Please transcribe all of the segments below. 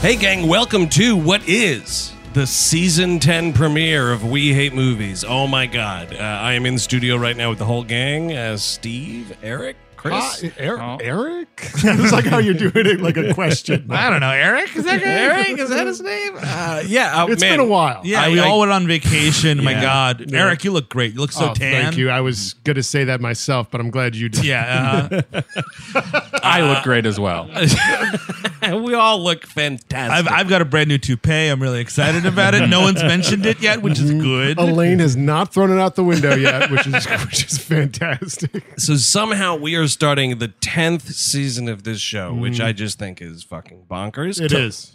Hey, gang, welcome to what is the season 10 premiere of We Hate Movies. Oh, my God. Uh, I am in studio right now with the whole gang uh, Steve, Eric, Chris. Ah, Er- Oh. Eric? it's like how you're doing it like a question. I don't know, Eric. Is that Eric, is that his name? Uh, yeah. Uh, It's man. been a while. Yeah, I- we I- all went on vacation. My Yeah. God, Eric, you look great. You look so Oh, tan. Thank you. I was going to say that myself, but I'm glad you did. Yeah, uh, I look great as well. we all look fantastic. I've I've got a brand new toupee. I'm really excited about it. No one's mentioned it yet, which Mm-hmm. is good. Elaine has not thrown it out the window yet, which is which is fantastic. so somehow we are starting the 10th season of this show, which I just think is fucking bonkers. Mm-hmm. It is.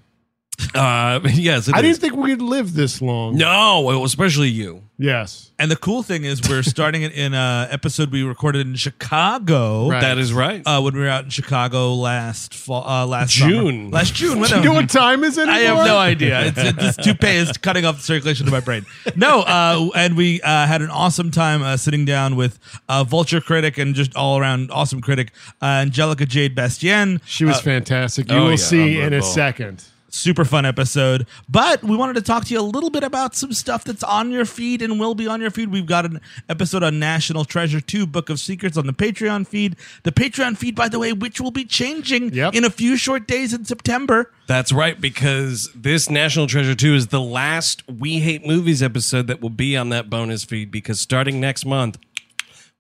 Uh, yes, it I is. didn't think we'd live this long. No, well, especially you. Yes. And the cool thing is, we're starting it in a episode we recorded in Chicago. Right. That is right. Uh, when we were out in Chicago last fall, uh, last June. summer. last June. Do you know what time is it? um, I have anymore? no idea. It's, it, this toupee is cutting off the circulation to my brain. No, uh, and we uh, had an awesome time uh, sitting down with uh, Vulture critic and just all around awesome critic uh, Angelica Jade Bastien. Uh, She was fantastic. You oh, will yeah, see in a unbelievable. second. Super fun episode. But we wanted to talk to you a little bit about some stuff that's on your feed and will be on your feed. We've got an episode on National Treasure 2 Book of Secrets on the Patreon feed. The Patreon feed, by the way, which will be changing Yep. in a few short days in September. That's right, because this National Treasure 2 is the last We Hate Movies episode that will be on that bonus feed because starting next month,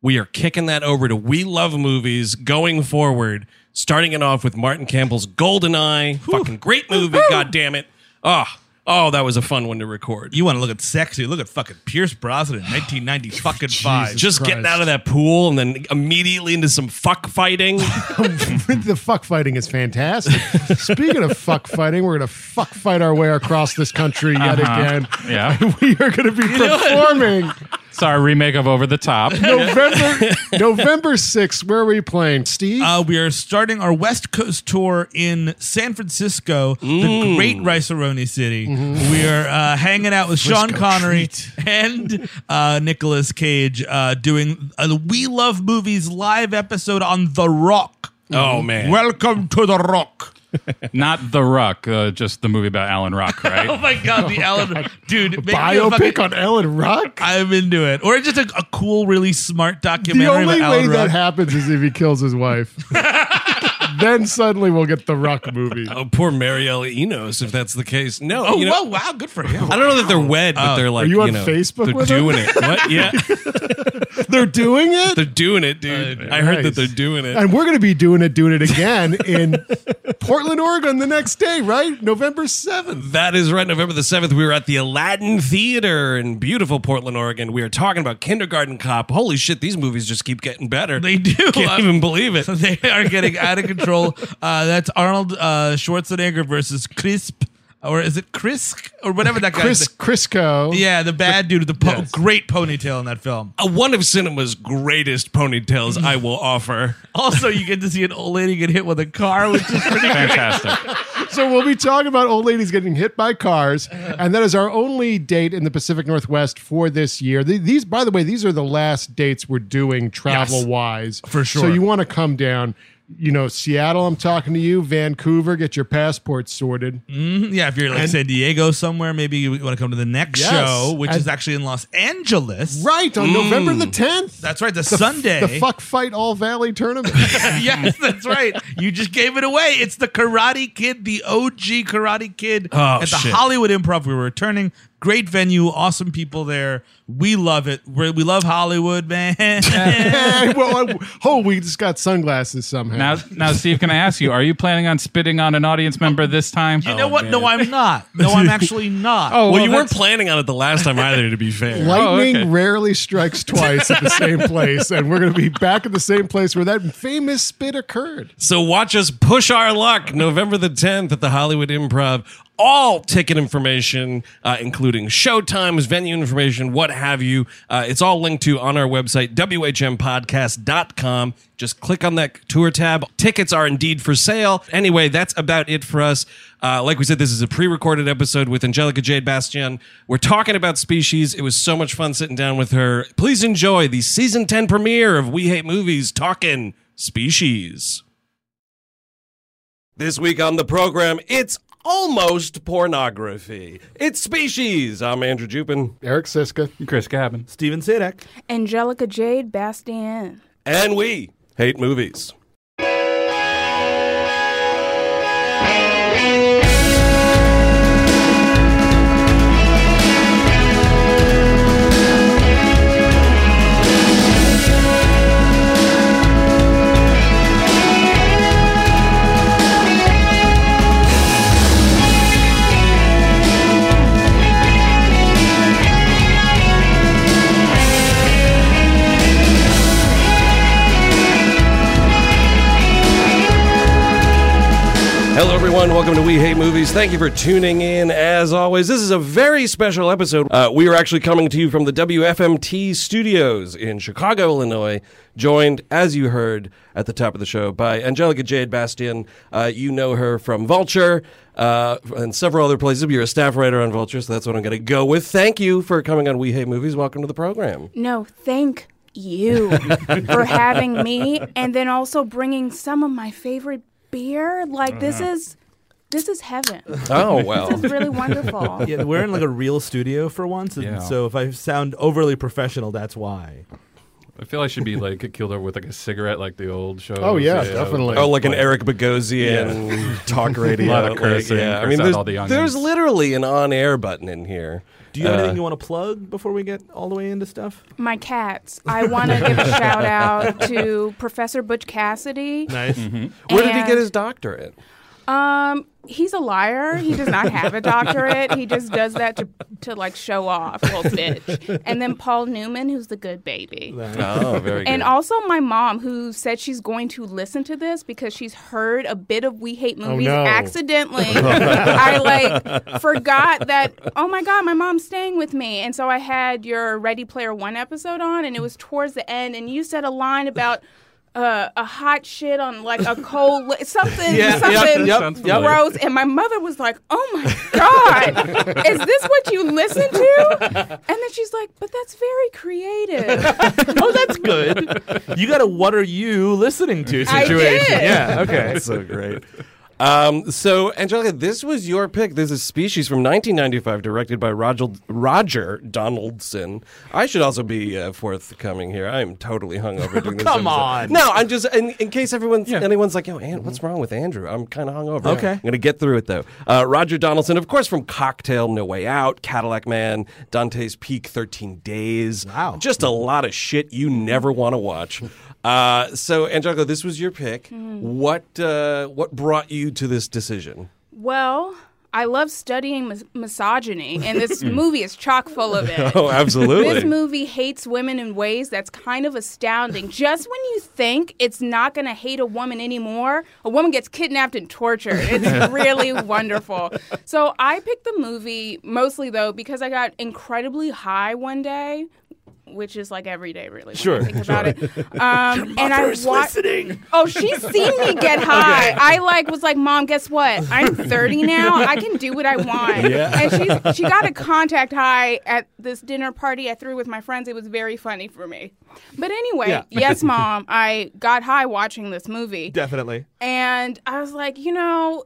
we are kicking that over to We Love Movies going forward, starting it off with Martin Campbell's Golden Eye. Fucking great movie, god damn it. Oh, oh, that was a fun one to record. You want to look at sexy? Look at fucking Pierce Brosnan, 1990 fucking five. Just getting Christ. out of that pool and then immediately into some fuck fighting. the fuck fighting is fantastic. Speaking of fuck fighting, we're gonna fuck fight our way across this country yet Uh-huh. again. Yeah. We are gonna be performing It's our remake of Over the Top. November November sixth. Where are we playing, Steve? Uh, we are starting our West Coast tour in San Francisco, the great Rice Aroni city. We are uh, hanging out with Sean Connery and uh, Nicolas Cage uh, doing a We Love Movies live episode on The Rock. oh, man. Welcome to The Rock. Not The Rock, uh, just the movie about Alan Rock, Oh right? my God, the Alan. Dude, make me a fucking- Biopic on Ellen Rock. I'm into it. Or just a, a cool, really smart The documentary only way about Alan that Rock. happens is if he kills his wife. then suddenly we'll get the Rock movie. Oh, poor Marielle Enos, if that's the case. No. Oh, you know- whoa, wow, good for him. I don't know that they're wed, but they're like you on know, Facebook They're with them? doing it. What? Yeah, They're doing it, they're doing it, dude. I heard that nice. they're doing it. and we're gonna be doing it, doing it again in Portland, Oregon, the next day, right? November seventh. That is right. November the seventh, we were at the Aladdin Theater in beautiful Portland, Oregon. We are talking about Kindergarten Cop. Holy shit, these movies just keep getting better. They do. Can't even believe it. they are getting out of control. Uh, that's Arnold uh, Schwarzenegger versus Crisp, or is it Crisk, or whatever that guy. Chris Crisco. Yeah, the bad dude with the po- great ponytail in that film. Uh, one of cinema's greatest ponytails, I will offer. Also, you get to see an old lady get hit with a car, which is pretty. Fantastic. So we'll be talking about old ladies getting hit by cars, Uh-huh. and that is our only date in the Pacific Northwest for this year. Th- These, by the way, these are the last dates we're doing travel wise for So sure. you want to come down. You know, Seattle, I'm talking to you. Vancouver, get your passport sorted. Mm. yeah, if you're like San Diego somewhere, maybe you want to come to the next Yes. show, which And- is actually in Los Angeles. Right on November the 10th. Mm. That's right, the, Sunday. The fuck fight all valley tournament. yes, that's right. You just gave it away. It's the Karate Kid, the OG Karate Kid Oh, at the shit. Hollywood Improv. We were returning. Great venue, awesome people there. We love it. We're, we love Hollywood, man. Hey, well, I- oh, we just got sunglasses somehow. Now, now, Steve, can I ask you, are you planning on spitting on an audience member this time? you Oh, know what? No, I'm not. No, I'm actually not. Oh, Well, well, you weren't that's- planning on it the last time either, to be fair. Lightning Oh, okay. rarely strikes twice at the same place, and we're going to be back at the same place where that famous spit occurred. So watch us push our luck November the 10th at the Hollywood Improv. All ticket information, uh, including showtimes, venue information, what have you. Uh, it's all linked to on our website, whmpodcast.com. Just click on that tour tab. Tickets are indeed for sale. Anyway, that's about it for us. Uh, like we said, this is a pre recorded episode with Angelica Jade Bastian. We're talking about species. It was so much fun sitting down with her. Please enjoy the season 10 premiere of We Hate Movies talking species. This week on the program, it's almost pornography. It's Species. I'm Andrew Jupin. Eric Siska. Chris Gavin. Steven Sadek. Angelica Jade Bastien. And we hate movies. Hello, everyone. Welcome to We Hate Movies. Thank you for tuning in. As always, this is a very special episode. Uh, we are actually coming to you from the WFMT studios in Chicago, Illinois, joined, as you heard at the top of the show, by Angelica Jade Bastian. Uh, you know her from Vulture uh, and several other places. You're a staff writer on Vulture, so that's what I'm going to go with. Thank you for coming on We Hate Movies. Welcome to the program. No, thank you for having me and then also bringing some of my favorite beer. Like this Uh-huh. is this is heaven. Oh, well. This is really wonderful. Yeah, we're in like a real studio for once, and Yeah. so if I sound overly professional, that's why. I feel I should be like killed over with like a cigarette, like the old show. Oh, yeah, definitely. Oh, like an Eric Bogosian talk radio. Lot of like, cursing, yeah. I curse mean, out there's, all the youngins. there's literally an on-air button in here. Do you have Uh, anything you want to plug before we get all the way into stuff? My cats. I want to give a shout out to Professor Butch Cassidy. Nice. Where did he get And- his doctorate? Um, he's a liar. He does not have a doctorate. he just does that to to like show off, little bitch. And then Paul Newman, who's the good baby. Oh, very And also my mom, who said she's going to listen to this because she's heard a bit of We Hate Movies no. accidentally. I like forgot that. Oh my God, my mom's staying with me, and so I had your Ready Player One episode on, and it was towards the end, and you said a line about. Uh, a hot shit on like a cold li- something Yeah, something yep, yep, yep. gross and my mother was like oh my god is this what you listen to and then she's like but that's very creative oh, that's good. You got a what are you listening to I situation. did. Yeah, okay. so great. Um, so, Angelica, this was your pick. This is Species from 1995, directed by Roger, Roger Donaldson. I should also be uh, forthcoming here. I am totally hungover. Doing this Come episode. on. No, I'm just in, in case everyone's anyone's like, yo, An- what's wrong with Andrew? I'm kind of hungover. Okay. I'm gonna get through it though. Uh, Roger Donaldson, of course, from Cocktail, No Way Out, Cadillac Man, Dante's Peak, 13 Days. Wow. Just a lot of shit you never want to watch. Uh, so, Angelica, this was your pick. Mm-hmm. What uh, what brought you to this decision? Well, I love studying mis- misogyny, and this movie is chock full of it. Oh, absolutely. This movie hates women in ways that's kind of astounding. Just when you think it's not going to hate a woman anymore, a woman gets kidnapped and tortured. It's really wonderful. So I picked the movie mostly, though, because I got incredibly high one day. Which is like every day, really. Sure. When I think about it. Um, and I Mother's watched. listening. Oh, she's seen me get high. I like was like, Mom, guess what? I'm 30 now. I can do what I want. And she's, she got a contact high at this dinner party I threw with my friends. It was very funny for me. But anyway, Yeah. yes, Mom, I got high watching this movie. Definitely. And I was like, you know,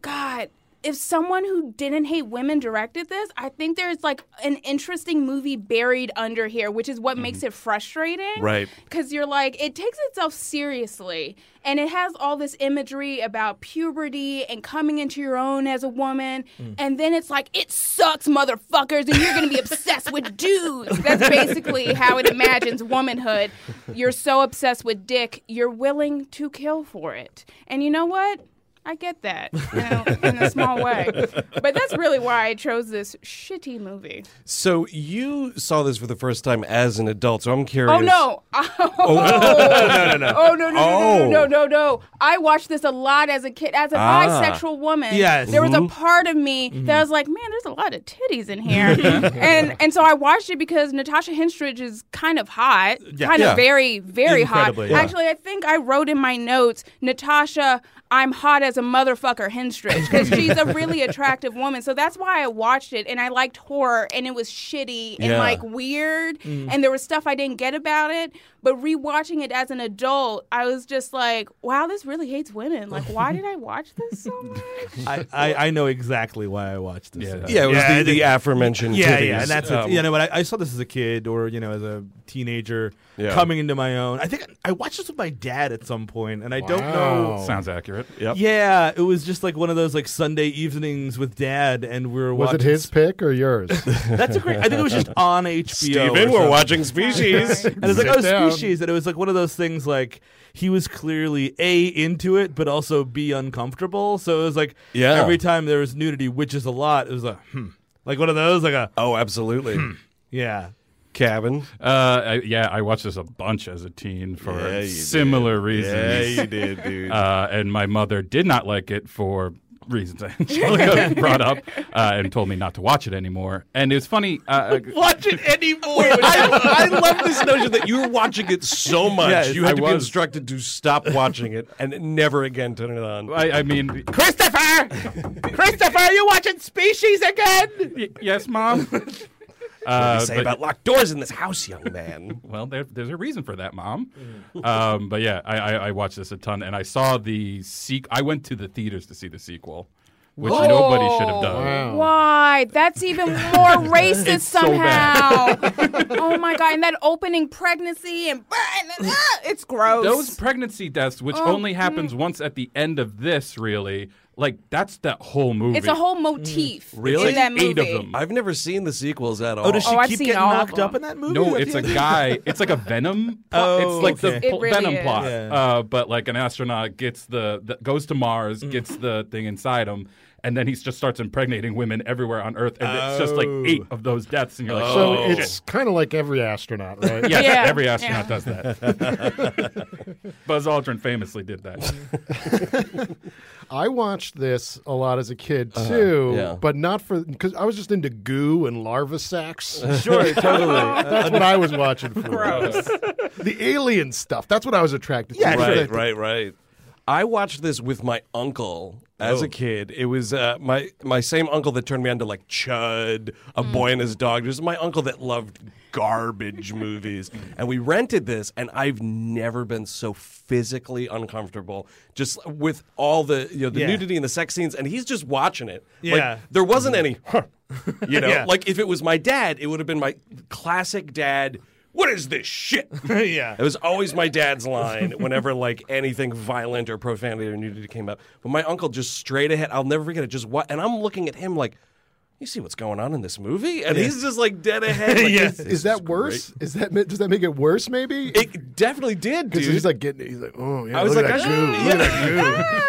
God, if someone who didn't hate women directed this, I think there's like an interesting movie buried under here, which is what makes it frustrating. Right. Because you're like, it takes itself seriously. And it has all this imagery about puberty and coming into your own as a woman. And then it's like, it sucks, motherfuckers, and you're going to be obsessed with dudes. That's basically how it imagines womanhood. You're so obsessed with dick, you're willing to kill for it. And you know what? I get that you know, in a small way. But that's really why I chose this shitty movie. So, you saw this for the first time as an adult. So, I'm curious. Oh no! Oh, no, no, no! Oh no, no, no, no, no, no, no! I watched this a lot as a kid, as a Ah. bisexual woman. Yes. there was a part of me that was like, man, there's a lot of titties in here, and and so I watched it because Natasha Henstridge is kind of hot, kind Yeah. of very, very hot. Incredibly, yeah. Actually, I think I wrote in my notes, Natasha, I'm hot as a motherfucker Henstridge because she's a really attractive woman. So that's why I watched it and I liked horror and it was shitty and Yeah. like weird Mm. and there was stuff I didn't get about it. But rewatching it as an adult, I was just like, wow, this really hates women. Like, why did I watch this so much? I, I, I know exactly why I watched this. Yeah, Yeah, it was I the, think- the aforementioned yeah, titties. yeah, and that's Um, it. You know, but I, I saw this as a kid or you know as a teenager Yeah. coming into my own. I think I watched this with my dad at some point, and I don't know. Oh. Sounds accurate. Yep. Yeah, it was just like one of those like Sunday evenings with dad, and we were Was watching. it his pick or yours? That's a great. I think it was just on HBO. or Steven, we're something. watching Species. Sorry. And it's like, Sit down. oh, species. And it was like one of those things like he was clearly A, into it, but also B, uncomfortable. So it was like Yeah. every time there was nudity, which is a lot, it was like, hmm. Like one of those, like a, oh, absolutely. Hmm. yeah. Cabin. Uh, I, yeah, I watched this a bunch as a teen for Yeah, you similar reasons. Yeah, you did, dude. uh, and my mother did not like it for reasons Angelica brought up uh, and told me not to watch it anymore. And it was funny. Uh, Watch it anymore. I, I love this notion that you were watching it so much, Yes, you had to I be was. instructed to stop watching it and never again turn it Uh, on. I, I mean, Christopher! Christopher, are you watching Species again? y- yes, mom. What Uh, do you say but- about locked doors in this house, young man? well, there, there's a reason for that, mom. Mm. Um, but yeah, I, I, I watched this a ton, and I saw the sequ I went to the theaters to see the sequel, which nobody should have done. Why? That's even more racist so somehow. oh my god! And that opening pregnancy and, and then, ah, it's gross. Those pregnancy deaths, which Oh, only happens once at the end of this, really, like that's that whole movie. it's a whole motif Really? in that movie. Eight of them. I've never seen the sequels at all. Oh, does she Oh, I've keep seen getting all of knocked them. up in that movie? No, at it's the a end? guy. It's like a Venom. plot. Oh, it's like okay. the It pl- really Venom is. plot. Yeah. Uh, but like an astronaut gets the, the goes to Mars, Mm. gets the thing inside him, and then he just starts impregnating women everywhere on Earth, and it's just like Oh. eight of those deaths, and you're like, So oh. it's kind of like every astronaut, right? Yeah, Yeah, every astronaut yeah. does that. Buzz Aldrin famously did that. I watched this a lot as a kid too, yeah. but not for because I was just into goo and larva sacks. Sure, totally. That's what I was watching for. The alien stuff. That's what I was attracted to. Yeah, That's right, the- right, right. I watched this with my uncle as Oh. a kid. It was uh, my my same uncle that turned me on to like Chud, A Mm. Boy and His Dog. This is my uncle that loved garbage movies, and we rented this. And I've never been so physically uncomfortable, just with all the you know the Yeah. nudity and the sex scenes. And he's just watching it. Yeah. Mm-hmm. like, there wasn't any. "Huh," you know, Yeah. like if it was my dad, it would have been my classic dad. What is this shit? yeah. It was always my dad's line whenever like anything violent or profanity or nudity came up. But my uncle just straight ahead. I'll never forget it. Just what? And I'm looking at him like, you see what's going on in this movie? And he's just like dead ahead. Like, Yeah. this- this Is that great. worse? Is that ma- does that make it worse? Maybe It definitely did, dude. because he's like getting. He's like, oh yeah. I was look like, "Ah, at I that should- goo. Look at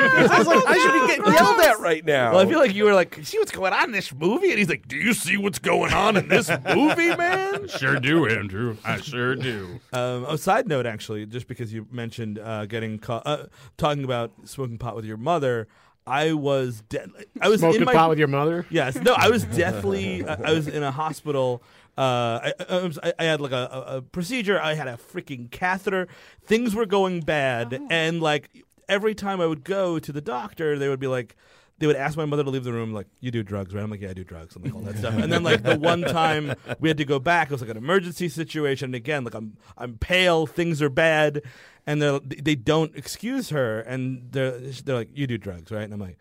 that goo. I was like, I should be getting yelled at right now. Well, I feel like you were like, see what's going on in this movie? And he's like, do you see what's going on in this movie, man? Sure do, Andrew. I sure do. Um, a side note, actually, just because you mentioned uh, getting caught, uh, talking about smoking pot with your mother, I was dead. I was Smoking in my- pot with your mother. Yes, no, I was deathly. I I was in a hospital. Uh, I, I, I was- I- I had like a, a, a procedure. I had a freaking catheter. Things were going bad, and like every time I would go to the doctor, they would be like. They would ask my mother to leave the room, like, you do drugs, right? I'm like, yeah, I do drugs, and like all that stuff. And then, like, the one time we had to go back, it was like an emergency situation. And again, like, I'm I'm pale, things are bad, and they're, they don't excuse her. And they're, they're like, you do drugs, right? And I'm like,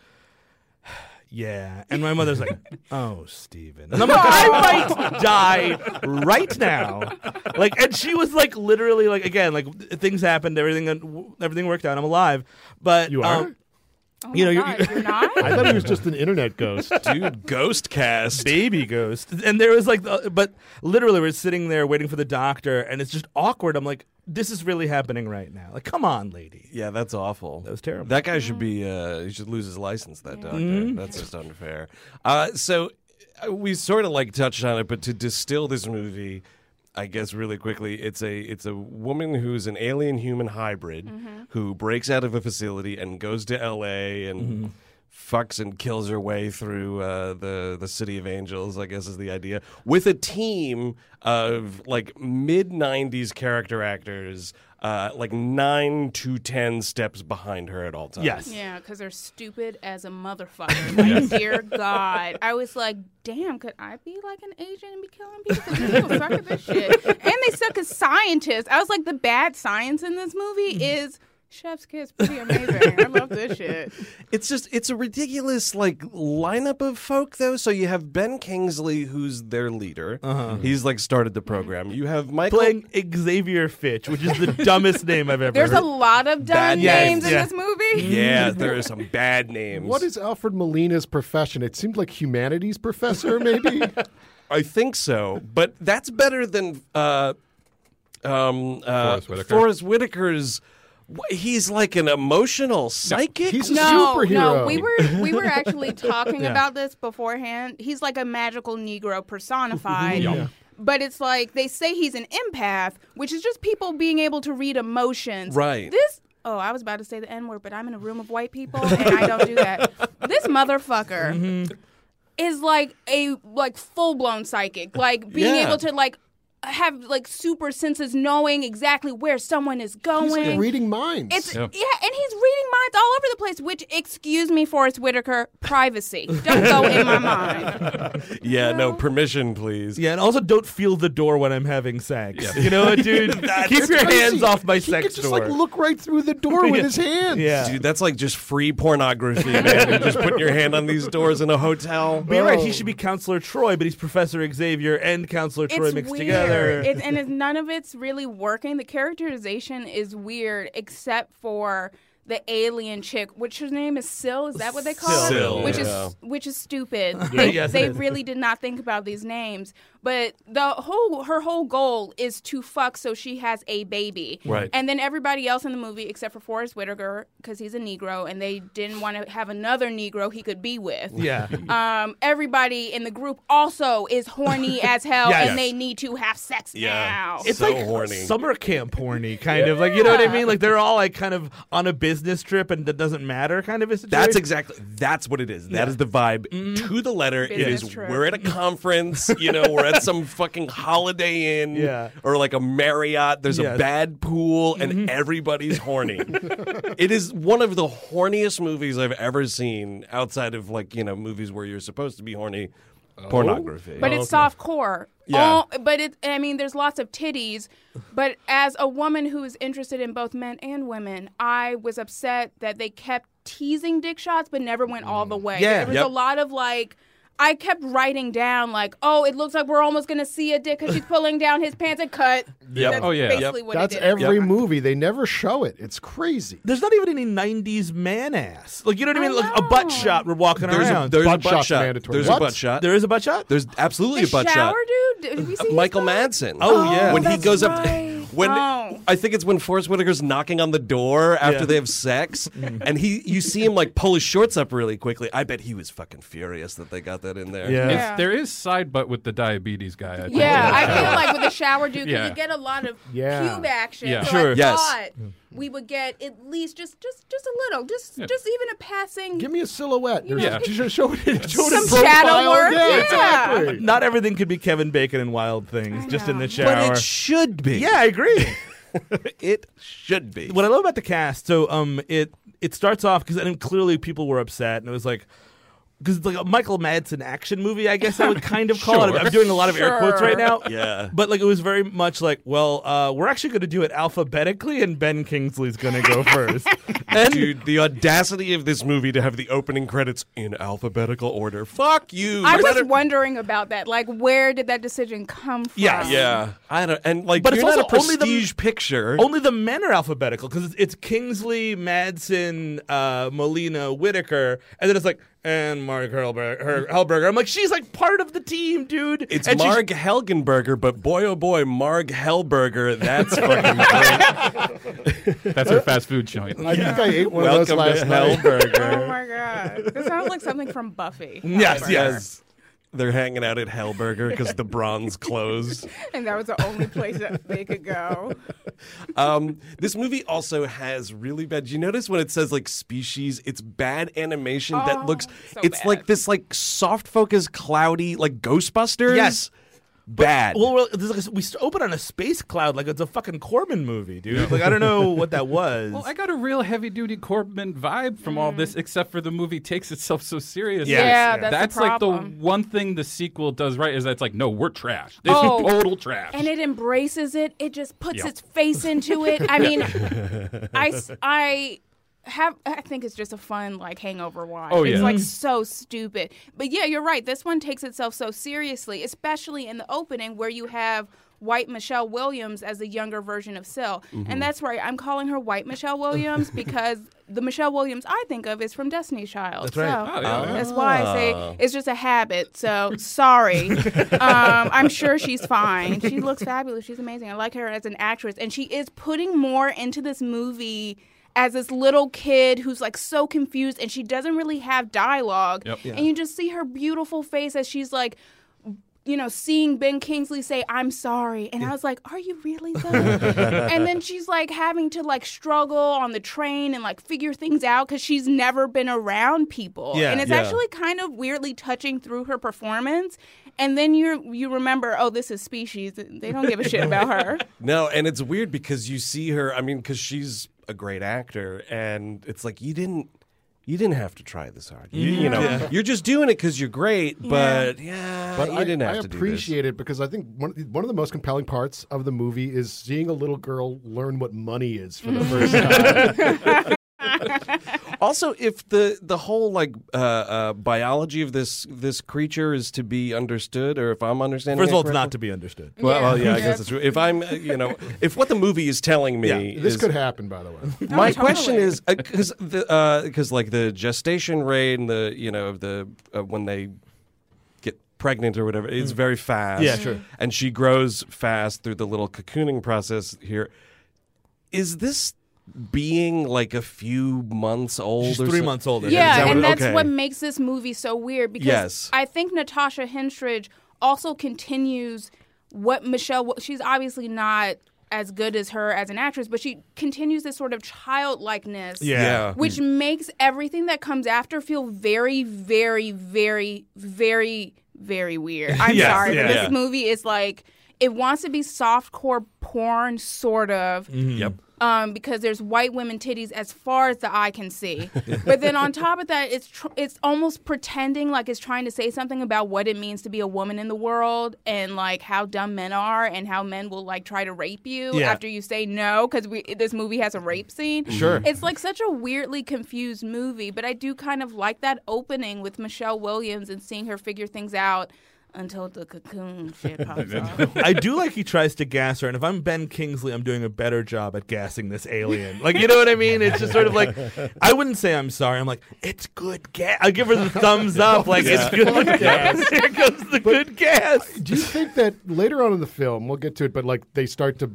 yeah. And my mother's like, oh, Steven. And I'm like, I might die right now. Like, and she was like, literally, like, again, like, things happened, everything uh, everything worked out, I'm alive. But, You are? um, Oh You my know, you- God, you're not. I thought he was just an internet ghost. dude, Ghost Cast. baby ghost. And there was like, the, but literally, we're sitting there waiting for the doctor, and it's just awkward. I'm like, this is really happening right now. Like, come on, lady. Yeah, that's awful. That was terrible. That guy should be. Uh, he should lose his license. That doctor. That's just unfair. Uh, so uh, we sort of like touched on it, but to distill this movie. I guess really quickly, it's a it's a woman who's an alien human hybrid who breaks out of a facility and goes to L.A. and fucks and kills her way through uh, the the city of angels. I guess is the idea with a team of like mid '90s character actors uh, like nine to ten steps behind her at all times. Yes. Yeah, because they're stupid as a motherfucker. Like, dear God. I was like, damn, could I be like an agent and be killing people? 'Cause people suck at this shit. And they suck as scientists. I was like, the bad science in this movie is Chef's Kiss. Pretty amazing. I love this shit. It's just it's a ridiculous like lineup of folk though. So you have Ben Kingsley, who's their leader. He's like started the program. You have Michael Playing Xavier Fitch, which is the dumbest name I've ever There's a heard. lot of dumb Bad names, names in yeah. this movie. Yeah, there are some bad names. What is Alfred Molina's profession? It seemed like humanities professor, maybe. I think so, but that's better than uh, um, uh, Forrest Whitaker. Forrest Whitaker's. wh- He's like an emotional psychic. He's a No, superhero. no, we were we were actually talking about this beforehand. He's like a magical Negro personified. But it's like they say he's an empath, which is just people being able to read emotions. Right. This. Oh, I was about to say the N word, but I'm in a room of white people and I don't do that. This motherfucker Mm-hmm. is like a like full blown psychic, like being Yeah. able to like have like super senses, knowing exactly where someone is He's going. like reading minds. It's yeah. and he's reading minds all over the place. Which, excuse me, Forrest Whitaker, privacy. Don't go in my mind. yeah, no permission, please. Yeah, and also don't feel the door when I'm having sex. You know what, dude? Keep your crazy. hands off my he sex could just door. like look right through the door with his hands. yeah. Dude, that's like just free pornography, man. You're just putting your hand on these doors in a hotel. But you're right, he should be Counselor Troy, but he's Professor Xavier and Counselor Troy It's mixed weird, together. It's, and it's, none of it's really working. The characterization is weird, except for the alien chick, which her name is Sill. Is that what they call her? Syl, Which yeah. is which is stupid. they yes, it they is. really did not think about these names. But the whole her whole goal is to fuck so she has a baby. Right. And then everybody else in the movie, except for Forrest Whitaker, because he's a Negro, and they didn't want to have another Negro he could be with yeah. um, everybody in the group also is horny as hell Yes. and they need to have sex now. It's so horny. summer camp horny, kind of like you know what I mean. Like they're all like kind of on a business trip, and that doesn't matter, kind of a situation. That's exactly that's what it is. That is the vibe to the letter. it Business is trip. we're at a conference, you know, we're at some fucking Holiday Inn Yeah. or like a Marriott. There's Yes. a bad pool and everybody's horny. it is one of the horniest movies I've ever seen outside of like, you know, movies where you're supposed to be horny. Pornography. but it's soft core. Yeah. Oh, but it I mean there's lots of titties, but as a woman who is interested in both men and women, I was upset that they kept teasing dick shots but never went all the way. Yeah. There was Mm. Yep. a lot of like I kept writing down like, "Oh, it looks like we're almost gonna see a dick because she's pulling down his pants and cut." Yep. That's Oh, yeah. basically what That's it did. every Yep. movie. They never show it. It's crazy. There's not even any '90s man ass. Like you know what I mean? I Like a butt know. shot. We're walking there's a, around. there's Butt a butt shot's shot. mandatory. There's a What? butt shot. there is a butt shot. There's absolutely The a butt shower shot. dude. Did we see his Uh, Michael butt? Madsen. Oh, yeah. when he that's goes right. up. When Oh. I think it's when Forrest Whitaker's knocking on the door after Yeah. Mm. they have sex, and he you see him like pull his shorts up really quickly. I bet he was fucking furious that they got that in there. Yeah. Yeah. There is side butt with the diabetes guy. I think. Yeah, I feel like with a shower dude, 'cause Yeah. you get a lot of Yeah. pube action. Yeah. so Sure. I Yes. thought we would get at least just just just a little, just just even a passing. Give me a silhouette. There's Yeah. just show it, show it in Some profile. shadow work, Yeah, yeah. exactly. not everything could be Kevin Bacon and Wild Things just in the shower. But it should be. yeah, I agree. it should be. what I love about the cast, so um, it it starts off because I mean, clearly people were upset, and it was like. Because it's like a Michael Madsen action movie, I guess I would kind of call it. I'm doing a lot of air quotes right now. Yeah. But like it was very much like, well, uh, we're actually going to do it alphabetically, and Ben Kingsley's going to go first. and Dude, the audacity of this movie to have the opening credits in alphabetical order. Fuck you. I You was better- wondering about that. Like, where did that decision come from? Yes. Yeah, I don't. And like, But but it's you're not a also only the- prestige picture. only the men are alphabetical because it's, it's Kingsley, Madsen, uh, Molina, Whitaker, and then it's like and Mark Helberg, her, Helberger. I'm like, she's like part of the team, dude. It's and she's- Marg Helgenberger, but boy oh boy, Marg Helberger, that's fucking great. that's her fast food joint. I think I ate one of those Welcome to last night. Oh Hellberger. my god, that sounds like something from Buffy. Yes, However. yes. They're hanging out at Hellberger because the bronze closed. And that was the only place that they could go. Um, this movie also has really bad. You notice when it says like species, it's bad animation that Oh, looks. so it's bad. like this like soft focus, cloudy, like Ghostbusters. Yes. bad. Well, well there's like a, we st- open on a space cloud like it's a fucking Corbin movie, dude. Like I don't know what that was. Well, I got a real heavy duty Corbin vibe from all this, except for the movie takes itself so seriously. Mm. Yeah, Yeah. that's the like the problem. one thing the sequel does right is that it's like, no, we're trash. This Oh. is total trash. and it embraces it. It just puts Yeah. its face into it. I mean, I, s- I have I think it's just a fun like hangover watch. Oh, It's yeah. like so stupid. But yeah, you're right. This one takes itself so seriously, especially in the opening where you have white Michelle Williams as a younger version of Syl. And that's why I'm calling her white Michelle Williams because the Michelle Williams I think of is from Destiny Child. That's right. So that's why I say it's just a habit. So sorry. um, I'm sure she's fine. She looks fabulous. She's amazing. I like her as an actress, and she is putting more into this movie as this little kid who's like so confused, and she doesn't really have dialogue. Yep. And you just see her beautiful face as she's like. You know, seeing Ben Kingsley say "I'm sorry," and I was like, "Are you really?" Zoe?" and then she's like having to like struggle on the train and like figure things out because she's never been around people, Yeah. and it's Yeah. actually actually kind of weirdly touching through her performance and then you you remember oh this is species they don't give a shit about her No, and it's weird because you see her. I mean, because she's a great actor, and it's like you didn't, you didn't have to try this hard. You, you know, you're just doing it because you're great. But yeah, But you I, didn't have I to appreciate it because I think one, one of the most compelling parts of the movie is seeing a little girl learn what money is for the first time. do this. Also, if the the whole like uh, uh, biology of this this creature is to be understood, or if I'm understanding, First of it all, it's not correctly- to be understood. Mm. Well, well, yeah, I Yeah. guess it's true. If I'm, uh, you know, if what the movie is telling me Yeah, this is could happen, by the way. My totally. question is because the because like the gestation rate and the you know the uh, when they get pregnant or whatever it's very fast. Yeah, sure. Mm. And she grows fast through the little cocooning process here. Is this being like a few months old? She's or three so- months older. Is that yeah and what- that's okay. what makes this movie so weird because Yes. i think natasha henstridge also continues what michelle she's obviously not as good as her as an actress but she continues this sort of childlikeness Yeah. Yeah. which makes everything that comes after feel very, very, very, very, very weird. I'm Yes, sorry, yeah. but this Yeah. movie is like it wants to be softcore porn, sort of. Mm-hmm. Yep. Um, because there's white women titties as far as the eye can see, but then on top of that, it's tr- it's almost pretending like it's trying to say something about what it means to be a woman in the world and like how dumb men are and how men will like try to rape you Yeah. after you say no because we this movie has a rape scene. Sure. It's like such a weirdly confused movie, but I do kind of like that opening with Michelle Williams and seeing her figure things out until the cocoon shit pops off. I do like he tries to gas her, and if I'm Ben Kingsley, I'm doing a better job at gassing this alien. Like, you know what I mean? It's just sort of like, I wouldn't say I'm sorry. I'm like, it's good gas. I give her the thumbs up, like it's good gas. Here goes the good gas. Do you think that later on in the film, we'll get to it, but like they start to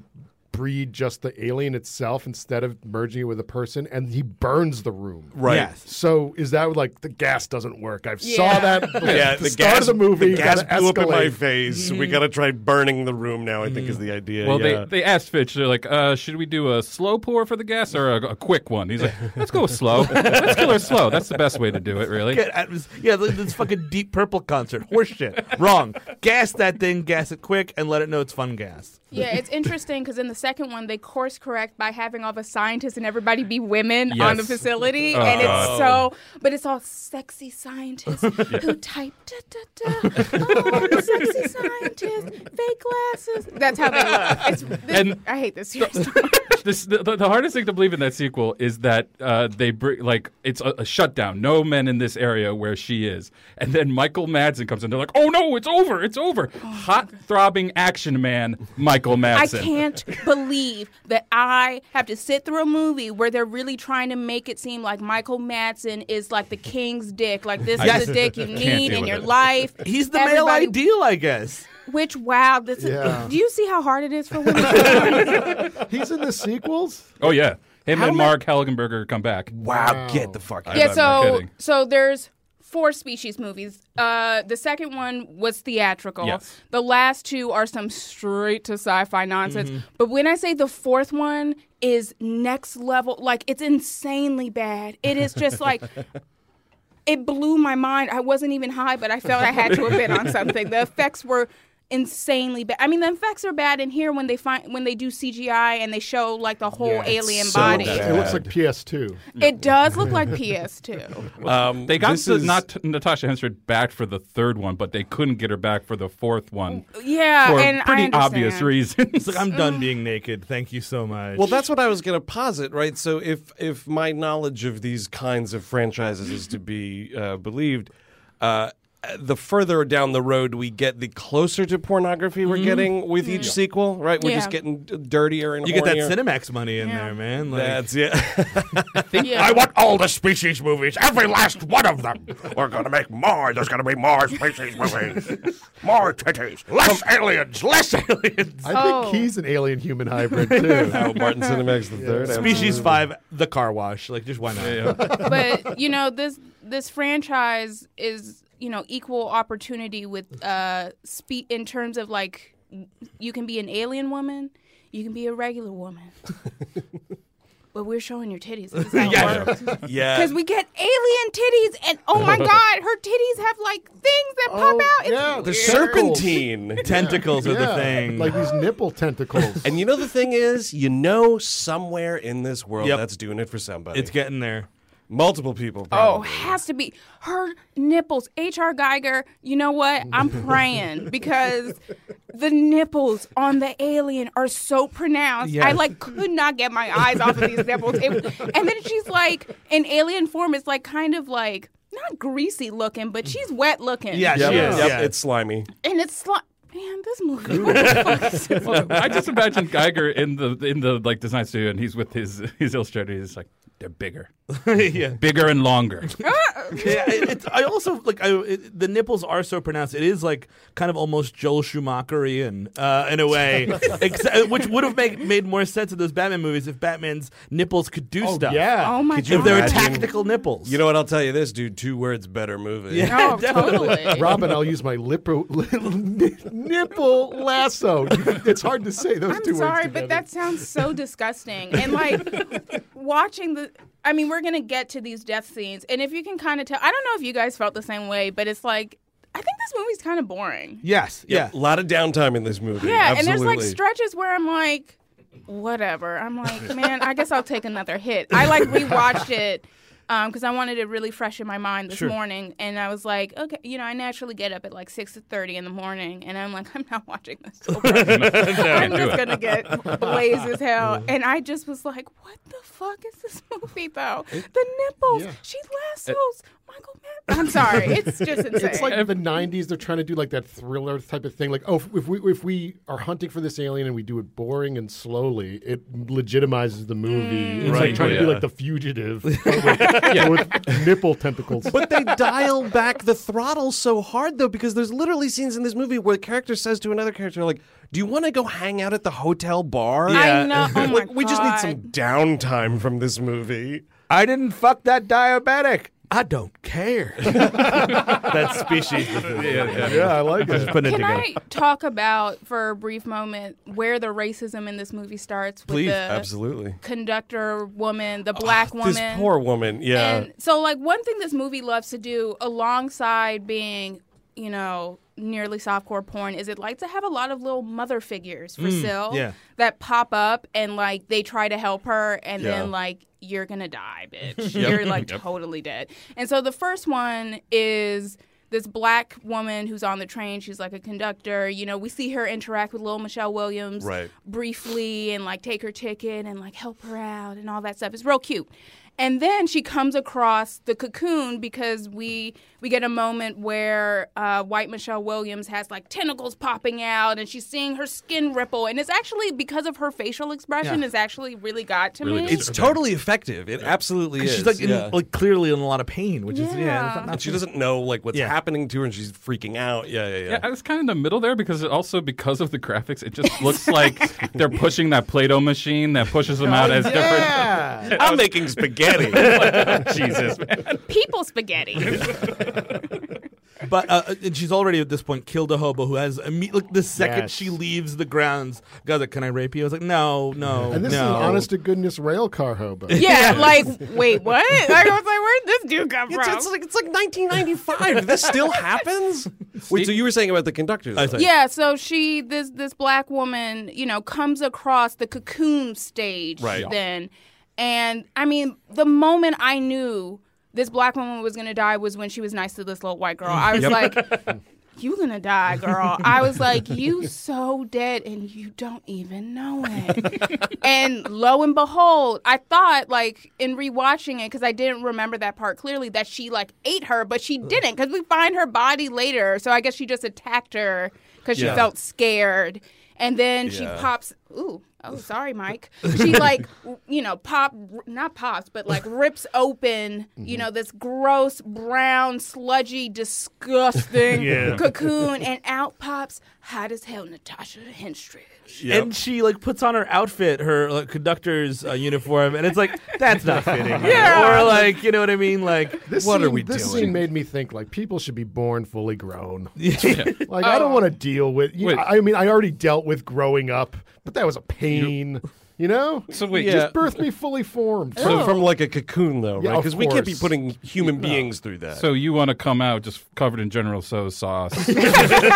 breed just the alien itself instead of merging it with a person, and he burns the room. Right. Yes. So is that like the gas doesn't work? I've saw Yeah. that. Yeah, at the, start of the movie. The gas gotta blew up in my escalate. face. We gotta try burning the room now. I think is the idea. well, yeah. they, they asked Fitch, they're like, uh, should we do a slow pour for the gas or a, a quick one? He's like, let's go with slow. let's kill her slow. That's the best way to do it, really. Get at- yeah, like this fucking Deep Purple concert. Horseshit. Wrong. Gas that thing, gas it quick, and let it know it's fun gas. yeah, it's interesting because in the second one they course correct by having all the scientists and everybody be women on the Yes. facility, Oh, and it's God. so. But it's all sexy scientists who type da da da. Oh, I'm a sexy scientist, fake glasses. That's how they look. It's, this, And- I hate this series. so this, the, the hardest thing to believe in that sequel is that uh, they bring like it's a, a shutdown. No men in this area where she is, and then Michael Madsen comes in. They're like, "Oh no, it's over! It's over!" Hot throbbing action man, Michael Oh, I Madsen. can't believe that I have to sit through a movie where they're really trying to make it seem like Michael Madsen is like the king's dick. Like this Yes. is the dick you need deal in with your it. life. He's the Everybody- male ideal, I guess. Which wow, this Yeah. is. Do you see how hard it is for women? He's in the sequels. Oh yeah, him and Mark Helgenberger come back. wow, get the fuck out. yeah. I'm not So kidding. so there's. Four species movies. Uh, the second one was theatrical. Yes. The last two are some straight to sci-fi nonsense. Mm-hmm. But when I say the fourth one is next level, like it's insanely bad. It is just like it blew my mind. I wasn't even high, but I felt I had to have been on something. The effects were insanely bad. I mean, the effects are bad in here when they find when they do CGI and they show like the whole alien so body. bad. It looks like PS2. It does look like PS2. Um, They got This the, is- not Natasha Henstridge back for the third one, but they couldn't get her back for the fourth one Yeah, for Oh, uh, and I pretty understand. obvious reasons. It's like I'm done being naked. Thank you so much. Well, that's what I was going to posit, right? So if if my knowledge of these kinds of franchises is to be uh, believed, uh, the further down the road we get, the closer to pornography we're getting with each sequel, right? We're just Mm-hmm. Yeah. getting d- dirtier and you get that hornier. Cinemax money in Yeah. there, man. Like, That's yeah. Yeah. want all the species movies, every last one of them. We're gonna make more. There's gonna be more species movies, more titties, less aliens, less aliens. I Oh. think he's an alien human hybrid too. oh, Martin Cinemax the third. Species Five, the car wash. Like, just why not? but you know this this franchise is you know equal opportunity with uh spe- in terms of like you can be an alien woman you can be a regular woman but we're showing your titties because absolutely. Yeah. we get alien titties and oh my god her titties have like things that pop Oh, out it's yeah, they're weird. Serpentine. Tentacles are the thing. Like these nipple tentacles. And you know the thing is, you know somewhere in this world Yep. that's doing it for somebody. it's getting there. multiple people. Oh, Probably. has to be her nipples. H.R. Geiger, you know what? I'm praying because the nipples on the alien are so pronounced. I Yes. like could not get my eyes off of these nipples. It- and then she's like in alien form. It's like kind of like not greasy looking, but she's wet looking. Yeah, she Yep, is. yep, yeah. it's slimy. and it's like. Man, this movie. What the fuck is this? I just imagine Geiger in the in the like design studio, and he's with his his illustrator. He's like, they're bigger, yeah. bigger and longer. yeah, it, it's, I also like I, it, the nipples are so pronounced. It is like kind of almost Joel Schumacherian uh, in a way, Exa- which would have made made more sense in those Batman movies if Batman's nipples could do oh, stuff. yeah. Oh my Could you if god! they were Imagine. tactical nipples. You know what? I'll tell you this, dude. Two words better movie. Yeah. oh, totally. Robin, I'll use my lipro, nipple lasso. It's hard to say those I'm two sorry, words. but that sounds so disgusting. And like watching the I mean, we're gonna get to these death scenes, and if you can kind of tell, I don't know if you guys felt the same way, but it's like I think this movie's kind of boring. yes, yeah. A lot of downtime in this movie. Yeah, and there's Absolutely. like stretches where I'm like, whatever. I'm like, man, I guess I'll take another hit. I like rewatched it because I wanted it really fresh in my mind this morning, and I was like, okay, you know, I naturally get up at like six thirty in the morning, and I'm like, I'm not watching this. over. I'm do it. just gonna get blazed as hell. And I just was like, what the fuck is this movie though? The nipples. yeah. She lassos Michael Matt. I'm sorry. It's just insane. It's like the '90s. They're trying to do like that thriller type of thing. Like, oh, if we if we are hunting for this alien and we do it boring and slowly, it legitimizes the movie. it's Right, like trying to yeah. be like the fugitive but with, but with nipple tentacles. But they dial back the throttle so hard though, because there's literally scenes in this movie where a character says to another character, like, "Do you want to go hang out at the hotel bar?" I know. Oh my Like, we just need some God. downtime from this movie. I didn't fuck that diabetic. I don't care. That's species. yeah, I like it. Putting it Can together. I talk about for a brief moment where the racism in this movie starts with Please, the Absolutely. Ah, conductor woman, the black woman? This poor uh, woman. Yeah. And so, like, one thing this movie loves to do, alongside being, you know, nearly softcore porn, is it like to have a lot of little mother figures Hmm, for Syl yeah. that pop up and, like, they try to help her, and Yeah. then, like, you're gonna die, bitch. You're, like, totally dead. And so, the first one is. This black woman who's on the train, she's like a conductor. You know, we see her interact with little Michelle Williams Right. briefly and like take her ticket and like help her out and all that stuff. It's real cute. And then she comes across the cocoon because we we get a moment where uh, white Michelle Williams has like tentacles popping out and she's seeing her skin ripple and it's actually because of her facial expression Yeah. it's actually really got to me. it's totally effective. It absolutely is. She's like, in, yeah. like clearly in a lot of pain, which is yeah. Yeah. it's not- and she doesn't know like what's Yeah. happening to her, and she's freaking out. Yeah, yeah, yeah. Yeah, I was kind of in the middle there because it also because of the graphics, it just looks like they're pushing that Play-Doh machine that pushes them out as different. I'm making spaghetti. Jesus, man. People spaghetti. But uh, and she's already at this point killed a hobo who has imme- like the second Yes. she leaves the grounds. Guys, like, can I rape you? I was like, no, no, And this no. is an honest to goodness rail car hobo. Yeah, like wait, what? Like, I was like, where did this dude come It's, from? it's like it's like 1995. this still happens. Wait, so you were saying about the conductors? I was like, yeah, so she this this black woman, you know, comes across the cocoon stage Right. then. And I mean, the moment I knew this black woman was gonna die was when she was nice to this little white girl. I was like, You gonna die, girl. I was like, You so dead and you don't even know it. and lo and behold, I thought like in rewatching it, because I didn't remember that part clearly, that she like ate her, but she didn't, because we find her body later. So I guess she just attacked her because she felt scared. And then Yeah. she pops ooh, oh sorry, Mike. She like w- you know, pop not pops, but like rips open, you know, this gross brown, sludgy, disgusting cocoon and out pops hot as hell Natasha Henstridge. And she like puts on her outfit, her like, conductor's uh, uniform, and it's like that's not fitting. Yeah. or like you know what I mean, like This What are scene, we this doing? scene made me think like people should be born fully grown. Like I don't want to Um, deal with. You Wait. I mean, I already dealt with growing up, but that was a pain. You know. So wait, Yeah. yeah. Just birth me fully formed. from, from like a cocoon, though, Yeah, right? of Because we can't be course. putting human beings through that. So you want to come out just covered in General So's sauce?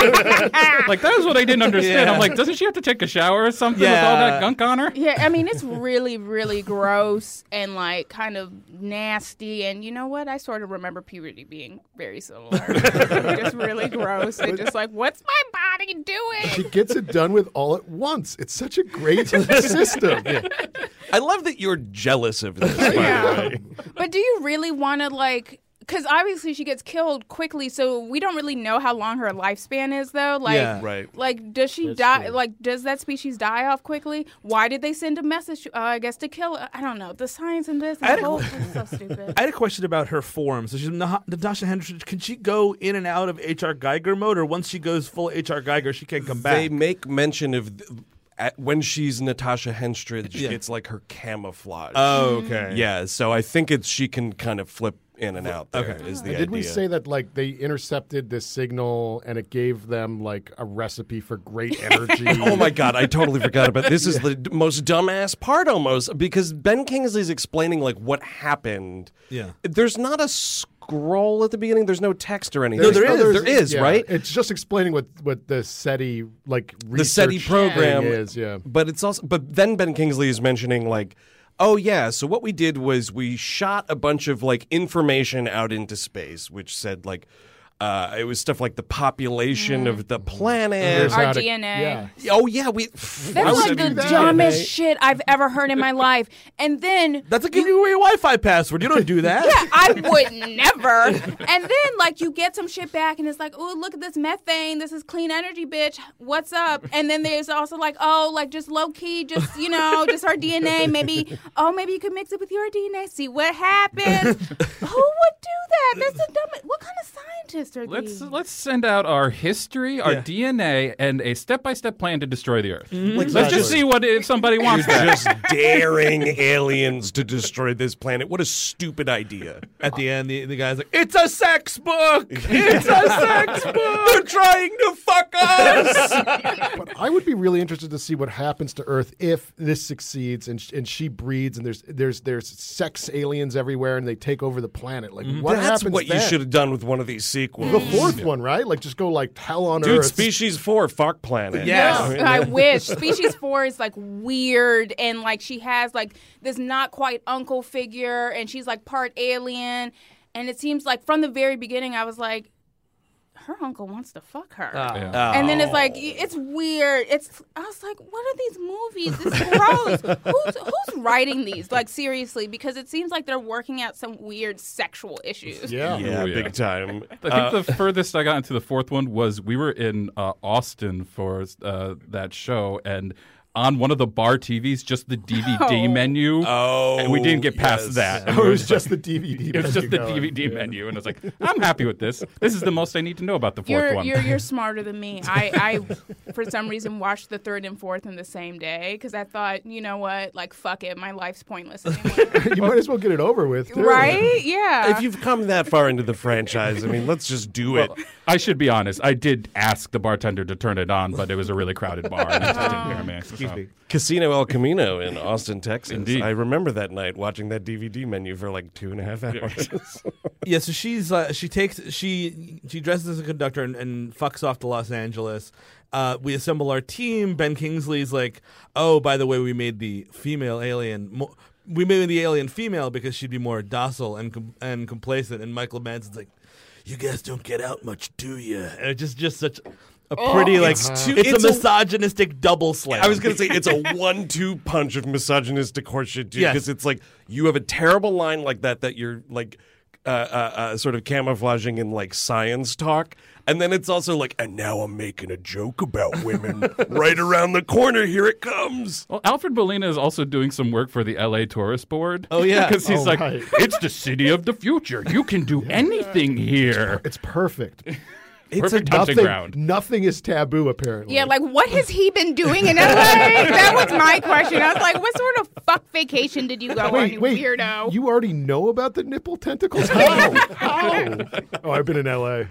like that was what I didn't understand. I'm like, doesn't she have to take a shower or something with all Yeah. that gunk on her? Yeah, I mean it's really, really gross and like kind of nasty. And you know what? I sort of remember puberty being very similar. just really gross and just like, what's my body doing? She gets it done with all at once. It's such a great system. I love that you're jealous of this. by the Yeah. way. But do you really want to like? Because obviously she gets killed quickly, so we don't really know how long her lifespan is, though. Like, Yeah. Right. Like, does she die? Like, does that species die off quickly? Why did they send a message? to- Uh, I guess to kill. I don't know. The science in this, I and had a- the whole thing's so stupid. I had a question about her form. So she's Na- Natasha Henderson. Can she go in and out of H.R. Geiger mode, or once she goes full H.R. Geiger, she can't come They back? make mention of th- at, when she's Natasha Henstridge, it's like her camouflage. oh, okay. Uh, yeah. So I think it's she can kind of flip in and out. There is the idea. Did we say that like they intercepted this signal and it gave them like a recipe for great energy? Oh my god, I totally forgot about this. Is the d- most dumbass part almost because Ben Kingsley's explaining like what happened. Yeah. there's not a scroll at the beginning. There's no text or anything. There's there is. others- There is yeah, right. It's just explaining what what the SETI like the SETI research program thing is. Yeah. But it's also but then Ben Kingsley is mentioning like Oh yeah, so what we did was we shot a bunch of like information out into space which said like uh, it was stuff like the population Mm. of the planet. Our How to- DNA. Yeah. Oh yeah, we That's would like you the do that? dumbest shit I've ever heard in my life. And then That's like giving away your Wi-Fi password. You don't do that. Yeah, I would never. And then like you get some shit back and it's like, oh, look at this methane. This is clean energy, bitch. What's up? And then there's also like, oh, like just low key, just you know, just our DNA. Maybe oh, maybe you could mix it with your DNA, see what happens. Who would do that? That's the dumbest. What kind of scientists are Let's these? let's send out our history, our DNA, and a step-by-step plan to destroy the Earth. Let's just see what if somebody wants You're that. just daring aliens to destroy this planet. What a stupid idea. At the end, the, the guy's like, "It's a sex book. It's a sex book. They're trying to fuck us." But I would be really interested to see what happens to Earth if this succeeds and sh- and she breeds and there's there's there's sex aliens everywhere and they take over the planet. Like what Mm-hmm. That's happens? what you then? should have done with one of these sequels. The fourth one, right? Like just go like hell on Dude, Earth. Species 4, Fark Planet. Yes. No, I wish. Species four is like weird and like she has like this not quite uncle figure and she's like part alien. And it seems like from the very beginning, I was like, her uncle wants to fuck her. Yeah. And then it's like y- it's weird. It's I was like, what are these movies? This is gross. who's who's writing these? Like seriously, because it seems like they're working out some weird sexual issues. yeah. Yeah, Oh, yeah. big time. I think the furthest I got into the fourth one was we were in uh, Austin for uh, that uh, show, and on one of the bar TVs, just the DVD Oh. menu. Oh, and we didn't get past yes. that. And it we were was just the DVD. it was just the menu going. DVD menu, and I was like, I'm happy with this. This is the most I need to know about the 4th You're, one. you're you're smarter than me. I, I for some reason watched the third and fourth in the same day because I thought, you know what, like fuck it, my life's pointless anymore. you might as well get it over with, too. right? Yeah. If you've come that far into the franchise, I mean, let's just do it. I should be honest. I did ask the bartender to turn it on, but it was a really crowded bar. And I just Ah. didn't hear him answer, so. Casino El Camino in Austin, Texas. Indeed. I remember that night watching that DVD menu for like two and a half hours. Yeah, so she's uh, she takes she she dresses as a conductor and, and fucks off to Los Angeles. Uh, we assemble our team. Ben Kingsley's like, oh, by the way, we made the female alien. Mo- we made the alien female because she'd be more docile and com- and complacent. And Michael Madsen's like, you guys don't get out much, do you? And it's just just such a pretty like it's, too- a it's a- misogynistic double slam. I was going to say it's a one-two punch of misogynistic horseshit, dude. Yes. Because it's like you have a terrible line like that that you're like uh, uh, uh, sort of camouflaging in like science talk, and then it's also like, and now I'm making a joke about women right around the corner. Here it comes. Well, Alfred Molina is also doing some work for the LA Tourist Board. Oh, yeah. Because he's Oh, like, right. it's the city of the future. You can do anything here. It's perfect. Perfect hunting nothing, ground. nothing is taboo, apparently. yeah, like what has he been doing in LA? that was my question. I was like, what sort of fuck vacation did you go on, wait, you wait. weirdo? You already know about the nipple tentacles? How? How? Oh, I've been in LA.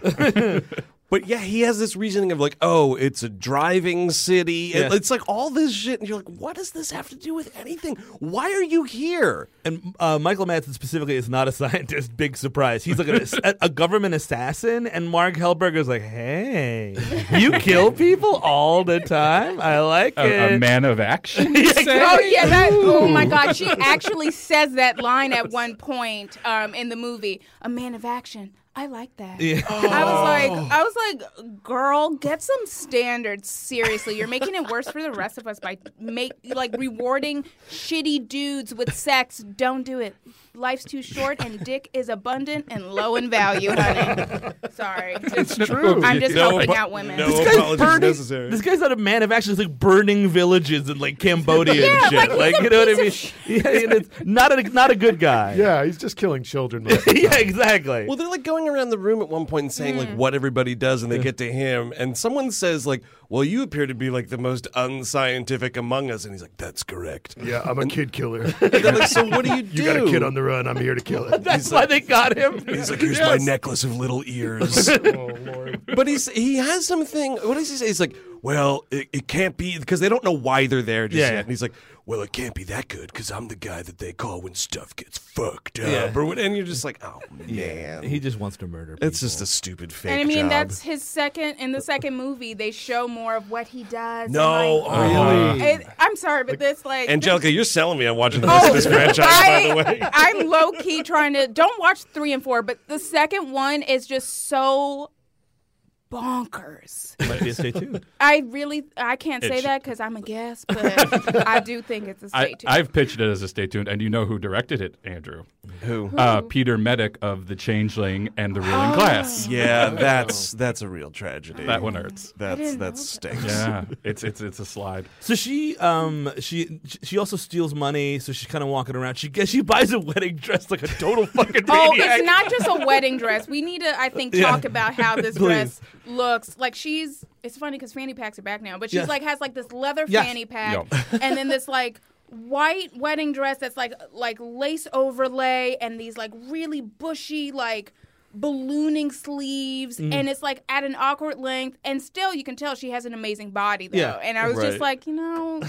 But yeah, he has this reasoning of like, oh, it's a driving city. and Yeah. It's like all this shit, and you're like, what does this have to do with anything? Why are you here? And uh, Michael Madsen specifically is not a scientist. Big surprise. He's like a, a government assassin, and Mark Hellberger's like, "Hey, you kill people all the time. I like it." A, a man of action. you say? Oh yeah, that. Oh my God, she actually says that line at one point um, in the movie. A man of action. I like that. I was like, I was like, girl, get some standards seriously. You're making it worse for the rest of us by make like rewarding shitty dudes with sex. Don't do it. Life's too short, and dick is abundant and low in value, honey. Sorry, Just- true. I'm just No, helping but- out women. no. This guy's Apologies burning- necessary. This guy's not a man of action. He's like burning villages in like Cambodia and Yeah, like, shit. he's Like, a you know what I mean? piece Yeah, and it's not a not a good guy. Yeah, he's just killing children. most of the yeah, exactly. Well, they're like going around the room at one point and saying Mm. like what everybody does, and they get to him, and someone says like, "Well, you appear to be like the most unscientific among us," and he's like, "That's correct." Yeah, I'm a kid killer. And they're like, so what do you do? You got a kid on the run. I'm here to kill it. That's why they got him. He's like, here's my necklace of little ears. But he's he has something. What does he say? He's like, well, it, it can't be because they don't know why they're there just Yeah, yet. yeah. And he's like, well, it can't be that good because I'm the guy that they call when stuff gets fucked up. Yeah. Or what, and you're just like, oh man, He just wants to murder. it's just a stupid fake. And I mean, job. that's his second. In the second movie, they show more of what he does. no, oh, and, really. like, it, I'm sorry, but this like oh, Angelica, you're selling me on watching Oh, the rest of this franchise, by the way. I'm low key trying to don't watch three and four, but the second one is just so bonkers. might be a stay tuned. I really I can't say that because I'm a guest, but I do think it's a I, state. I've pitched it as a stay tuned, and you know who directed it, Andrew? Who? Uh, Peter Medic of The Changeling and The Ruling Class. Yeah, that's that's a real tragedy. That one hurts. That's that stinks. Yeah, it's it's it's a slide. So she, um, she, she also steals money. So she's kind of walking around. She gets, she buys a wedding dress like a total fucking Oh, maniac. it's not just a wedding dress. We need to, I think, talk about how this dress looks. Like she's, it's funny because fanny packs are back now, but she's Yes. like has like this leather Yes. fanny pack, and then this like white wedding dress that's like like lace overlay and these like really bushy like ballooning sleeves Mm. and it's like at an awkward length and still you can tell she has an amazing body though Yeah. and i was just Right. like you know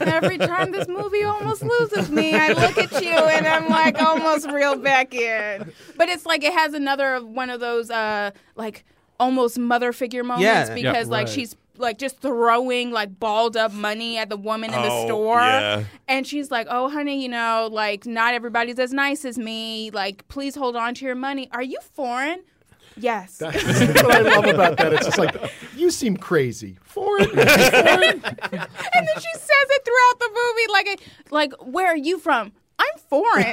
every time this movie almost loses me i look at you and i'm like almost reeled back in but it's like it has another of one of those uh like almost mother figure moments Yeah. Yeah. because like she's like just throwing like balled up money at the woman in the Oh, store yeah. and she's like, "Oh, honey, you know, like not everybody's as nice as me. Like, please hold on to your money. Are you foreign?" Yes. That's what I love about that. It's just like, you seem crazy. Foreign. and then she says it throughout the movie, like, like, where are you from? I'm foreign.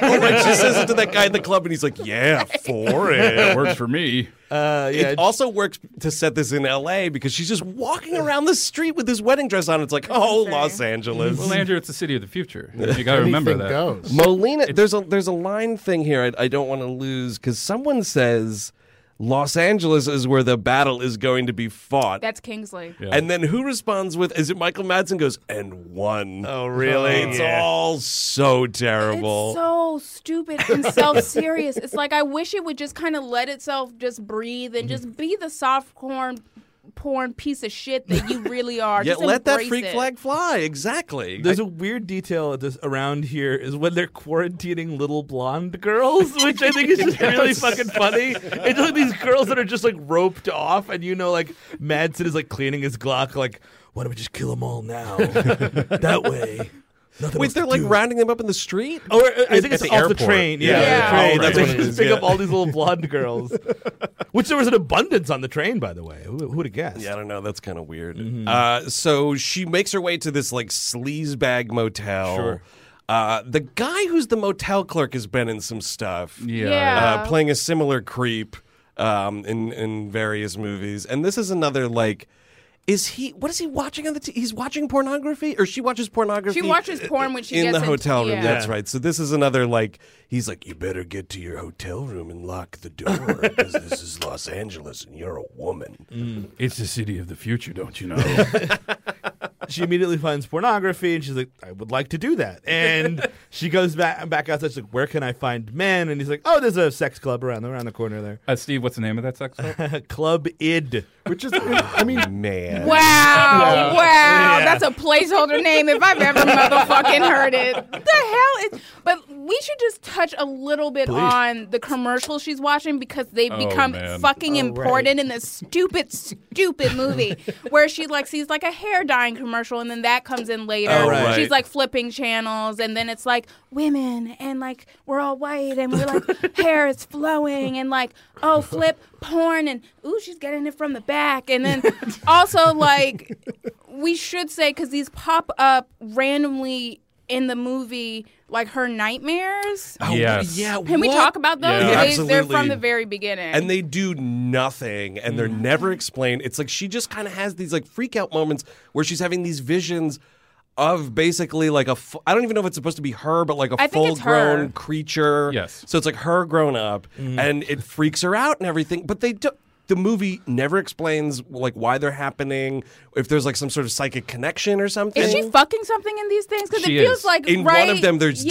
Like she says it to that guy in the club, and he's like, "Yeah, foreign." It works for me. Uh, yeah, It also works to set this in L.A. because she's just walking around the street with this wedding dress on. It's like, oh, insane. Los Angeles. Well, Andrew, it's the city of the future. You got to remember Anything that. Goes. Molina, there's a there's a line thing here I, I don't want to lose because someone says Los Angeles is where the battle is going to be fought. That's Kingsley. and then who responds with, is it Michael Madsen? Goes, and one. Oh, really? It's all so terrible. It's so stupid and self-serious. it's like I wish it would just kind of let itself just breathe Mm-hmm. and just be the soft corn porn piece of shit that you really are. Yet Just let that embrace freak it. flag fly. Exactly. There's a weird detail at this, around here is when they're quarantining little blonde girls, which I think is just really fucking funny. It's like these girls that are just like roped off, and you know, like Madsen is like cleaning his Glock, like, why don't we just kill them all now? that way, nothing. Wait, else they're to like do. rounding them up in the street? Oh, Or uh, I think at it's the off airport. the train. Yeah, Yeah, yeah, the train. yeah. That's Right. like, just pick up all these little blonde girls, which there was an abundance on the train, by the way. Who would have guessed? Yeah, I don't know. That's kind of weird. Mm-hmm. Uh, so she makes her way to this like sleazebag motel. Sure. Uh, the guy who's the motel clerk has been in some stuff. Yeah. Yeah. Uh, playing a similar creep um, in in various movies, and this is another like. Is he? What is he watching on the? T- he's watching pornography, or she watches pornography. She watches porn when she in gets the into- hotel room. yeah. That's right. So this is another like he's like, you better get to your hotel room and lock the door because this is Los Angeles and you're a woman. It's the city of the future, don't you know? she immediately finds pornography and she's like, I would like to do that. And she goes back back outside. She's like, Where can I find men? And he's like, Oh, there's a sex club around the, around the corner there. uh, Steve, what's the name of that sex club? club Id. Which is, I mean, Man, Wow, wow. That's a placeholder name if I've ever motherfucking heard it. The hell is but we should just touch a little bit on the commercial she's watching because they've Oh, become man. fucking important in this stupid, stupid movie where she like sees like a hair dyeing commercial and then that comes in later. Oh, right. She's like flipping channels and then it's like women and like we're all white and we're like hair is flowing and like oh flip porn and ooh she's getting it from the back and then also like we should say because these pop up randomly in the movie like her nightmares yes. yeah. can we Oh, what? talk about those Yeah. they, they're Absolutely. from the very beginning and they do nothing and Mm. they're never explained it's like she just kind of has these like freak out moments where she's having these visions of basically like a f- I don't even know if it's supposed to be her but like a I think full it's her. grown creature Yes. so it's like her grown up and it freaks her out and everything but they do the movie never explains like why they're happening if there's like some sort of psychic connection or something is she fucking something in these things? Because it She feels is. like in right, one of them there's yeah,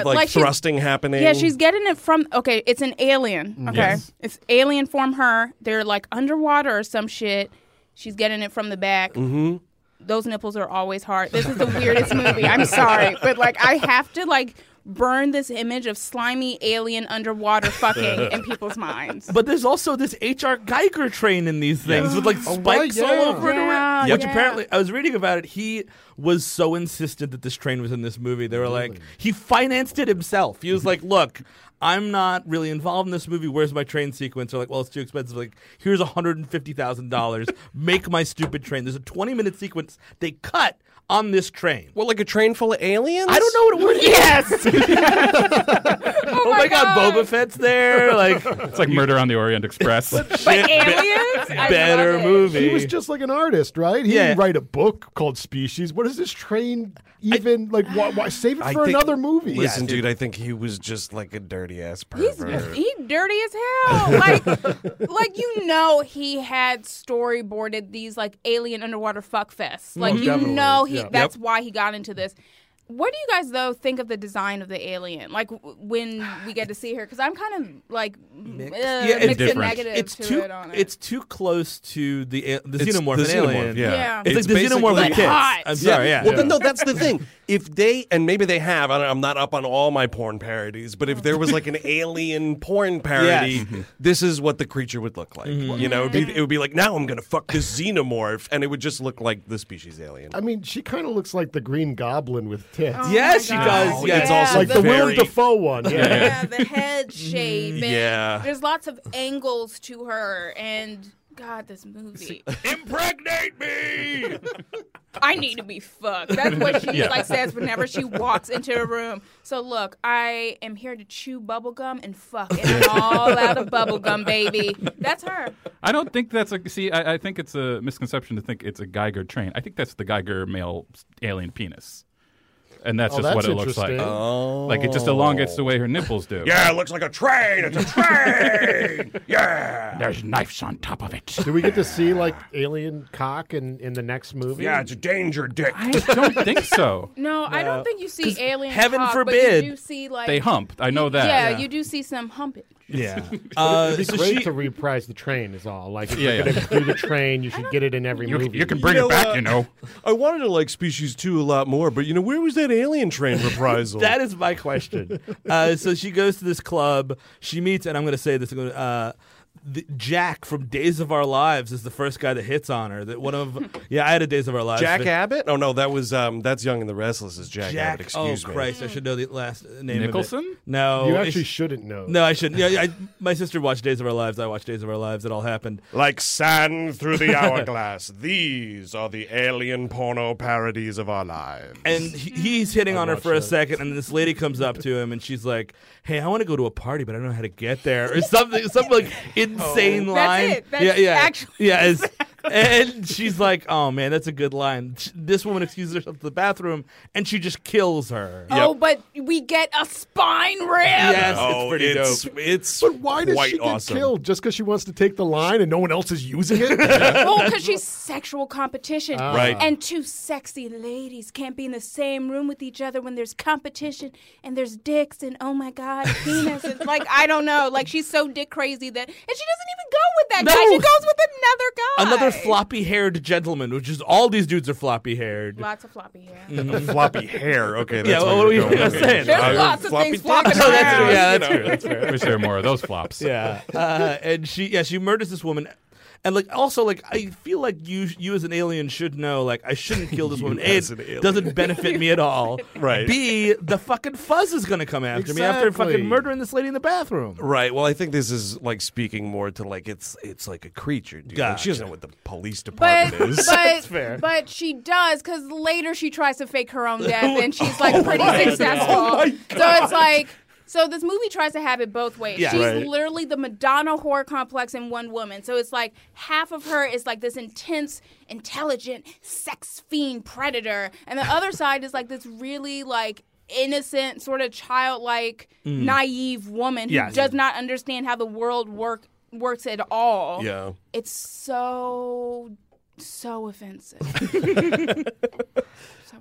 definitely like, she's- thrusting happening Yeah, she's getting it from. Okay, it's an Mm-hmm. alien. Okay, Yes. it's alien from her. They're like underwater or some shit. She's getting it from the back. Mm-hmm. Those nipples are always hard. This is the weirdest movie. I'm sorry, but like I have to like burn this image of slimy alien underwater fucking in people's minds. But there's also this H.R. Geiger train in these things with like right, spikes yeah. all over it. Yeah, Around, which yeah. apparently, I was reading about it. He was so insistent that this train was in this movie. They were like, he financed it himself. He was like, look, I'm not really involved in this movie. Where's my train sequence? They're like, well, it's too expensive. Like, here's $150,000. Make my stupid train. There's a 20 minute sequence they cut on this train. what like a train full of aliens I don't know what it was. Yes. Oh my god, Boba Fett's there. Like, It's like Murder on the Orient Express. But aliens. I better love it. movie. he was just like an artist, right? He Yeah. didn't write a book called Species. What is this train even like? Why, why save it for another movie? Listen, dude, I think he was just like a dirty ass He's pervert. he dirty as hell. Like, like you know, he had storyboarded these like alien underwater fuck fests. Like you definitely, know, he yeah. that's why he got into this. What do you guys though think of the design of the alien? Like w- when we get to see her, because I'm kind of like mixed, uh, Yeah, mixed and Indifferent. negative it's to too it on it. it's too close to the a- the It's xenomorph the and xenomorph, alien. yeah. yeah. It's, like the It's xenomorph basically- with tits. Hot. I'm sorry, yeah. Well, then Yeah. no, that's the thing. If they and maybe they have. I don't, I'm not up on all my porn parodies, but if there was like an alien porn parody, Yes. this is what the creature would look like. You know, it'd be, it would be like now I'm gonna fuck this xenomorph, and it would just look like the species alien. I mean, she kind of looks like the Green Goblin with tits. Oh Yes, she my does. God. Yeah. It's Yeah, also like the very, Willem Dafoe one. Yeah. yeah, the head shape. and Yeah. There's lots of angles to her, and God, this movie. Impregnate me! I need to be fucked. That's what she Yeah. like says whenever she walks into a room. So look, I am here to chew bubblegum and fuck and I'm all out of bubblegum, baby. That's her. I don't think that's a see. I, I think it's a misconception to think it's a Geiger train. I think that's the Geiger male s- alien penis, and that's Oh, just that's what it looks like. interesting. Like it just elongates the way her nipples do. Yeah, it looks like a train. It's a train. Yeah. there's knives on top of it. Do we get to see like alien cock in, in the next movie? Yeah, it's a danger dick. I don't think so. No, I don't think you see alien. heaven cock, But forbid you do see like They hump. I know that. Yeah, you do see some humpage. Yeah. Uh, It'd be so great she- to reprise the train is all. Like if Yeah, you're yeah. gonna do the train, you should get it in every You, movie. you can bring You know, it back. uh, you know. I wanted to like Species 2 a lot more, but you know, where was that alien train reprisal? That is my question. uh, so she goes to this club. She meets, and I'm going to say this. I'm gonna, uh, the, Jack from Days of Our Lives is the first guy that hits on her. That one of yeah, I had a Days of Our Lives. Jack but- Abbott? Oh no, that was um that's Young and the Restless is Jack, Jack. Abbott, excuse oh me. Christ, I should know the last name. Of Nicholson? it. No, You it's- actually shouldn't know. Oh, No, I shouldn't. Yeah, I, my sister watched Days of Our Lives. I watched Days of Our Lives. It all happened. Like sand through the hourglass, these are the alien porno parodies of our lives. And he, he's hitting on her for a second, and this lady comes up to him, and she's like, "Hey, I want to go to a party, but I don't know how to get there," or something, some like insane line. it. Oh. That's yeah, yeah, actually- yeah. it's- and she's like, "Oh man, that's a good line." Sh- This woman excuses herself to the bathroom, and she just kills her. Oh, but we get a spine rib. Yes, Oh, it's pretty it's, dope. it's But why does quite she get awesome. killed just because she wants to take the line and no one else is using it? Well, because she's sexual competition. Ah. Right. And two sexy ladies can't be in the same room with each other when there's competition and there's dicks and oh my god, penis. It's like I don't know. Like she's so dick crazy that and she doesn't even go with that No. guy. She goes with another guy. Another floppy-haired gentleman, which is all these dudes are floppy-haired. Lots of floppy hair. Mm. floppy hair. Okay, that's Yeah, where what you're were you going. gonna say? There's I- lots of floppy things dick. flopping Oh, that's around. true. Yeah, that's You know, true. That's fair. Wish there were more of those flops. Yeah, uh, and she yeah she murders this woman, and like also like I feel like you you as an alien should know like I shouldn't kill this woman. A, as an it alien. doesn't benefit me at all. Right. B the fucking fuzz is gonna come after me after Exactly. fucking murdering this lady in the bathroom. Right. Well, I think this is like speaking more to like it's it's like a creature, dude. Like, she doesn't know what the police But department is. but but she does because later she tries to fake her own death and she's like pretty successful. so it's like so this movie tries to have it both ways. Yeah. she's Right. literally the Madonna horror complex in one woman. So it's like half of her is like this intense, intelligent, sex fiend predator, and the other side is like this really like innocent, sort of childlike, naive woman who Yes. does not understand how the world work works at all. yeah. It's so so offensive. so,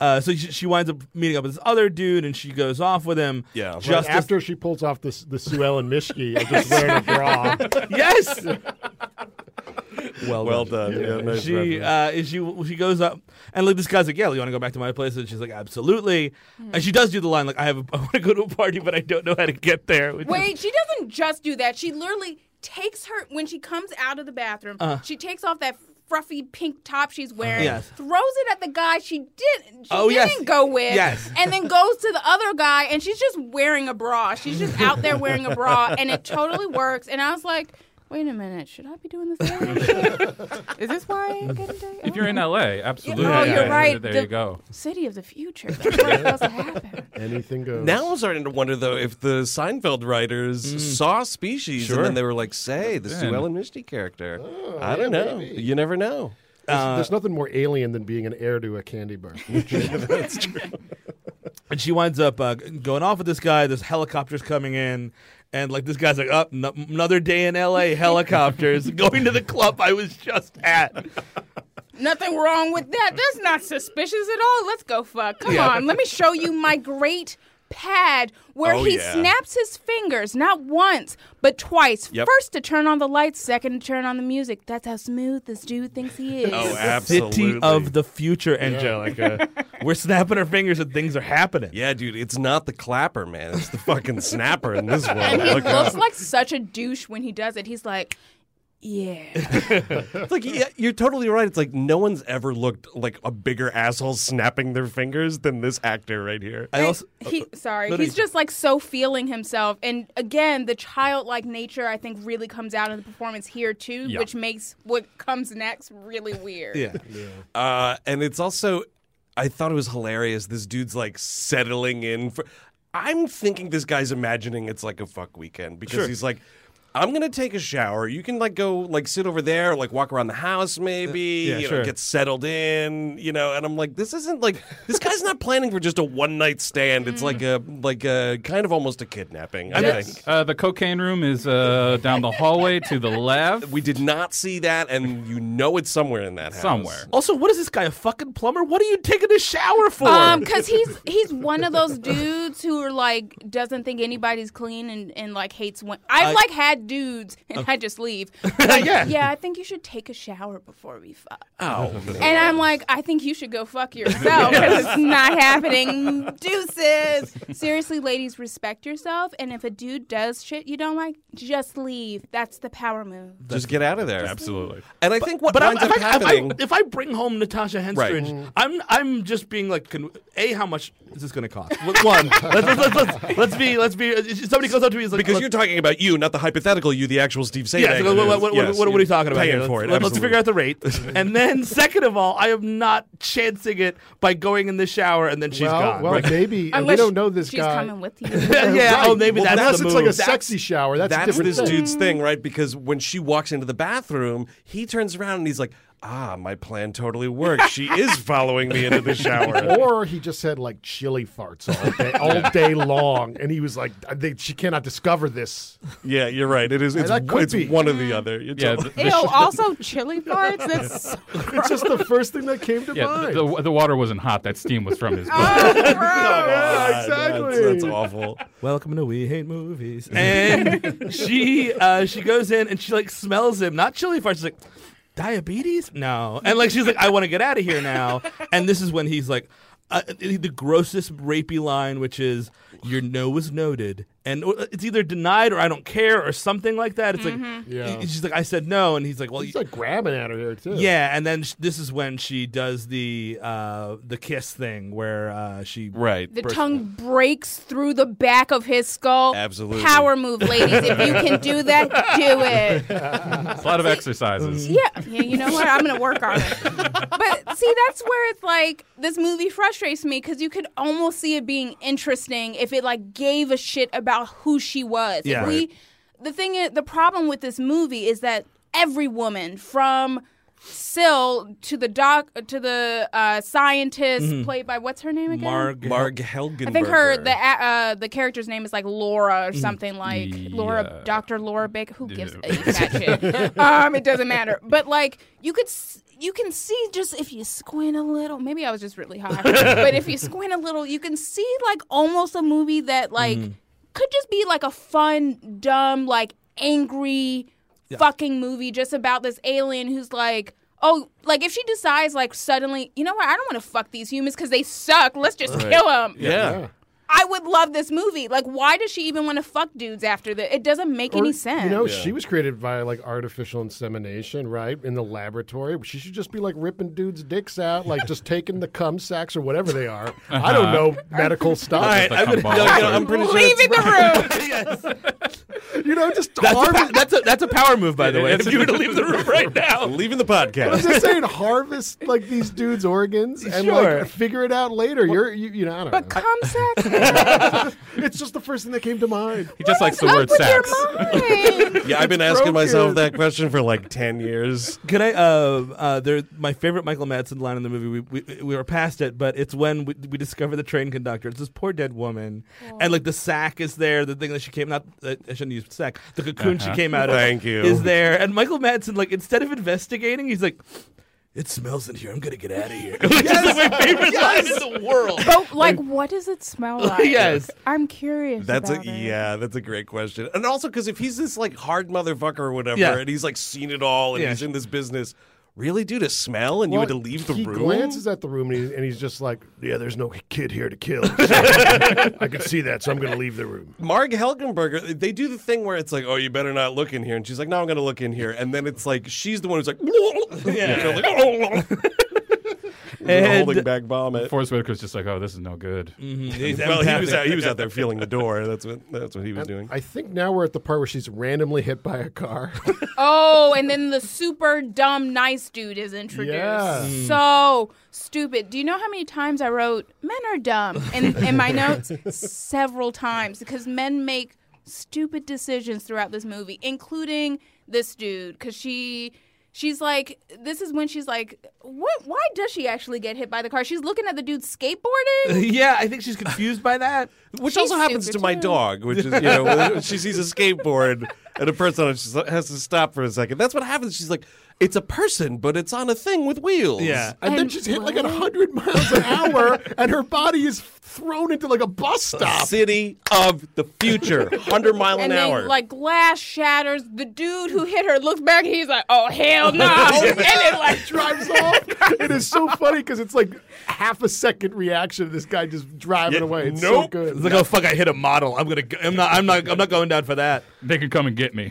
Uh, so she, she winds up meeting up with this other dude, and she goes off with him. Yeah. Right just after she pulls off this the Sue Ellen Mishki and just wearing a bra. yes. Well done. Yeah, nice she reference. uh, is she she goes up and like this guy's like, yeah, you want to go back to my place? And she's like, absolutely. Hmm. And she does do the line like, I have a, I want to go to a party, but I don't know how to get there. which is- wait, she doesn't just do that. She literally takes her when she comes out of the bathroom. she takes off that fruffy pink top she's wearing, Uh. Yes. throws it at the guy she didn't she Oh, didn't yes. go with, Yes. and then goes to the other guy and she's just wearing a bra. She's just out there wearing a bra, and it totally works. And I was like. Wait a minute, should I be doing this? alien shit? Is this why I ain't getting dated? If you're in LA, absolutely. Oh, you're right. There The- you go. City of the future. That's what's supposed to happen. Anything goes. now I'm starting to wonder though if the Seinfeld writers Hmm. saw Species Sure. and then they were like, "Say the Sue Man. Ellen Misty character." Oh, I don't know. You never know. There's, there's nothing more alien than being an heir to a candy bar. And she winds up uh, g- going off with this guy. There's helicopters coming in. And like this guy's like, up oh, n- another day in L.A. Helicopters going to the club I was just at. Nothing wrong with that. That's not suspicious at all. Let's go fuck. Come on. Let me show you my great pad where Oh, he yeah. snaps his fingers not once but twice Yep. first to turn on the lights second to turn on the music that's how smooth this dude thinks he is Oh, City absolutely. of the future, Angelica. We're snapping our fingers and things are happening. yeah, dude, it's not the clapper, man. It's the fucking snapper in this one. and he Look out. looks like such a douche when he does it he's like yeah. It's like yeah, you're totally right. It's like no one's ever looked like a bigger asshole snapping their fingers than this actor right here. I also oh, uh, He, sorry, no, he's he's- just like so feeling himself, and again, the childlike nature I think really comes out in the performance here too, which makes what comes next really weird. yeah. Uh, and it's also, I thought it was hilarious. This dude's like settling in for. I'm thinking this guy's imagining it's like a fuck weekend because he's like, I'm gonna take a shower. You can like go like sit over there, like walk around the house, maybe yeah, you know, sure. get settled in, you know. And I'm like, this isn't like this guy's not planning for just a one night stand. It's like a like a kind of almost a kidnapping. I Yes. think. Uh, the cocaine room is uh, down the hallway to the left. We did not see that, and you know it's somewhere in that house. Somewhere. Also, what is this guy a fucking plumber? What are you taking a shower for? Um, cause he's he's one of those dudes who are like doesn't think anybody's clean and, and like hates when I've I- like had dudes Oh. and I just leave. Like, Yeah. yeah. I think you should take a shower before we fuck. Oh. And I'm like, I think you should go fuck yourself because it's not happening. Deuces. Seriously, ladies, respect yourself. And if a dude does shit you don't like, just leave. That's the power move. Just get out of there. Absolutely. And I think what But I'm, winds if, up I, if, I, happening. if I bring home Natasha Henstridge, I'm I'm just being like, con- a how much is this going to cost? One, let's, let's, let's, let's, let's be let's be. uh, Somebody comes up to me is like, Because "Look, you're talking about you, not the hypothetical you, the actual Steve Sadek. Yeah, so what, what, what, Yes. what are we talking about? Paying here? Let's- for it. Let's, absolutely. figure out the rate. and then, second of all, I am not chancing it by going in the shower and then she's well, gone. well, right? maybe and we Unless don't know this she's guy. coming with you. yeah. Oh, maybe Well, that's Unless the it's move. like a That's- sexy shower. That's, a That's different this thing. dude's thing, right? Because when she walks into the bathroom, he turns around and he's like, ah, my plan totally worked. She is following me into the shower. Or he just had like chili farts all day, all day long, and he was like, I think she cannot discover this. yeah, you're right. It is. It's, that could it's be. one or the other. You're Yeah, totally- th- Ew, also chili farts. That's so It's just the first thing that came to yeah mind. th- the, the water wasn't hot. That steam was from his. gross. God, exactly. That's, that's awful. Welcome to We Hate Movies. And she uh, she goes in and she like smells him, not chili farts. She's like, diabetes? No. And like she's like, I want to get out of here now. And this is when he's like, uh, the grossest rapey line, which is your no is noted, and or- it's either denied or I don't care or something like that. It's like Yeah. she's like, I said no, and he's like, well, He's like grabbing at her here too. yeah. And then sh- this is when she does the uh, the kiss thing where uh, she Right. The tongue breaks through the back of his skull. Absolutely. Power move, ladies. If you can do that, do it. a lot of exercises. Yeah. yeah you know what? I'm going to work on it. But see, that's where it's like this movie frustrates me because you could almost see it being interesting if it like gave a shit about who she was. If Yeah. we, The thing is, the problem with this movie is that every woman from Syl to the doc to the uh, scientist played by what's her name again? Marg Marg Helgenberger. I think her the a- uh, the character's name is like Laura or something like Laura Yeah. Doctor Laura Baker. Who gives Yeah. a fat shit? Um, it doesn't matter. But like you could. S- you can see just if you squint a little. Maybe I was just really high, but if you squint a little, you can see like almost a movie that like could just be like a fun, dumb, like angry fucking movie just about this alien who's like, oh, like if she decides like suddenly, you know what? I don't want to fuck these humans because they suck. Let's just kill them. Yeah. I would love this movie. Like, why does she even want to fuck dudes after that? It doesn't make Or, any sense. You know, she was created via like artificial insemination, right? In the laboratory. She should just be like ripping dudes' dicks out, like just taking the cum sacks or whatever they are. I Uh-huh. don't know medical stuff. Just like I'm, come no, balls you know, or- I'm pretty sure. Leave it's- in the room. You know, just That's a, harvest. pa- that's a that's a power move, by the way. It's If you were to leave the room right now, Oh, Leaving the I'm podcast. just saying, harvest like these dudes' organs and Sure. like figure it out later. You're, you, you know, I don't know. Come sex. It's just the first thing that came to mind. He just likes the Up word with sex. your mind. Yeah, I've been asking myself broken. that question for like 10 years. can I? Uh, uh, there, my favorite Michael Madsen line in the movie. We we, we were past it, but it's when we, we discover the train conductor. It's this poor dead woman, and like the sack is there. The thing that she came not. Uh, I shouldn't use sack. The cocoon she came out Uh-huh. Thank of. you. Is there? And Michael Madsen, like instead of investigating, he's like. It smells in here. I'm gonna get out of here. Which is like my favorite line in the world. But like, what does it smell like? Yes. I'm curious. That's a about it. yeah, that's a great question. And also because if he's this like hard motherfucker or whatever, Yeah. and he's like seen it all, and Yeah. he's in this business, really, dude? A smell, and you had to Well, leave the he room. glances at the room and, he, and he's just like, "Yeah, there's no kid here to kill. I can see that, so I'm going to leave the room." Marg Helgenberger, they do the thing where it's like, oh, you better not look in here. And she's like, no, I'm going to look in here. And then it's like, she's the one who's like, yeah. holding back vomit. Forrest Whitaker's just like, oh, this is no good. well, he was, out, he was out there feeling the door. That's what, that's what he was doing. I think now we're at the part where she's randomly hit by a car. Oh, and then the super dumb nice dude is introduced. Yeah. So stupid. Do you know how many times I wrote men are dumb in, in my notes? Several times because men make stupid decisions throughout this movie, including this dude because she. She's like, this is when she's like, what? Why does she actually get hit by the car? She's looking at the dude skateboarding. yeah, I think she's confused by that. Which She's also happens to stupid, my too. dog, which is, you know, when she sees a skateboard and a person on it, she has to stop for a second. That's what happens. She's like, it's a person, but it's on a thing with wheels. Yeah. And then And she's hit like what? at 100 miles an hour, and her body is thrown into like a bus stop. City of the future, 100 mile an and then, hour. like glass shatters. The dude who hit her looks back. and He's like, "Oh hell no!" and then like drives off. It is so funny because it's like half a second reaction of this guy just driving away. It's so nope. good. It's like, oh fuck, I hit a model. I'm gonna. Go- I'm not. I'm not. I'm not going down for that. They can come and get me.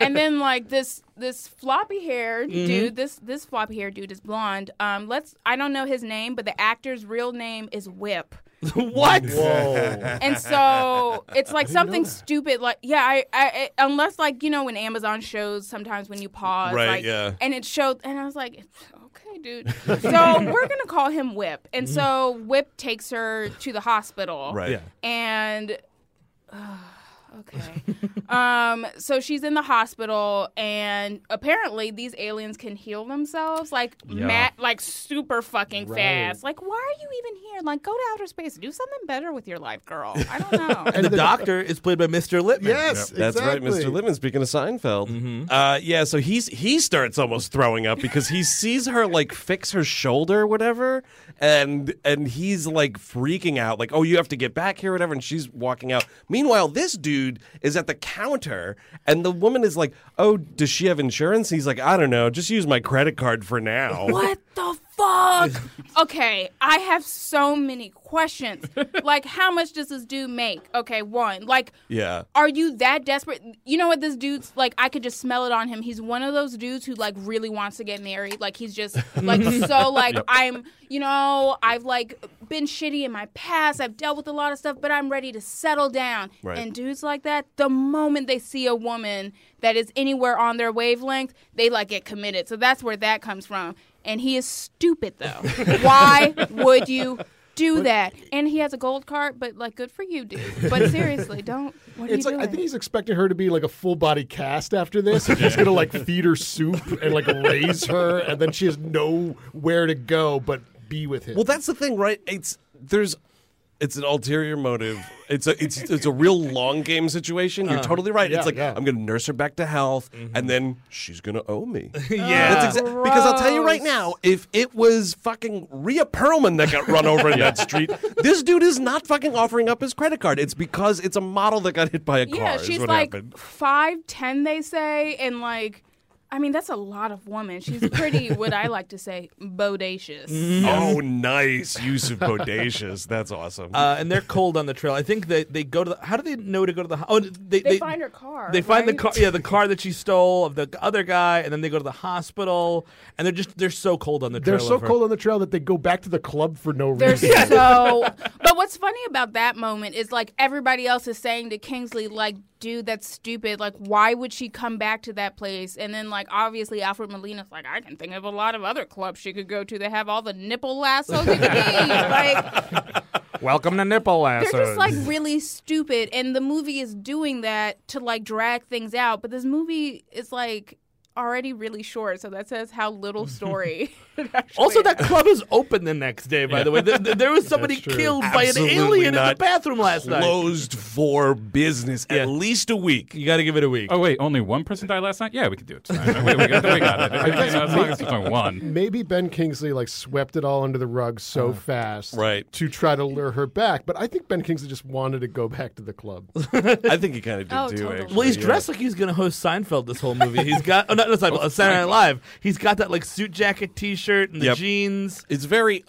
and then like this this floppy haired Mm-hmm. dude this this floppy haired dude is blonde um let's i don't know his name but the actor's real name is whip what? and so it's like something stupid like yeah I, I I- unless like you know when amazon shows sometimes when you pause Right, like, yeah. and it showed and i was like okay dude so we're gonna call him whip and so whip takes her to the hospital Mm-hmm. right. and okay um so she's in the hospital and apparently these aliens can heal themselves like Yeah. ma- like super fucking fast like why are you even here like go to outer space do something better with your life girl i don't know And the doctor is played by Mr. Lippman. Yes, That's exactly. right, Mr. Lippman. Speaking of Seinfeld, uh, yeah. So he's he starts almost throwing up because he sees her like fix her shoulder, or whatever, and and he's like freaking out, like, oh, you have to get back here, whatever. And she's walking out. Meanwhile, this dude is at the counter, and the woman is like, oh, does she have insurance? He's like, I don't know, just use my credit card for now. what the fuck okay i have so many questions like how much does this dude make okay one like Yeah. Are you that desperate? You know what this dude's like? I could just smell it on him. He's one of those dudes who like really wants to get married. Like he's just like so like I'm you know I've like been shitty in my past. I've dealt with a lot of stuff, but I'm ready to settle down. Right. And dudes like that, the moment they see a woman that is anywhere on their wavelength, they like get committed. So that's where that comes from. And he is stupid though. Why would you? Do that, and he has a gold card. But like, good for you, dude. But seriously, don't. What are It's you like I doing? think he's expecting her to be like a full body cast after this. He's gonna like feed her soup and like raise her, and then she has nowhere to go but be with him. Well, that's the thing, right? It's there's it's an ulterior motive. It's a it's it's a real long game situation. Uh-huh. You're totally right. yeah, it's like yeah. I'm going to nurse her back to health, and then she's going to owe me. Mm-hmm. Yeah. That's exa- because I'll tell you right now, if it was fucking Rhea Perlman that got run over in that street, this dude is not fucking offering up his credit card. It's because it's a model that got hit by a Yeah, car. is she's what like happened. five ten, they say, and like, I mean, that's a lot of woman. She's pretty, what I like to say, bodacious. Oh, nice use of bodacious. That's awesome. Uh, and they're cold on the trail. I think they, they go to the. How do they know to go to the? ho- Oh, they, They find her car, They find the right? car. Yeah, the car that she stole of the other guy, and then they go to the hospital. And they're just they're so cold on the trail. They're so of her. cold on the trail that they go back to the club for no They're reason. so. But what's funny about that moment is like everybody else is saying to Kingsley, like, dude, that's stupid. Like, why would she come back to that place? And then, like, obviously, Alfred Molina's like, I can think of a lot of other clubs she could go to that have all the nipple lassos you could need. Like, Welcome to Nipple Lasso. They're just like really stupid, and the movie is doing that to like drag things out. But this movie is like already really short, so that says how little story. it actually Also, that is. club is open the next day. By the way, there, there was somebody killed by an Absolutely alien in the not bathroom last night. Closed for business Yeah. at least a week. You got to give it a week. oh, wait, only one person died last night? Yeah, we could do it tonight. Wait, we, got, we got it. You know, as long as it's only one. Maybe Ben Kingsley like swept it all under the rug so fast, Uh, right. to try to lure her back. But I think Ben Kingsley just wanted to go back to the club. I think he kind of did Oh, too. totally. Actually. Well, he's yeah. dressed like he's going to host Seinfeld this whole movie. He's got oh, no, not, not Seinfeld, Saturday Night Live. He's got that like suit jacket T-shirt and the Yep. jeans. It's very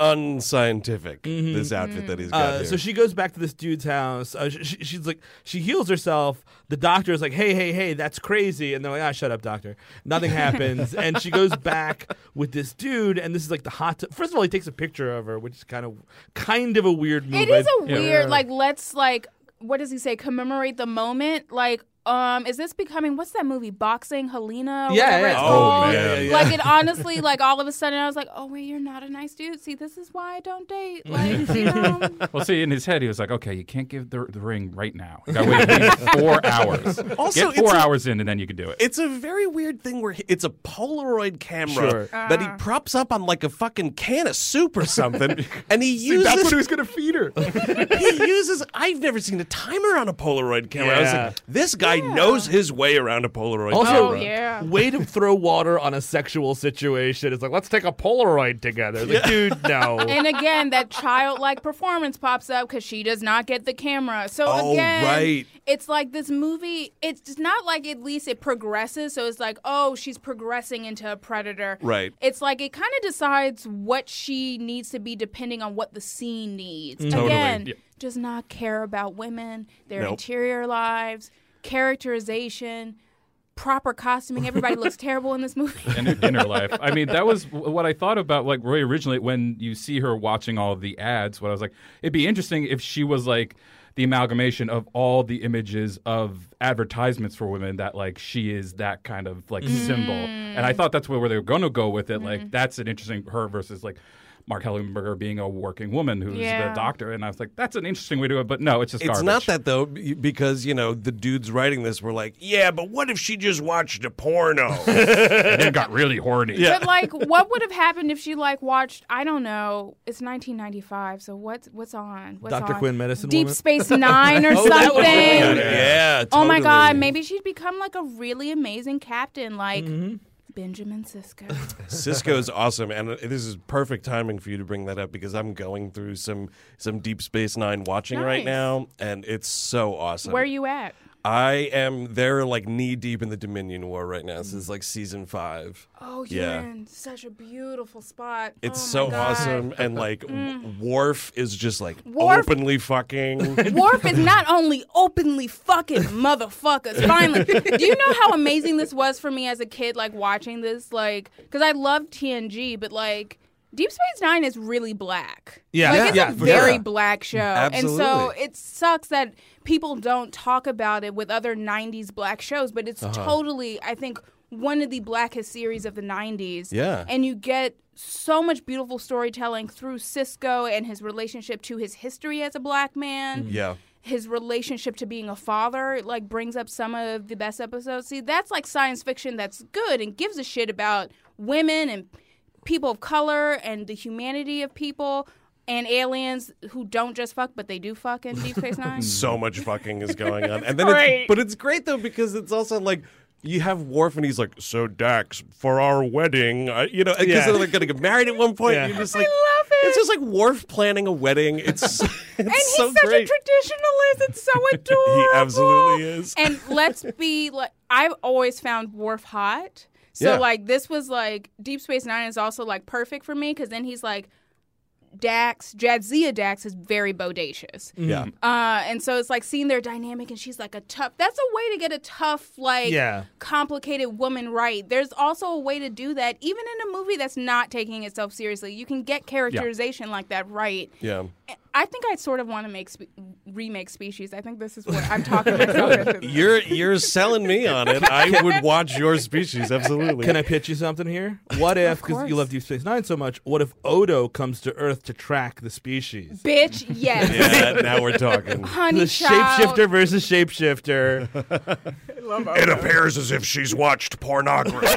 unscientific. This outfit that he's got. Mm-hmm. Uh, here. so she goes back to this dude's house. Uh, sh sh- she's like, she heals herself. The doctor is like, hey, hey, hey, that's crazy. And they're like, ah, shut up, doctor. Nothing happens. and she goes back with this dude, and this is like the hot. T- First of all, he takes a picture of her, which is kind of, kind of a weird move. It is a I- weird, like, let's, like, what does he say? Commemorate the moment? Like, um, is this becoming, what's that movie? Boxing Helena? Or Yeah, whatever yeah. It's Oh, called? man. Yeah, yeah, Like, it honestly, like, all of a sudden, I was like, oh, wait, you're not a nice dude. See, this is why I don't date. Like, you know? Well, see, in his head, he was like, "Okay, you can't give the, the ring right now. You gotta wait at least four hours. Also, Get four it's a- hours in, and then you can do it." It's a very weird thing where he, it's a Polaroid camera Sure. that Ah. he props up on like a fucking can of soup or something, and he uses. That's what he was going to feed her. he uses. I've never seen a timer on a Polaroid camera. I was Yeah. like, this guy knows his way around a Polaroid. Also, Oh, yeah. way to throw water on a sexual situation. It's like, let's take a Polaroid together. It's Like, dude, no. and again, that childlike performance pops up because she does not get the camera. So Oh, again, right. it's like this movie. It's just not like at least it progresses. So it's like, oh, she's progressing into a predator. Right. It's like it kind of decides what she needs to be depending on what the scene needs. Totally. Again, Yeah. does not care about women, their Mm-hmm. Nope. interior lives, characterization. Proper costuming. Everybody looks terrible in this movie. in her, in her life. I mean, that was w- what I thought about, like, Roy originally when you see her watching all the ads. What I was like, it'd be interesting if she was like the amalgamation of all the images of advertisements for women that like she is that kind of like Mm-hmm. symbol. And I thought that's where, where they were going to go with it. Like, that's an interesting her versus like. Mark Hellenberger being a working woman who's Yeah. the doctor, and I was like, "That's an interesting way to do it," but no, it's just It's garbage. not that though, b- because you know the dudes writing this were like, "Yeah, but what if she just watched a porno?" and then got really horny. But like, what would have happened if she like watched? I don't know. It's 1995, so what's what's on? What's Dr. on? Quinn, Medicine Deep Woman? Space Nine or that would've something. been yeah. Oh my totally. God! Maybe she'd become like a really amazing captain, like Benjamin Sisko. Cisco is awesome, and uh, this is perfect timing for you to bring that up because I'm going through some some Deep Space Nine watching right Nice. now, and it's so awesome. Where are you at? I am. They're like knee deep in the Dominion War right now. This is like season five. Oh, you're Yeah. in such a beautiful spot. It's Oh, so my God. Mm. awesome, and like w Worf is just like Worf- openly fucking. Worf is not only openly fucking motherfuckers. Finally, do you know how amazing this was for me as a kid? Like watching this, like because I loved TNG, but like Deep Space Nine is really black. Yeah. like it's Yeah, a for very sure. black show, and so Absolutely. it sucks that people don't talk about it with other '90s black shows. But Uh-huh. it's totally, I think, one of the blackest series of the '90s. Yeah. and you get. So much beautiful storytelling through Cisco and his relationship to his history as a black man yeah. his relationship to being a father like brings up some of the best episodes. See, that's like science fiction that's good and gives a shit about women and people of color and the humanity of people and aliens who don't just fuck but they do fuck in Deep Space Nine. so much fucking is going on. And then it's, but it's great though because it's also like you have Worf and he's like, "So Dax, for our wedding, I, you know, because Yeah. they're like going to get married at one point." Yeah. You're just like, love it. It's just like Worf planning a wedding. It's it's and he's so such great. a traditionalist. It's so adorable. absolutely is. And let's be like, I've always found Worf hot. So Yeah. like, this was like Deep Space Nine is also like perfect for me because then he's like. Dax, Jadzia Dax is very bodacious. yeah, Uh, and so it's like seeing their dynamic, and she's like a tough. That's a way to get a tough, like, Yeah. complicated woman right. There's also a way to do that, even in a movie that's not taking itself seriously. You can get characterization like that right. yeah. I think I sort of want to make spe- remake Species. I think this is what I'm talking about. You're you're selling me on it. I would watch your species absolutely. Can I pitch you something here? What if, because course. you love Deep Space Nine so much, what if Odo comes to Earth to track the species? Bitch, yes, Yeah, now we're talking. honey, The child. shapeshifter versus shapeshifter. It appears as if she's watched pornography.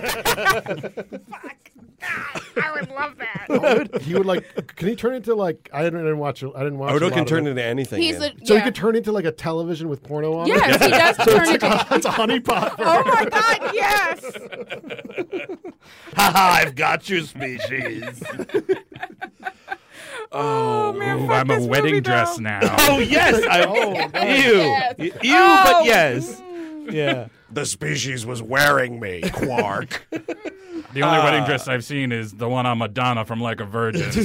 he would like. Can he turn into like? I didn't, I didn't watch. I didn't watch. a Odo lot Oh, can of turn it. into anything. He's man. a So yeah. he could turn into like a television with porno on. it? Yes, he does turn into. It's a honey pot. Oh my God, yes. Haha, I've got you, species. Oh, man, Ooh, fuck I'm a this wedding movie, dress though. now. oh, yes. I, Oh, Ew. Yes. Ew, Oh. but yes. Yeah. The species was wearing me, Quark. The only wedding dress I've seen is the one on Madonna from Like a Virgin. So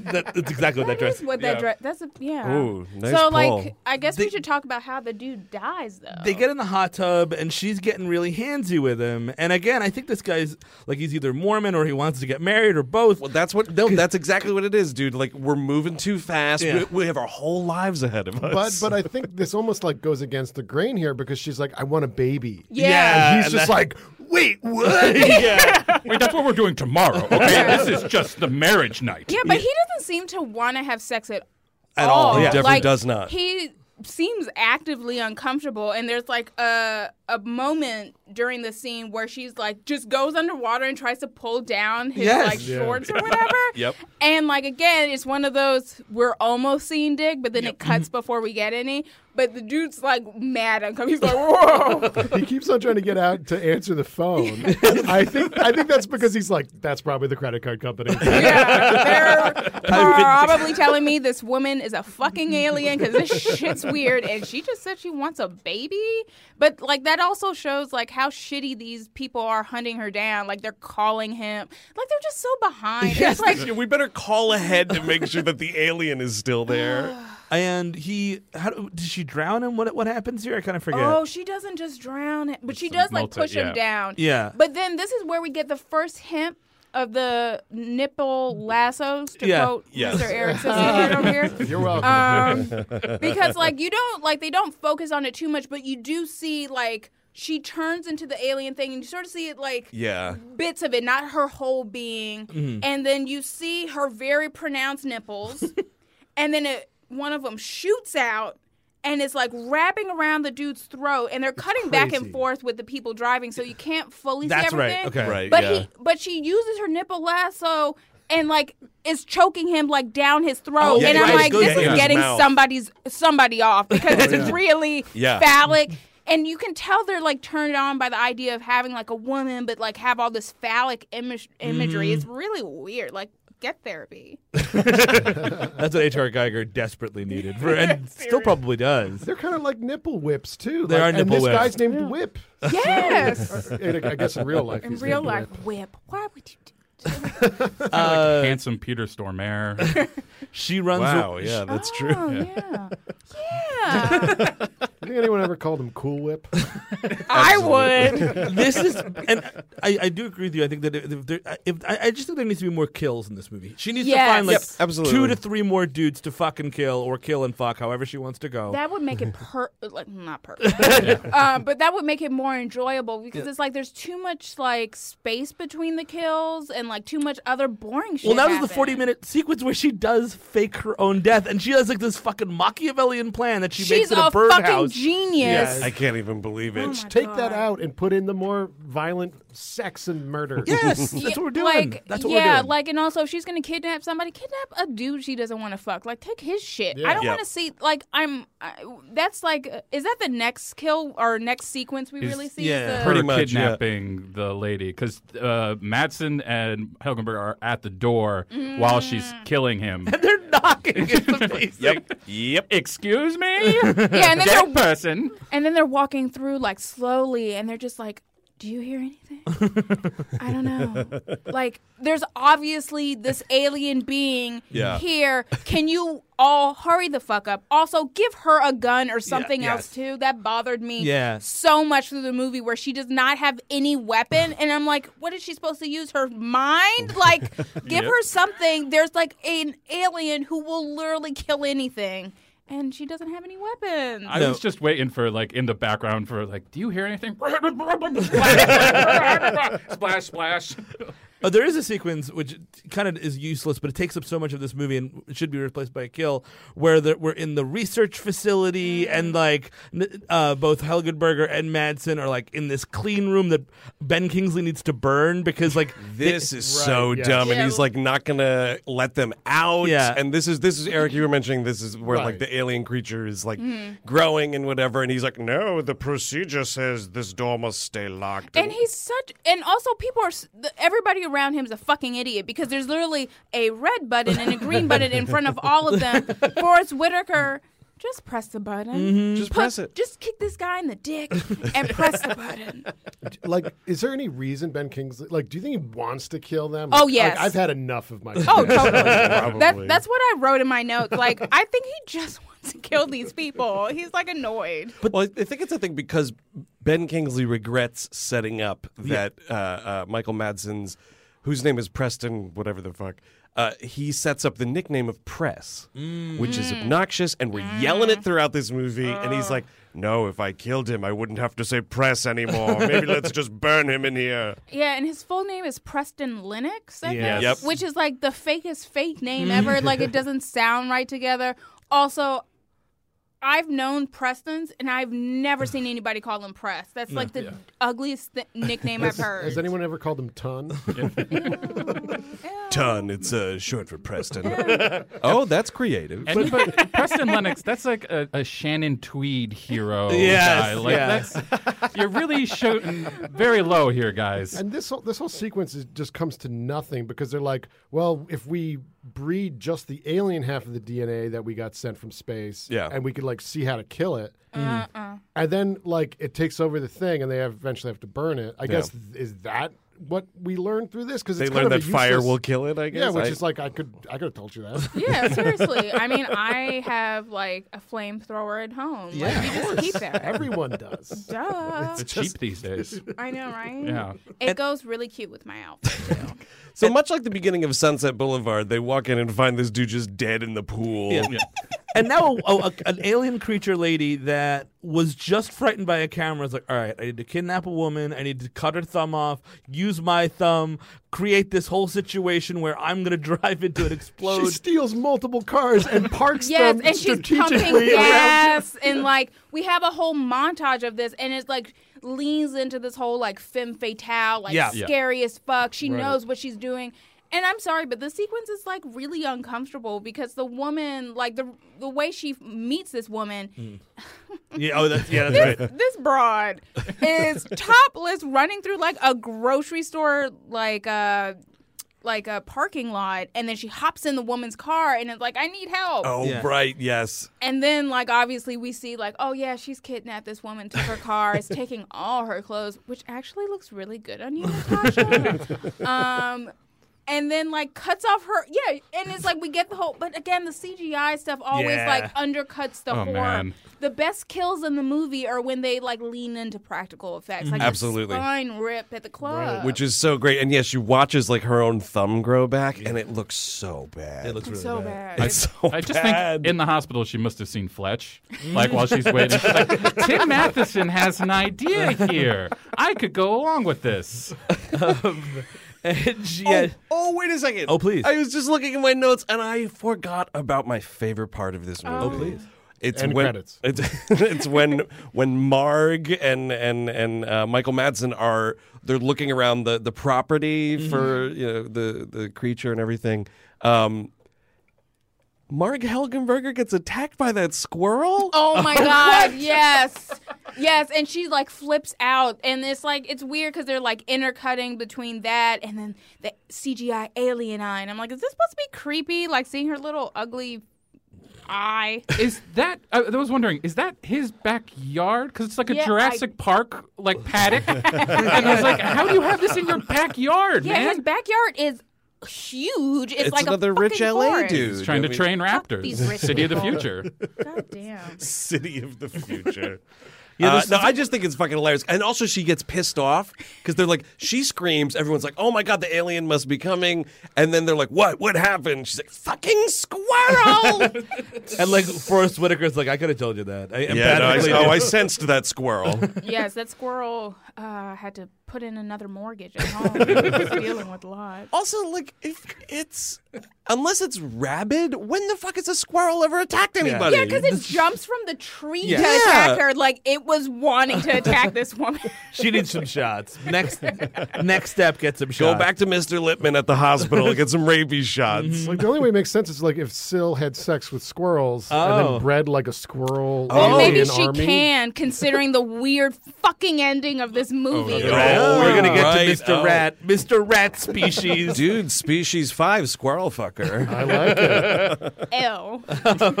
That- that's exactly what that That dress. is what that dress. That's a yeah. Ooh, nice pull. so like, I guess They- we should talk about how the dude dies though. They get in the hot tub, and she's getting really handsy with him. And again, I think this guy's like he's either Mormon or he wants to get married or both. Well, that's what. No, that's exactly what it is, dude. Like we're moving too fast. Yeah. We, we have our whole lives ahead of But us. but I think this almost like goes against the grain here because she's like, I want a baby. yeah. And he's just like, wait, what? wait, that's what we're doing tomorrow. Okay, this is just the marriage night. Yeah, but he doesn't seem to want to have sex at, At all, He yeah. definitely Like, does not. He seems actively uncomfortable, and there's like a a moment during the scene where she's like just goes underwater and tries to pull down his Yes. like shorts or whatever. yep. And like again, it's one of those we're almost seeing dick, but then it cuts before we get any. But the dude's like mad uncomfortable. He's like, whoa. he keeps on trying to get out to answer the phone. I think I think that's because he's like, that's probably the credit card company. Yeah, they're probably telling me this woman is a fucking alien because this shit's weird, and she just said she wants a baby. But like that also shows like how shitty these people are hunting her down. Like they're calling him. Like they're just so behind. It's like Yeah, we better call ahead to make sure that the alien is still there. And he, how do- did she drown him? What what happens here? I kind of forget. Oh, she doesn't just drown him, but she does like multi- push yeah. him down. Yeah. But then this is where we get the first hint of the nipple lassos to Yeah. quote Yes. Mr. Eric Sisson over here. You're welcome. um, because like you don't like they don't focus on it too much, but you do see like she turns into the alien thing, and you sort of see it like Yeah. bits of it, not her whole being, Mm-hmm. and then you see her very pronounced nipples, and then it one of them shoots out. And it's like wrapping around the dude's throat, and they're cutting back and crazy. forth with the people driving, so you can't fully That's see right, everything. okay. Right. But yeah. he, but she uses her nipple lasso and like is choking him like down his throat, Oh, yeah, and you're I'm right. It like, goes this in is his getting mouth. somebody's somebody off because it's really Yeah. phallic. And you can tell they're like turned on by the idea of having like a woman, but like have all this phallic image- imagery. Mm. It's really weird. Like, get therapy. That's what H.R. Geiger desperately needed, for, and still probably does. They're kind of like nipple whips too. They Like, are and nipple this whips. guy's named Whip. Yes. And I guess in real life. In he's real named life, Whip. whip. Why would you do? Handsome Peter Stormare. Uh, She runs. wow. a- Yeah, that's true. Oh yeah, yeah. You think anyone ever called him Cool Whip? I would. this is, and I, I do agree with you. I think that if, there, if I, I just think there needs to be more kills in this movie. She needs Yes. to find like Yep, absolutely. two to three more dudes to fucking kill or kill and fuck, however she wants to go. That would make it per like not perfect, um, but that would make it more enjoyable because it's like there's too much like space between the kills and like too much other boring shit. well, that was the happened. forty-minute sequence where she does fake her own death, and she has like this fucking Machiavellian plan that she She's makes in a, a, fucking birdhouse. genius. I can't even believe it. Oh my Take God. that out and put in the more violent sex and murder. Yes, Yeah, that's what we're doing. Like, that's what yeah, we're doing. like, and also if she's gonna kidnap somebody, kidnap a dude she doesn't want to fuck. Like, take his shit. I don't Yeah. want to see. Like, I'm. I, that's like, uh, is that the next kill or next sequence we Is- really see? yeah. The- pretty Pretty much, yeah. kidnapping the lady because uh, Matson and Helgenberg are at the door while she's killing him. They're knocking. It's amazing. Yep. Excuse me, yeah, and then dead they're person. And then they're walking through like slowly, and they're just like, "Do you hear anything? I don't know. Like, there's obviously this alien being Yeah. here. Can you all hurry the fuck up? Also, give her a gun or something yes. else too. That bothered me Yeah. so much through the movie, where she does not have any weapon, and I'm like, what is she supposed to use her mind? Like, give her something. There's like an alien who will literally kill anything. And she doesn't have any weapons. I No. was just waiting for like in the background for like, do you hear anything? splash, splash. Oh, there is a sequence which kind of is useless, but it takes up so much of this movie and should be replaced by a kill, where the, we're in the research facility Mm. and like n- uh, both Helgenberger and Madsen are like in this clean room that Ben Kingsley needs to burn because like This is so yeah. dumb, and Yeah. he's like not gonna let them out. Yeah. and this is this is Eric. You were mentioning this is where like Right. the alien creature is like Mm-hmm. growing and whatever, and he's like, "No, the procedure says this door must stay locked." And he's such, and also people are, s- the- everybody around him is a fucking idiot because there's literally a red button and a green button in front of all of them. Forrest Whitaker Just press the button. Mm-hmm, Just Put- press it. Just kick this guy in the dick and press the button. Like, is there any reason Ben Kingsley? Like, do you think he wants to kill them? Oh, Like, yes. I've had enough of my. Oh, totally. Probably. that, that's what I wrote in my notes. Like, I think he just wants to kill these people. He's like annoyed. well, I think it's a thing because Ben Kingsley regrets setting up that uh, uh, Michael Madsen's, whose name is Preston, whatever the fuck. Uh, he sets up the nickname of Press, which Mm. is obnoxious, and we're yelling it throughout this movie. And Oh. he's like, "No, if I killed him, I wouldn't have to say Press anymore. Maybe let's just burn him in here." Yeah, and his full name is Preston Lennox, I Yes. think, Yep. which is like the fakest fake name ever. Like it doesn't sound right together. Also, I've known Prestons, and I've never seen anybody call him Press. That's like the ugliest th- nickname I've heard. Has anyone ever called them ton? Ton, it's uh, short for Preston. oh, that's creative. And but Preston Lennox, that's like a, a Shannon Tweed hero guy. Like yes. that's you're really shooting very low here, guys. And this whole, this whole sequence is, just comes to nothing because they're like, well, if we breed just the alien half of the DNA that we got sent from space, Yeah. and we could like see how to kill it, Mm. Uh-uh. and then like it takes over the thing, and they have, eventually have to burn it. I guess th- is that what we learned through this? Because they learned that fire will kill it. I guess. Yeah, which I- is like I could I could have told you that. yeah, seriously. I mean, I have like a flamethrower at home. Yeah, like, you just keep that. Everyone does. Duh. It's cheap these days. I know, right? Yeah. It goes really cute with my outfit. too. So much like the beginning of Sunset Boulevard, they walk in and find this dude just dead in the pool. and now a, a, an alien creature lady that was just frightened by a camera is like, all right, I need to kidnap a woman. I need to cut her thumb off, use my thumb, create this whole situation where I'm going to drive into it, explode. She steals multiple cars and parks Yes, them and she's pumping strategically around. gas, and like we have a whole montage of this, and it's like leans into this whole like femme fatale, like Yeah. scariest scary as fuck. She knows what she's doing. And I'm sorry, but the sequence is like really uncomfortable because the woman, like the the way she meets this woman, yeah, oh, that's, yeah, that's Mm. right. this broad is topless running through like a grocery store like uh like a parking lot and then she hops in the woman's car and it's like I need help. Oh, Yeah. right, yes. And then, like, obviously, we see, like, oh, yeah, she's kidnapped this woman, took her car, is taking all her clothes, which actually looks really good on you, Natasha. um, and then, like, cuts off her. Yeah. And it's like, we get the whole. But again, the CGI stuff always, Yeah. like, undercuts the Oh, horror. man. The best kills in the movie are when they, like, lean into practical effects. Like, Absolutely. The spine rip at the club. Which is so great. And yes, she watches like her own thumb grow back and it looks so bad. It looks It's so bad. it's so I just bad. think in the hospital she must have seen Fletch, like while she's waiting. She's like, Tim Matheson has an idea here. I could go along with this. And she, Oh, yeah, oh, wait a second. Oh, please. I was just looking at my notes and I forgot about my favorite part of this movie. Oh, please. It's End when credits. It's, it's when when Marg and and and uh, Michael Madsen are they're looking around the the property Mm-hmm. for you know the the creature and everything. Um, Marg Helgenberger gets attacked by that squirrel. Oh my god, yes. Yes, and she like flips out and it's like it's weird cuz they're like intercutting between that and then the CGI alien eye and I'm like is this supposed to be creepy like seeing her little ugly eye? Is that I, I was wondering? Is that his backyard? Because it's like a Yeah, I- Jurassic Park like paddock. and I was like, how do you have this in your backyard, Yeah, man? his backyard is huge. It's, It's like another a rich fucking LA forest. dude. He's trying to I mean- train Fuck raptors. these rich City of the people. future. God damn. City of the future. Uh, no, I just think it's fucking hilarious. And also, she gets pissed off because they're like, she screams. Everyone's like, oh my God, the alien must be coming. And then they're like, what? What happened? She's like, fucking squirrel. and like Forrest Whitaker's like, I could have told you that. I yeah, no, emphatically I, did. oh, I sensed that squirrel. yes, that squirrel uh, had to put in another mortgage at home. He was dealing with a lot. also, like, if it's, unless it's rabid, when the fuck has a squirrel ever attacked anybody? Yeah, because it jumps from the tree to Yeah. attack her. Like it was wanting to attack this woman. she needs some shots. Next, next step, get some Go shots. back to Mr. Lipman at the hospital, get some rabies shots. Like the only way it makes sense is like if Syl had sex with squirrels and Oh. then bred like a squirrel. Well, Oh, alien Oh. maybe she army. can, considering the weird fucking ending of this movie. yeah. Oh, We're gonna get right. to Mr. Oh. Rat, Mr. Rat species. Dude, species five, squirrel fucker. I like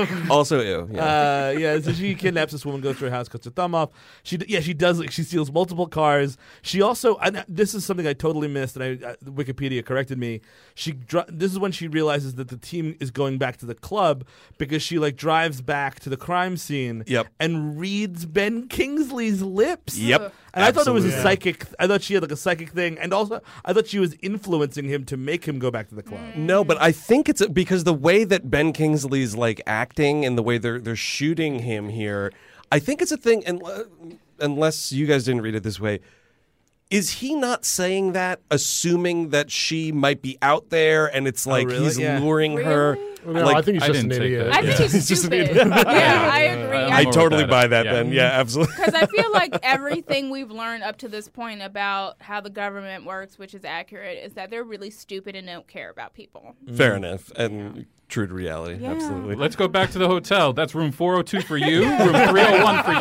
it. Ew. also ew. Yeah. uh, yeah, so she kidnaps this woman, goes to her house, cuts her thumb off. She, d- yeah, she does. Like, she steals multiple cars. She also, and uh, this is something I totally missed, and I, uh, Wikipedia corrected me. She, dri this is when she realizes that the team is going back to the club because she like drives back to the crime scene. Yep. and reads Ben Kingsley's lips. Yep. And I thought it was a Absolutely. psychic. I thought she had like a psychic thing, and also I thought she was influencing him to make him go back to the club. No, but I think it's because the way that Ben Kingsley's like acting and the way they're they're shooting him here, I think it's a thing. And uh, unless you guys didn't read it this way, is he not saying that, assuming that she might be out there and it's like really? he's Yeah. luring her? No, I think he's I just an didn't take idiot. that. I think he's It's just an stupid. idiot. yeah, I agree. I I'm I over totally that. buy that. Yeah. Then, yeah, absolutely. because I feel like everything we've learned up to this point about how the government works, which is accurate, is that they're really stupid and don't care about people. Fair enough and true to reality. Yeah. Absolutely. Let's go back to the hotel. That's room 402 for you, room 301 for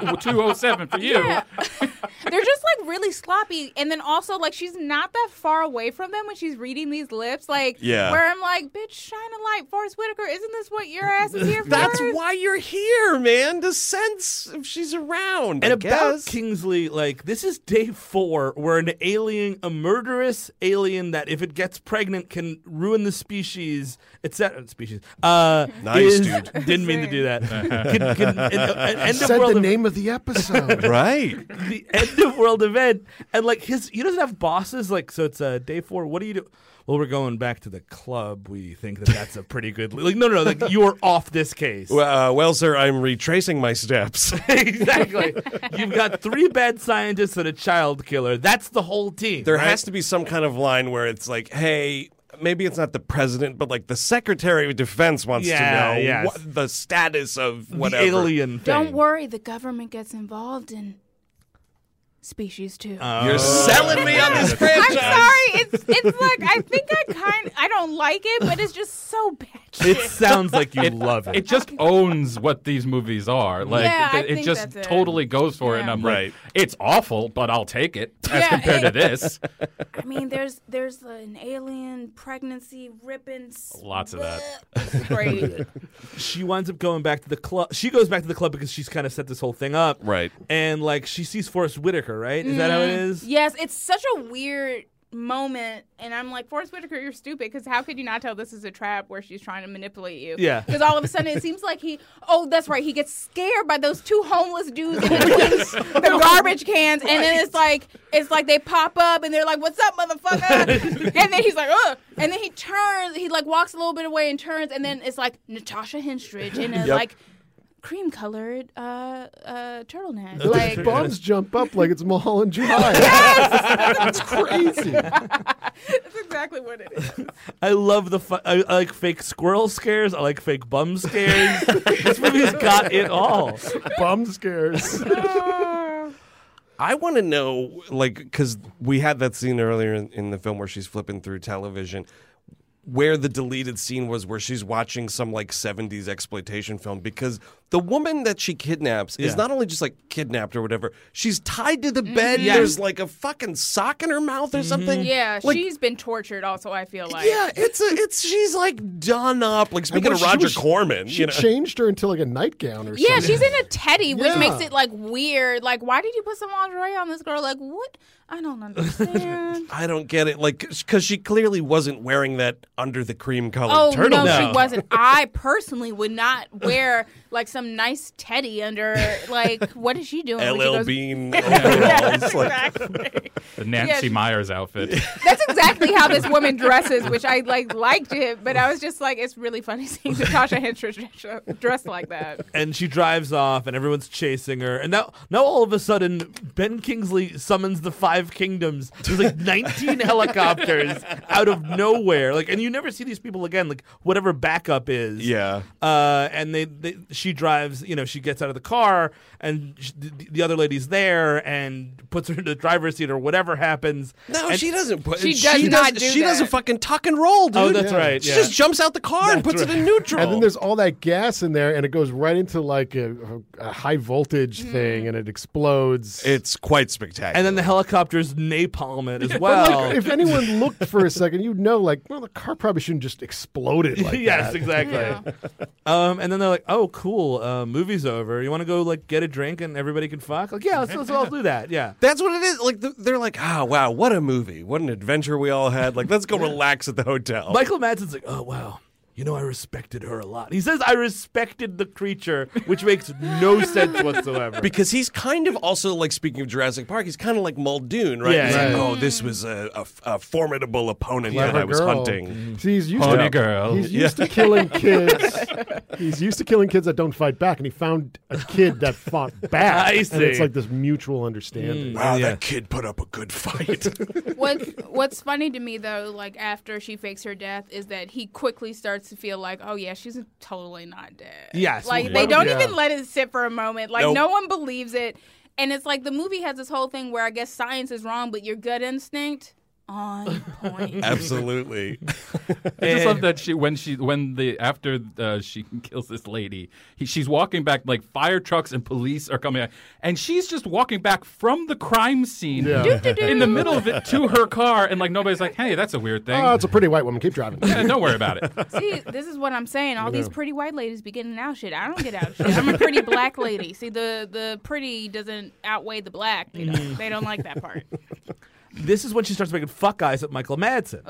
you, room 207 for you. Yeah. They're just like really sloppy, and then also like she's not that far away from them when she's reading these lips, like Yeah. where I'm like, bitch, shine a light, Forrest Whitaker, isn't this what your ass is here for? That's why you're here, man. To sense if she's around. And I about guess. Kingsley, like this is day four, where an alien, a murderous alien that if it gets pregnant can ruin the species, etc. Species. Uh, Nice, is- dude. Didn't mean to do that. can, can, an, an end of Said world the ev- name of the episode. right. the end of world event, and like his, he doesn't have bosses. Like so, it's uh, day four. What do you do? Well, we're going back to the club. We think that that's a pretty good. Like no, no, no. Like you're off this case. Well, uh, well, sir, I'm retracing my steps. exactly. You've got three bad scientists and a child killer. That's the whole team. there right? has to be some kind of line where it's like, hey, maybe it's not the president, but like the Secretary of Defense wants Yeah, to know yes. what the status of the whatever. alien thing. Don't worry, the government gets involved in species too. You're Oh. selling me on this I'm franchise. sorry. It's it's like I think I kind I don't like it, but it's just so bad. It sounds like you love it. It just owns what these movies are. Like Yeah, I it, it think just that's it. totally goes for it. And Yeah. I'm Right. like, it's awful, but I'll take it as Yeah, compared to it- this. I mean, there's there's an alien pregnancy ripping. s- Lots of that. It's great. She winds up going back to the club. She goes back to the club because she's kind of set this whole thing up. Right. And like she sees Forrest Whitaker, right? Is that how it Mm, is? yes, it's such a weird moment, and I'm like, Forrest Whitaker, you're stupid, because how could you not tell this is a trap where she's trying to manipulate you? Yeah. Because all of a sudden it seems like he, oh, that's right, he gets scared by those two homeless dudes in the, the garbage cans, and then it's like it's like they pop up and they're like, "What's up, motherfucker?" and then he's like, "Ugh," and then he turns, he like walks a little bit away and turns, and then it's like Natasha Henstridge in a like cream colored uh, uh, turtleneck, Those like. bums jump up like it's Mulholland Drive. Yes! That's crazy. That's exactly what it is. I love the fu- I, I like fake squirrel scares. I like fake bum scares. this movie's got it all. Bum scares. I want to know, like, because we had that scene earlier in, in the film where she's flipping through television, where the deleted scene was where she's watching some like 70s exploitation film because the woman that she kidnaps is Yeah. not only just like kidnapped or whatever, she's tied to the Mm-hmm. bed. There's like a fucking sock in her mouth or something. Yeah, Like, she's been tortured. Also, I feel like yeah, it's a, it's she's like done up. Like speaking Well, of she Roger was- Corman, She you know, changed her into like a nightgown or Yeah, something. she's in a teddy, which Yeah. makes it like weird. Like, why did you put some lingerie on this girl? Like, what? I don't understand. I don't get it. Like because she clearly wasn't wearing that under the cream colored oh turtle. no, No. she wasn't. I personally would not wear like some nice teddy under. Like, what is she doing? when she LL goes- Bean Yes, overalls. like, exactly. The Nancy Yeah. Myers outfit. That's exactly how this woman dresses, which I like liked it, but I was just like, it's really funny seeing Natasha Henstridge dressed like that. and she drives off and everyone's chasing her and now now all of a sudden ben kingsley summons the five kingdoms there's like 19 helicopters out of nowhere like and you never see these people again like whatever backup is Yeah. uh, and they, they she drives, you know, she gets out of the car and sh the, the other lady's there and puts her in the driver's seat or whatever happens. No, And- she doesn't. Put, She does not do She does a that. fucking tuck and roll, dude. Oh, that's right, She yeah. just jumps out the car and puts it in neutral. And then there's all that gas in there, and it goes right into like a, a high voltage thing, and it explodes. it's quite spectacular. And then the helicopters napalm it But, as Oh. well. like, if anyone looked for a second, you'd know, like, well, the car probably shouldn't just exploded like yes, that. exactly. Um, and then they're like, "Oh, cool, uh, movie's over. You want to go like get a drink and everybody can fuck? Like, yeah, let's, let's all do that. Yeah, That's what it is. Like th- they're like, ah, wow, what a movie, what an adventure we all had. Like let's go relax at the hotel. Michael Madsen's like, oh wow, you know I respected her a lot. He says I respected the creature, which makes no sense whatsoever. because he's kind of also like speaking of Jurassic Park, he's kind of like Muldoon, right? Yeah, He's like, right. oh, this was a, a f- a formidable opponent Clever that I was girl. Mm-hmm. hunting. See, he's used Pony to girl. He's used to killing kids. he's used to killing kids that don't fight back, and he found a kid that fought back. I And it's see. like this mutual understanding. Wow, that kid put up a good fight. What What's funny to me though, like after she fakes her death, is that he quickly starts to feel like, oh yeah, she's totally not dead. Yes. like Yeah. they don't Yeah. even let it sit for a moment. Like Nope. no one believes it, and it's like the movie has this whole thing where I guess science is wrong, but your gut instinct on point. Absolutely. I just love that she when she when the after uh, she kills this lady, he, she's walking back like fire trucks and police are coming, out, and she's just walking back from the crime scene in the middle of it to her car, and like nobody's like, hey, that's a weird thing. Uh, Oh, it's a pretty white woman. Keep driving. Yeah, don't worry about it. See, this is what I'm saying. All these pretty white ladies be getting out shit. I don't get out shit. I'm a pretty black lady. See, the the pretty doesn't outweigh the black. You know, Mm. they don't like that part. this is when she starts making fuck eyes at Michael Madsen,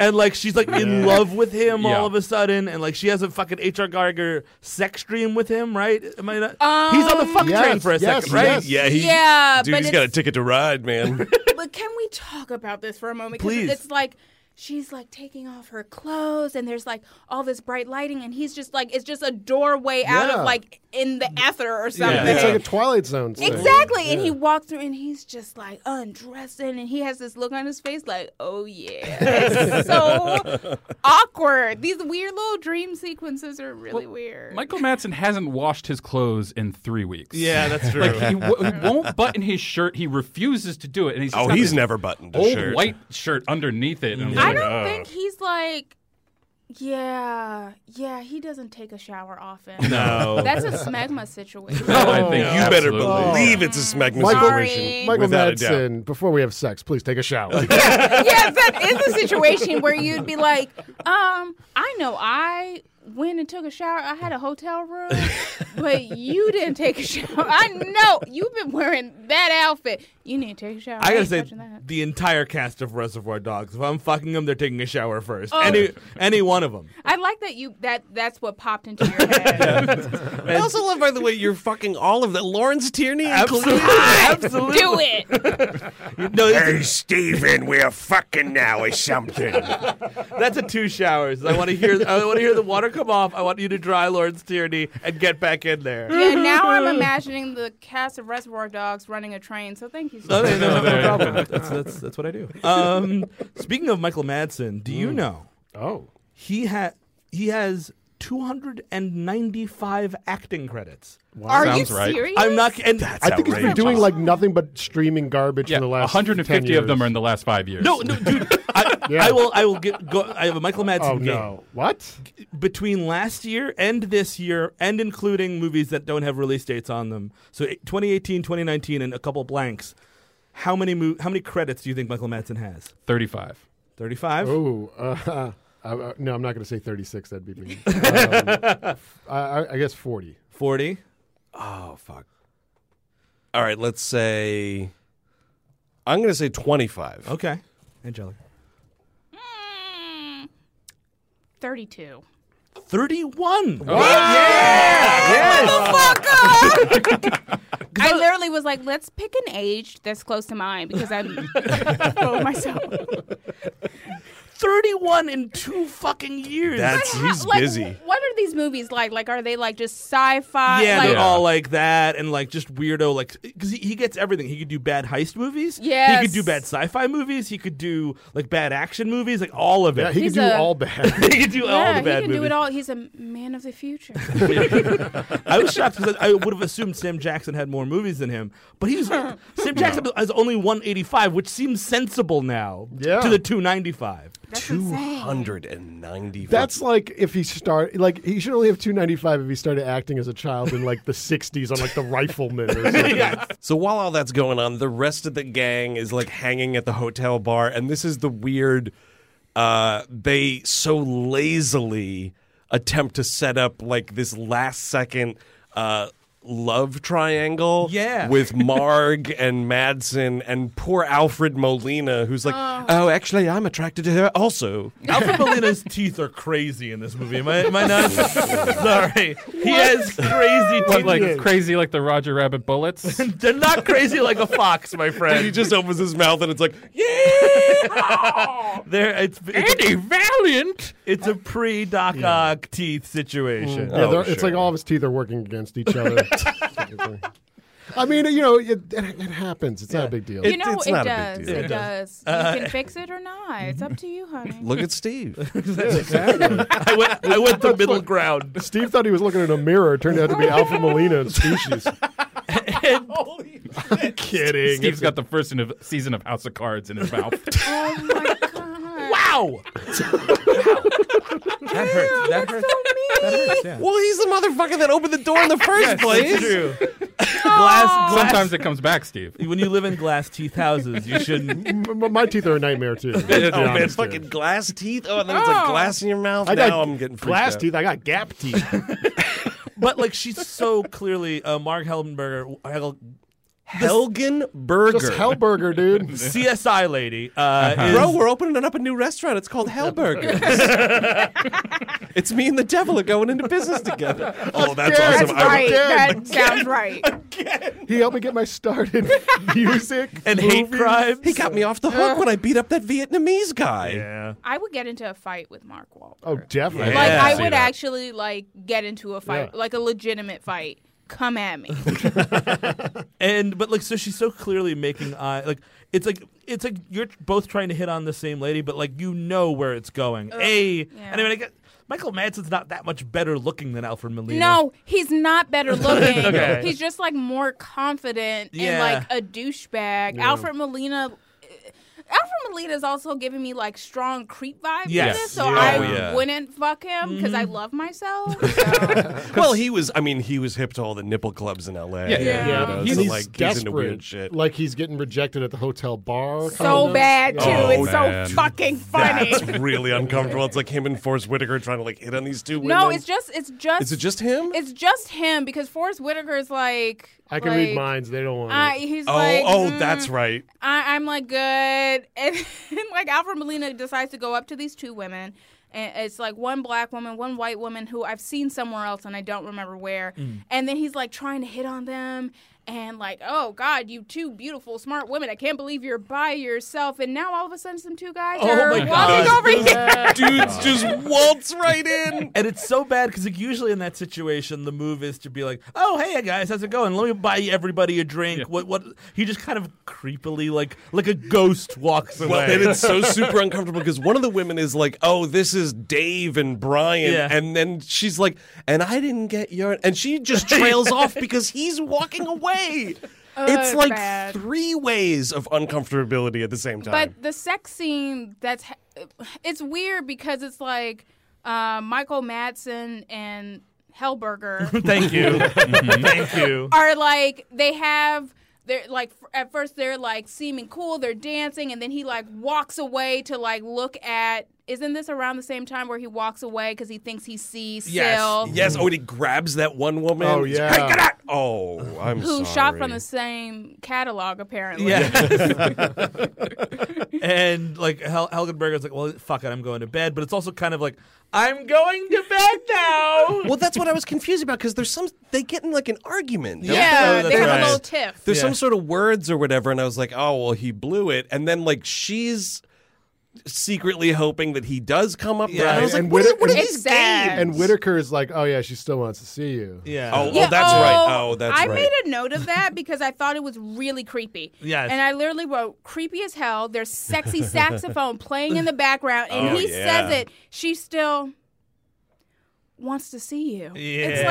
and like she's like in love with him Yeah. all of a sudden, and like she has a fucking HR Geiger sex dream with him, right? Am I not? He's on the fuck Yes, train for a yes, second, right? yes. Yeah, he, Yeah, dude, but he's got a it's- ticket to ride, man. but can we talk about this for a moment? 'Cause Please. It's like she's like taking off her clothes, and there's like all this bright lighting, and he's just like it's just a doorway out Yeah. of like in the ether or something. It's like a Twilight Zone. thing. Exactly, and he walks through, and he's just like undressing, and he has this look on his face, like, "Oh yeah, it's so awkward." These weird little dream sequences are really weird. Michael Madsen hasn't washed his clothes in three weeks. Yeah, that's true. He, w- he won't button his shirt. He refuses to do it, and he's just oh, got he's this never buttoned a old shirt. white shirt underneath it. And I'm I like, uh. don't "Ugh." think he's like, yeah, yeah. He doesn't take a shower often. no. That's a smegma situation. No, I think you better absolutely. believe it's a smack Michael- situation. Michael without a doubt. Madsen, before we have sex, please take a shower. yeah, that is a situation where you'd be like, um, I know I went and took a shower. I had a hotel room, but you didn't take a shower. I know you've been wearing that outfit. You need to take a shower. I gotta ain't say, touching that. the entire cast of Reservoir Dogs. If I'm fucking them, they're taking a shower first. Oh. Any any one of them. I like that you that that's what popped into your head. I also love, by the way, you're fucking all of that. Lawrence Tierney, Absolutely, absolutely. Do it. No, this Hey, Steven, we're fucking now or something. is- that's a two showers. I want to hear. I want to hear the water come off. I want you to dry Lawrence Tierney and get back in there. Yeah, now I'm imagining the cast of Reservoir Dogs running a train. So thank you. So No, much. no, no, no problem. That's, that's that's what I do. Um, speaking of Michael Madsen, do Mm. you know oh. he ha- he has 295 acting credits? Are you Sounds right. serious? I'm not. And I think he's been outrageous. doing like nothing but streaming garbage Yeah, for the last 150 10 of them years. are in the last five years. No, no, dude. I, Yeah. I will. I will get. Go, I have a Michael Madsen Oh game no! What? between last year and this year, and including movies that don't have release dates on them. So eh, 2018, 2019, and a couple blanks. How many mo- How many credits do you think Michael Madsen has? 35. Thirty-five. Oh, uh, I, I, no, I'm not going to say 36. That'd be mean. Um, I- I, I guess 40. 40 Oh fuck. All right, let's say I'm going to say 25. okay angelica Mm, Thirty-two. 31 Motherfucker! I literally was like, let's pick an age that's close to mine because I'm full of myself. 31 in two fucking years. That's How- he's like, busy. What are these movies like? Like, are they like just sci-fi? yeah, like, they're all like that, and like just weirdo, like because he, he gets everything. He could do bad heist movies. he Yes. could do bad sci-fi movies. He could do like bad action movies, like all of it. Yeah, he He's can do a- all bad. he could do all yeah, the bad he can movies. do it all. He's a man of the future. I was shocked because I would have assumed Sam Jackson had more movies than him, but he's Sam Jackson has only 185, which seems sensible now Yeah. to the 295. That's Two insane. hundred and ninety. That's like if he start like he should only have 295 if he started acting as a child in like the 60s on like the Rifleman or something. So while all that's going on, the rest of the gang is like hanging at the hotel bar, and this is the weird. Uh, they so lazily attempt to set up like this last second uh, love triangle, Yeah. with Marg and Madsen and poor Alfred Molina, who's like, oh, actually, I'm attracted to her also. Alfred Molina's teeth are crazy in this movie. Am I, am I not? Sorry. He has crazy teeth. But like crazy, like the Roger Rabbit bullets. They're not crazy like a fox, my He friend. just opens his mouth and it's like, They're, it's, it's, Andy Valiant. it's a pre Doc Ock teeth situation. Mm. Yeah, they're it's like all of his teeth are working against each other. I mean, you know, it, it, it happens. It's not a big deal. You know, it's it not a does. big It, deal. It does. you can fix it or not. It's up to you, honey. look at Steve. I went, I went the middle ground. Steve thought he was looking in a mirror. It turned out to be Alpha Molina and Species. Kidding. Steve's got the first in- season of House of Cards in his mouth. oh my god. Wow. That hurts. That hurts. That hurts. Yeah. well, he's the motherfucker that opened the door in the first place. It's true. glass, glass. Sometimes it comes back, Steve. when you live in glass teeth houses, you shouldn't. M- my teeth are a nightmare too. Oh Yeah. man, fucking glass teeth. Oh, and then it's like Oh. glass in your mouth. I now got I'm getting freaked glass out. teeth. I got gap teeth. But like, she's so clearly uh, Mark Helgenberger, Hel- Helgen Burger. Just Hellburger, dude. CSI lady. Uh, Bro, is- we're opening up a new restaurant. It's called Hellburgers. it's me and the devil are going into business together. Oh, that's Again. awesome. That's I- right. Again. That sounds right. He helped me get my start in music and hate crimes. He got me off the hook when I beat up that Vietnamese guy. yeah. I would get into a fight with Mark Wahlberg. Oh, definitely. Like Yeah. I See would that. actually like get into a fight, Yeah. like a legitimate fight. Come at me. And but like, so she's so clearly making eye. Like, it's like it's like you're both trying to hit on the same lady, but like you know where it's going. a and I mean, I guess Michael Madsen's not that much better looking than Alfred Molina. no, he's not better looking. Okay. He's just like more confident Yeah. and like a douchebag. Alfred Molina. eh, Alfred Molina is also giving me like strong creep vibes. in Yes. this, so Yeah. I Oh, yeah. wouldn't fuck him because I love myself. Well, he was, I mean, he was hip to all the nipple clubs in LA. Yeah. Yeah. You know, He's, so, he's like, desperate. he's into weird shit. Like he's getting rejected at the hotel bar. So, so kinda. bad too. Oh, it's man. so fucking funny. That's really uncomfortable. It's like him and Forrest Whitaker trying to like hit on these two women. no, it's just it's just Is it just him? it's just him because Forrest Whitaker is like I can like, read minds. They don't want. I, it. he's Oh, like, oh, "Mm, that's right. I, I'm like good, and, like Alfred Molina decides to go up to these two women, and it's like one black woman, one white woman who I've seen somewhere else and I don't remember where, Mm. and then he's like trying to hit on them. And like, oh God, you two beautiful, smart women! I can't believe you're by yourself. And now all of a sudden, some two guys Oh are my walking God. over here. Dudes just waltz right in. And it's so bad because like usually in that situation, the move is to be like, "Oh, hey guys, how's it going? Let me buy everybody a drink." What? What? He just kind of creepily, like like a ghost, walks away. Well, and it's so super uncomfortable because one of the women is like, "Oh, this is Dave and Brian," Yeah. and then she's like, "And I didn't get your," and she just trails off because he's walking away. it's like Oh, bad. three ways of uncomfortability at the same time. But the sex scene that's it's weird because it's like uh, Michael Madsen and Hellberger Thank you, Mm-hmm. thank you. are like they have they're like f- at first they're like seeming cool they're dancing and then he like walks away to like look at isn't this around the same time where he walks away because he thinks he sees Yes. Sil yes, oh, and he grabs that one woman. Oh, He's like, yeah. "Hey, get out!" Oh, I'm sorry. who shot from the same catalog apparently Yeah. and like Hel- Helgenberger's like, "Well, fuck it, I'm going to bed." But it's also kind of like, "I'm going to bed now." Well, that's what I was confused about because there's some they get in like an argument. don't Yeah, Oh, they that's have a little right. tiff there's Yeah. some sort of words or whatever and i was like oh well he blew it and then like she's secretly hoping that he does come up. there. I was like, and what, Whitta- are- what are and- these It's sad. games? And Whitaker is like, oh yeah, she still wants to see you. Yeah. Oh, Yeah, oh, that's right. Oh, that's I right. made a note of that because I thought it was really creepy. Yes. And I literally wrote, creepy as hell. There's sexy saxophone playing in the background. And Oh, he yeah. says it. She still wants to see you. Yeah. It's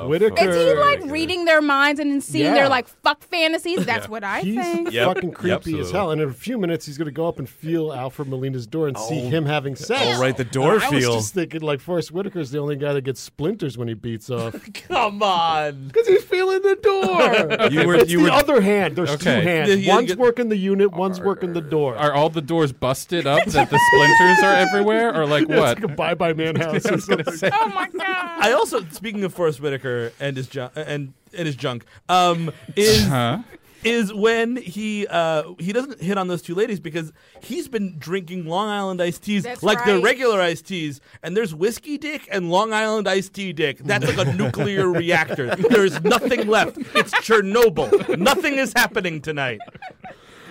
like, Whitaker. is he like reading their minds and then seeing Yeah. their like fuck fantasies? That's what I He's think. Yep. fucking creepy Yep. as hell. And in a few minutes, he's going to go up and feel Alfred Molina's door and see him having sex. Oh, right, the door And I was feel. just thinking, like, Forrest Whitaker's the only guy that gets splinters when he beats off. Come on. Because he's feeling the door. You were- it's you the were- other hand. There's Okay. two Yeah, hands. yeah, One's yeah. working the unit, one's working the door. Are all the doors busted up that the splinters are everywhere, or like Yeah, what? It's like a bye bye man house. or something. Oh my god. I also speaking of Forrest Whitaker and his junk and and his junk um, is Huh? is when he uh, he doesn't hit on those two ladies because he's been drinking Long Island iced teas That's like they're right. regular iced teas, and there's whiskey dick and Long Island iced tea dick. That's like a nuclear reactor. There is nothing left. It's Chernobyl. nothing is happening tonight.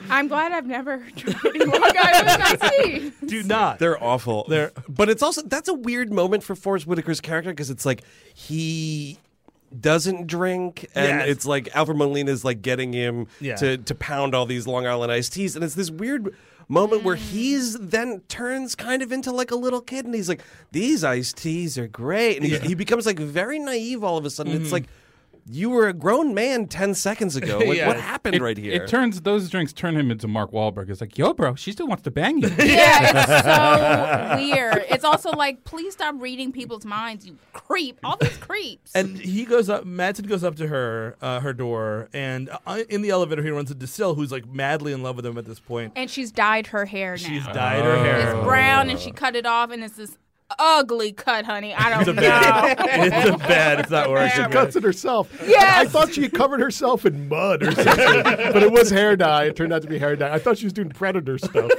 I'm glad I've never tried any Long Island iced tea. Do not. They're awful. They're, but it's also that's a weird moment for Forrest Whitaker's character because it's like he doesn't drink, and Yes. it's like Alfred Molina's like getting him Yeah. to to pound all these Long Island iced teas, and it's this weird moment where he's then turns kind of into like a little kid, and he's like, "These iced teas are great," and he, he becomes like very naive all of a sudden. Mm-hmm. It's like. You were a grown man ten seconds ago. Like, What Yes. happened It, right here? it turns those drinks turn him into Mark Wahlberg. It's like, yo, bro, she still wants to bang you. Yeah, it's so weird. It's also like, please stop reading people's minds, you creep. All these creeps. And he goes up. Madsen goes up to her, uh, her door, and uh, in the elevator, he runs into Distill, who's like madly in love with him at this point. and she's dyed her hair now. She's dyed her hair. it's brown and she cut it off and it's this ugly cut, honey. I don't know. it's a bad. It's not working. She cuts it herself. Yes. I thought she covered herself in mud or something, but it was hair dye. It turned out to be hair dye. I thought she was doing predator stuff.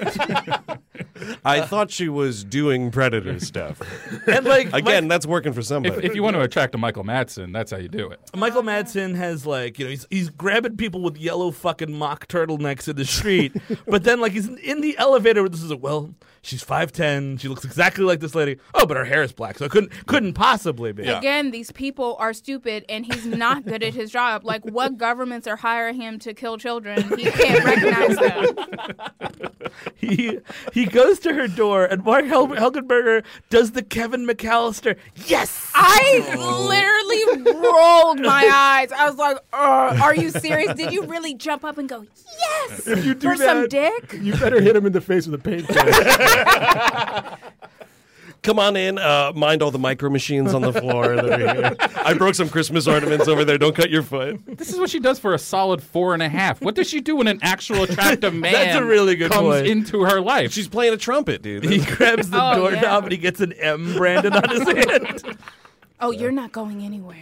I thought she was doing predator stuff. And like Again, that's working for somebody. if, if you want to attract a Michael Madsen, that's how you do it. Mi- Michael Madsen has like you know he's he's grabbing people with yellow fucking mock turtlenecks in the street, but then like he's in, in the elevator where this is like well she's five ten she looks exactly like this lady oh but her hair is black so it couldn't couldn't possibly be Again, these people are stupid and he's not good at his job. Like, what governments are hiring him to kill children? He can't recognize them. he he goes to her door and Mark Hel- Helgenberger does the Kevin McAllister yes I literally rolled my eyes. I was like, "Ugh, are you serious? Did you really jump up and go, yes, you do for some that- dick? You better hit him in the face with a paint can. Come on in. Uh, mind all the micro machines on the floor. that are here. I broke some Christmas ornaments over there. Don't cut your foot. This is what she does for a solid four and a half. What does she do when an actual attractive man a really good comes point. into her life? She's playing a trumpet, he dude. grabs the Oh, doorknob yeah. and he gets an M branded on his hand. Oh, you're not going anywhere.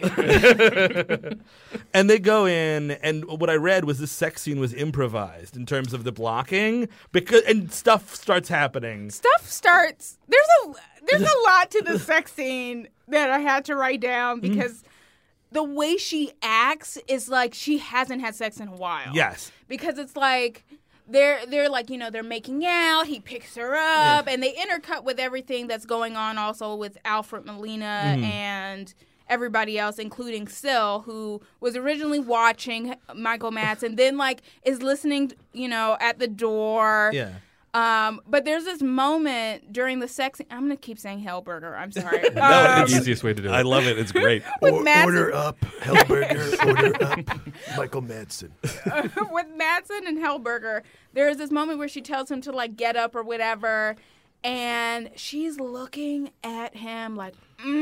And they go in, and what I read was this sex scene was improvised in terms of the blocking because and stuff starts happening. stuff starts there's a there's a lot to the sex scene that I had to write down because the way she acts is like she hasn't had sex in a while. Yes. Because it's like they're they're like, you know, they're making out, he picks her up, and they intercut with everything that's going on also with Alfred Molina and everybody else, including Syl, who was originally watching Michael Madsen, then like is listening, you know, at the door. Yeah. Um, but there's this moment during the sex. I'm gonna keep saying Hellburger. I'm sorry. No, Um, the easiest way to do it. I love it. It's great. with Madsen, up, Hellberger. Order up, Michael Madsen. with Madsen and Hellburger, there is this moment where she tells him to like get up or whatever, and she's looking at him like,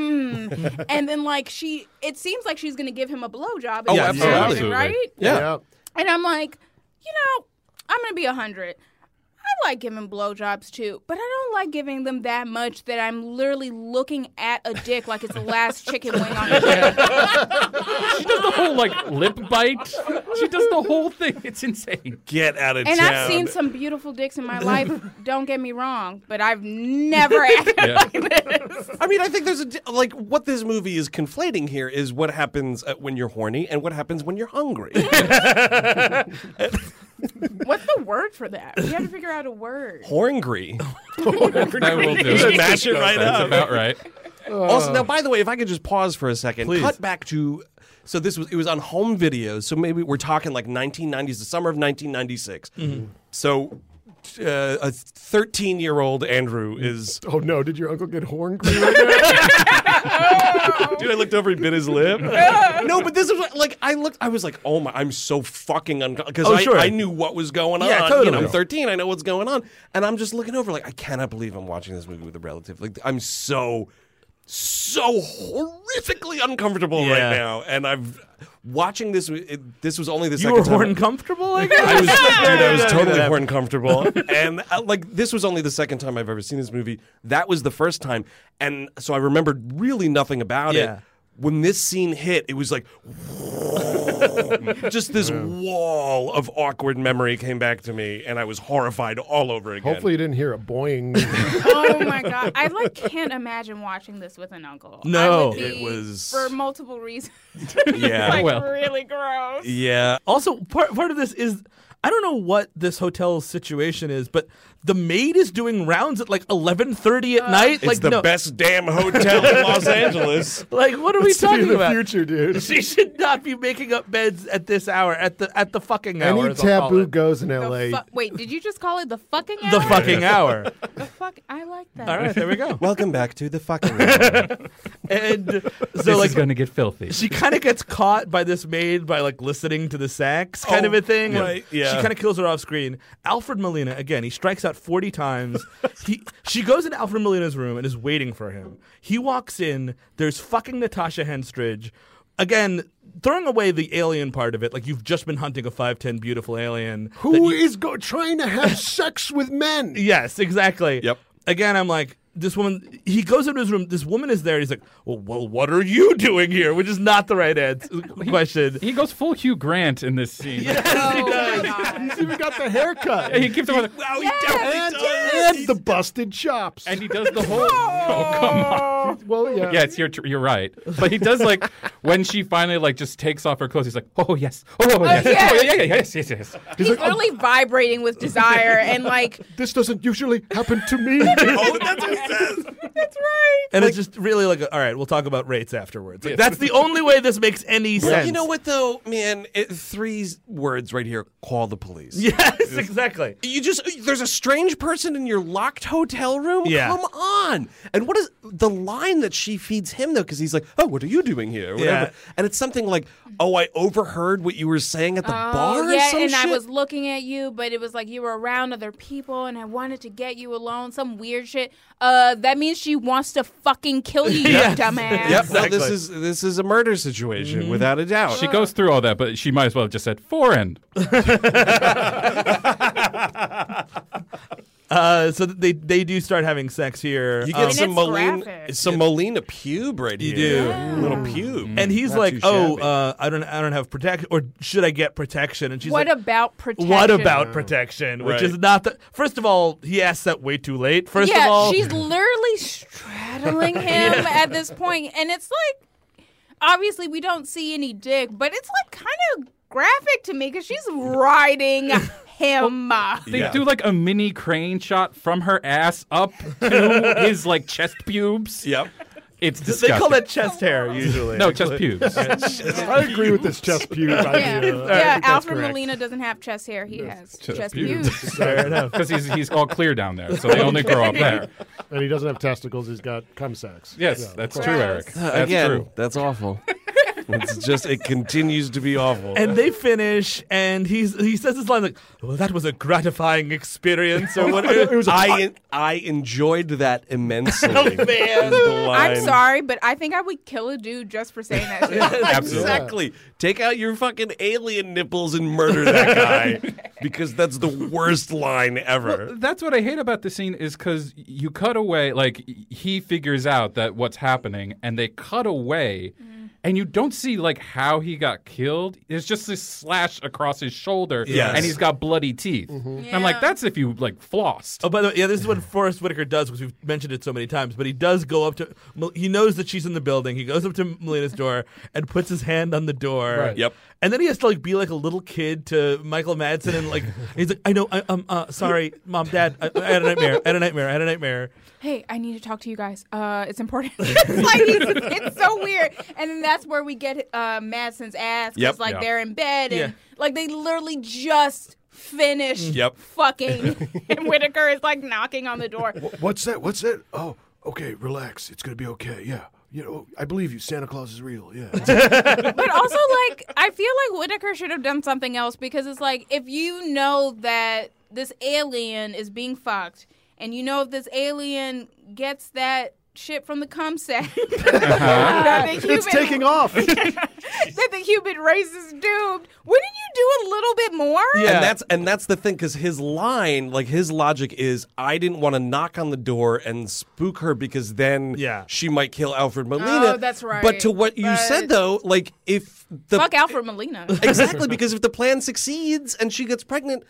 mm. and then like she, it seems like she's gonna give him a blowjob. Oh, absolutely. right? Yeah. And I'm like, you know, I'm gonna be a hundred. I like giving blowjobs too, but I don't like giving them that much that I'm literally looking at a dick like it's the last chicken wing on the dick. She does the whole like lip bite. She does the whole thing. It's insane. Get out of And town. I've seen some beautiful dicks in my life. Don't get me wrong, but I've never acted like this. I mean, I think there's a di- like what this movie is conflating here is what happens uh, when you're horny and what happens when you're hungry. What's the word for that. We have to figure out a word. Horngry. I will do it. Mash it right That's up. about right. Also, now, by the way, if I could just pause for a second, Please. cut back to. So this was it was on home videos. So maybe we're talking like 1990s, the summer of 1996. So uh, a 13 year old Andrew is. Oh no! Did your uncle get horn green right now? Dude, I looked over, he bit his lip. no, but this is what, like I looked. I was like, oh my, I'm so fucking uncomfortable because I, sure. I knew what was going Oh, on. Yeah, You know, totally. I'm 13. I know what's going on, and I'm just looking over, like I cannot believe I'm watching this movie with a relative. Like I'm so, so horrifically uncomfortable Yeah. right now, and I've watching this. It, this was only the You second were time. horn comfortable, I guess? I was, dude, I was Yeah, totally yeah. horn comfortable. And uh, like, this was only the second time I've ever seen this movie. That was the first time. And so I remembered really nothing about Yeah. it. When this scene hit, it was like just this wall of awkward memory came back to me, and I was horrified all over again. Hopefully, you didn't hear a boing. oh my god! I like can't imagine watching this with an uncle. I No. would be- It was- for multiple reasons. Yeah. like Well. really gross. yeah. Also, part part of this is I don't know what this hotel situation is, but the maid is doing rounds at like eleven thirty at night. It's like the no, best damn hotel in Los Angeles. like what are we Be talking the about? future, dude. She should not be making up beds at this hour at the at the fucking hour. Any as I'll call taboo it. goes in The L.A. fu- wait, did you just call it the fucking hour? the fucking hour. The fuck. I like that. All right, there we go. Welcome back to the fucking. room. And This so like is going to get filthy. she kind of gets caught by this maid by like listening to the sax kind Oh, of a thing. and right, yeah. She kind of kills her off screen. Alfred Molina again. He strikes out forty times. he she goes into Alfred Molina's room and is waiting for him. He walks in. There's fucking Natasha Henstridge. Again, throwing away the alien part of it, like you've just been hunting a five ten beautiful alien. that Who you- is go- trying to have sex with men? Yes, exactly. Yep. Again, I'm like, this woman, he goes into his room. This woman is there. He's like, well, well what are you doing here? Which is not the right answer, question. He goes full Hugh Grant in this scene. Oh my god. Even got the haircut He keeps on, Oh, and, and the busted chops. and he does the whole. Oh come on! well, yeah. Yes, you're you're right. But he does like when she finally like just takes off her clothes. He's like, oh yes, oh, yes, yes. oh yeah, yeah, yes, yes, yes. He's really vibrating with desire and like This doesn't usually happen to me. oh, that's what it says. that's right. And it's just really like, all right, we'll talk about rates afterwards. Like, That's the only way this makes any Well, sense. you know what though, man? It, three words right here: call the police. Yes, exactly. You just there's a strange person in your locked hotel room. Yeah. Come on. And what is the line that she feeds him though? Because he's like, "Oh, what are you doing here?" Or Whatever. Yeah. And it's something like, "Oh, I overheard what you were saying at the bar." Oh, or yeah, some and I shit." was looking at you, but it was like you were around other people, and I wanted to get you alone. Some weird shit. Uh, that means she wants to fucking kill you, you dumbass. Yep. No, this is this is a murder situation Mm-hmm. without a doubt. She goes through all that, but she might as well have just said foreign. Uh, so they, they do start having sex here. you Um, get some it's Molina, graphic. some Molina pube right You here. do. little pube. and he's Not like, too "Oh, shabby. uh, I don't, I don't have protection, or should I get protection?" And she's What like, about protection? What about protection? Which Right. is not the first of all, he asks that way too late. First yeah, of all, she's literally straddling him at this point, and it's like obviously we don't see any dick, but it's like kind of graphic to me because she's riding him. They Yeah. do like a mini crane shot from her ass up to his like chest pubes. Yep. It's they disgusting. call that chest hair usually. no chest pubes. I agree with this chest pube Yeah, idea. yeah Alfred Molina doesn't have chest hair; he has chest, pubes. pubes. fair enough. because he's he's all clear down there, so they only grow up there. And he doesn't have testicles. He's got cum sacks. Yes, that's true, course. Eric. Uh, That's Uh, Again, true. that's awful. it's just it continues to be awful. And they finish, and he's he says this line like, "Well, that was a gratifying experience," or whatever. It was a I I enjoyed that immensely. man. I'm sorry, but I think I would kill a dude just for saying that shit. Absolutely. Exactly. Take out your fucking alien nipples and murder that guy because that's the worst line ever. That's what I hate about the scene is because you cut away, like y- he figures out that what's happening, and they cut away, and you don't see like how he got killed. There's just this slash across his shoulder, Yes. and he's got bloody teeth. And I'm Yeah. like, that's if you like flossed. Oh, by the way, yeah, this is what Forrest Whitaker does because we've mentioned it so many times. But he does go up to. Mel- He knows that she's in the building. He goes up to Melina's door and puts his hand on the door. Right. Yep. And then he has to like be like a little kid to Michael Madsen and like he's like, I know, I, um, uh, sorry, mom, dad, I, I had a nightmare, I had a nightmare, I had a nightmare. hey, I need to talk to you guys. Uh, it's important. it's like he's, it's so weird. And then that's where we get uh, Madsen's ass. 'cause, Yep. like Yeah. they're in bed and Yeah. like they literally just finished Yep. fucking, and Whitaker is like knocking on the door. What's that? What's that? Oh, okay, relax. It's gonna be okay. Yeah, you know, I believe you. Santa Claus is real. Yeah. But also, like, I feel like Whitaker should have done something else because it's like if you know that this alien is being fucked, and you know if this alien gets that shit from the cum sack, Uh-huh. that the It's human- taking off. that the human race is doomed. Wouldn't you do a little bit more? And that's and that's the thing because his line, like his logic is, I didn't want to knock on the door and spook her because then Yeah. she might kill Alfred Molina. Oh, that's right. But to what you But- said though, like if the Fuck Alfred Molina. exactly because if the plan succeeds and she gets pregnant,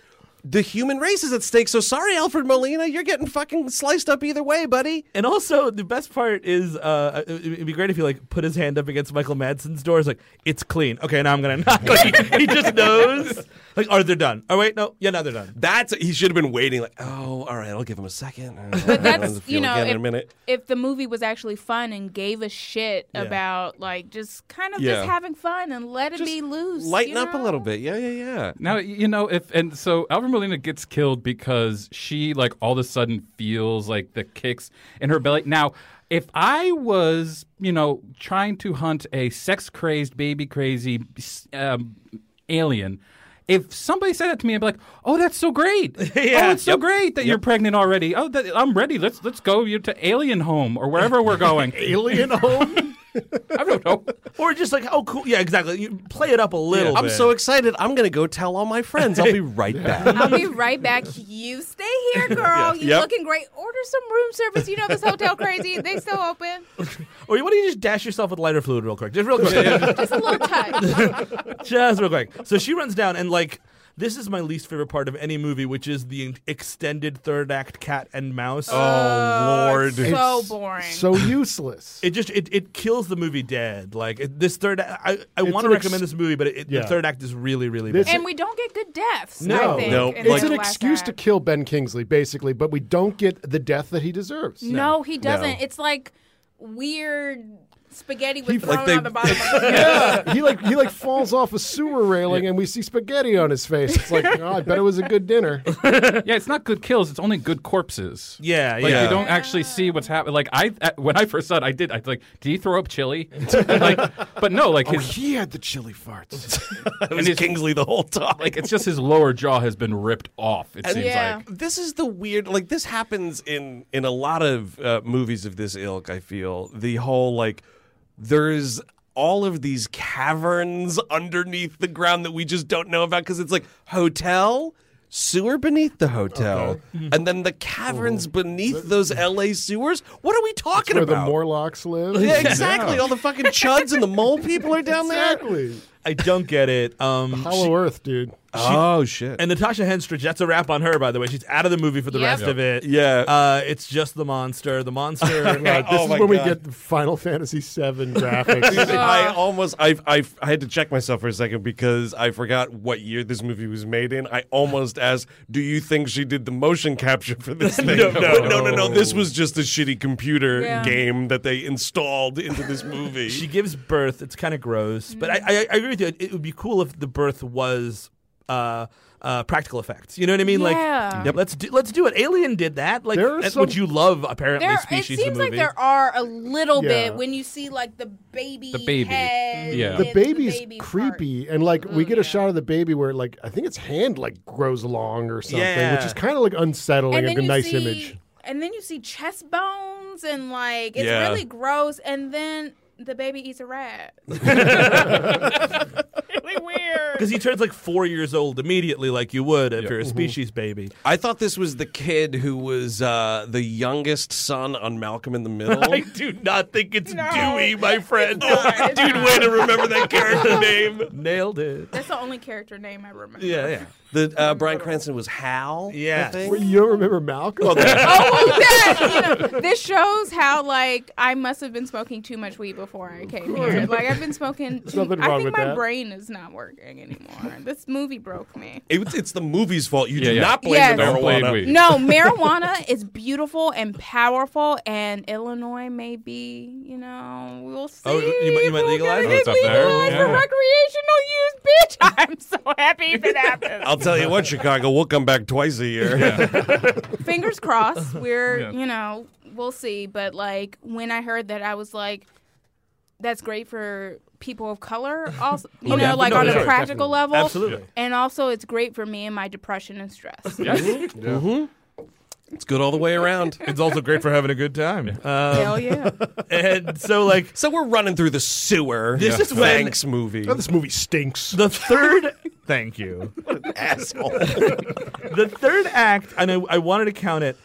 the human race is at stake. So sorry, Alfred Molina, you're getting fucking sliced up either way, buddy. And also, the best part is, uh, it- it'd be great if he like put his hand up against Michael Madsen's door. He's like, "It's clean." Okay, now I'm gonna knock. Like, he, he just knows. Like, are they done? Oh wait, no, yeah, now they're done. That's he should have been waiting. Like, oh, all right, I'll give him a second. Uh, But I'll that's feel you know again in if, a minute. if the movie was actually fun and gave a shit Yeah. about like just kind of Yeah. just having fun and let it be loose, Lighten you up a know? little bit. Yeah, yeah, yeah. Now you know if and so Alfred Molina gets killed because she like all of a sudden feels like the kicks in her belly. Now, if I was you know trying to hunt a sex crazed baby crazy um, alien. If somebody said that to me, I'd be like, "Oh, that's so great! Oh, it's so great that you're pregnant already. Oh, that, I'm ready. Let's let's go you to Alien Home or wherever we're going. Alien home. I don't know. Or just like, oh cool, yeah, exactly. You play it up a little. I'm bit. so excited. I'm gonna go tell all my friends. I'll be right back. I'll be right back. You stay here, girl. You're looking great. Order some room service. You know this hotel crazy. They still open. Or why don't you just dash yourself with lighter fluid real quick? Just real quick. Just a little touch. just real quick. So she runs down and like this is my least favorite part of any movie, which is the in- extended third act cat and mouse. oh Lord. It's so boring. So useless. It just it, it kills the movie dead. Like it, this third, act- I I It's want to an ex- recommend this movie, but it, it- Yeah. the third act is really really This- bad. and we don't get good deaths. No. I think, No. in It's the an last excuse to act. kill Ben Kingsley, basically, but we don't get the death that he deserves. No, he doesn't. It's like weird spaghetti with thrown Like they- on the bottom of the Yeah, he like he like falls off a sewer railing, and we see spaghetti on his face. It's like, oh, I bet it was a good dinner. yeah, it's not good kills. It's only good corpses. yeah, Like yeah. you don't actually see what's happening. Like I, uh, when I first saw it, I did. I was like, did he throw up chili? like, but no, like his, he had the chili farts. It was his- Kingsley the whole time. like it's just his lower jaw has been ripped off. It seems Oh, Yeah. like. this is the weird like this happens in in a lot of uh, movies of this ilk i feel the whole like there's all of these caverns underneath the ground that we just don't know about because it's like hotel sewer beneath the hotel and then the caverns beneath those la sewers what are we talking Where the about Morlocks live. yeah, exactly all the fucking chuds and the mole people are down there exactly. I don't get it. Um, Hollow Earth, dude. oh shit and Natasha Henstridge, that's a wrap on her, by the way. She's out of the movie for the Yep. rest of it. Yeah. uh, it's just the monster. The monster. God, this Oh is my when we God. get the Final Fantasy VII graphics. I almost I, I I had to check myself for a second because I forgot what year this movie was made in. I almost asked, "Do you think she did the motion capture for this thing?" no, no, no, no, no. This was just a shitty computer Yeah. game that they installed into this movie. she gives birth. It's kind of gross, but Mm. I, I, I agree with you. It, it would be cool if the birth was uh, uh, practical effects. You know what I mean? Yeah. Like, let's do let's do it. Alien did that. Like, There are that's some- what you love apparently. There, it species seems of like movie. there are a little Yeah. bit when you see like the baby, The baby. head Yeah. and The the baby's baby part. creepy, and like we get a shot of the baby where like I think its hand like grows long or something, Yeah. which is kind of like unsettling. and Like then a you nice see, image. And then you see chest bones and like it's Yeah. really gross. And then the baby eats a rat. really weird. because he turns like four years old immediately, like you would if you're a species baby. I thought this was the kid who was uh, the youngest son on Malcolm in the Middle. I do not think it's Dewey, my friend. Dude, way to remember that character name. Nailed it. That's the only character name I remember. Yeah, yeah. The uh, Brian Cranston was Hal. Yes. I think. Wait, you don't remember Malcolm? Oh, well, that, you know, this shows how like I must have been smoking too much weed before I came here. Like I've been smoking. Too, nothing I wrong think with my that. brain is not working anymore. This movie broke me. It- it's the movie's fault. You Yeah, do yeah. not blame Yes. the Don't blame marijuana. me. No, marijuana is beautiful and powerful, and Illinois may be, you know, we'll see. Oh, you might- you if might we're legalize gonna it? It's up legalize there. for Yeah. recreational use, bitch. I'm so happy for that. I'll tell you what, Chicago, we'll come back twice a year. Fingers crossed. We're, Yeah. you know, we'll see. But like when I heard that, I was like, that's great for people of color, also, you Oh, know, like on a definitely. practical level. Absolutely. And also, it's great for me and my depression and stress. Mm-hmm. It's good all the way around. It's also great for having a good time. Uh, Hell yeah. and so, like, So we're running through the sewer. This is when- thanks movie. this movie stinks. the third. Thank you. asshole. The third act, and I, I wanted to count it.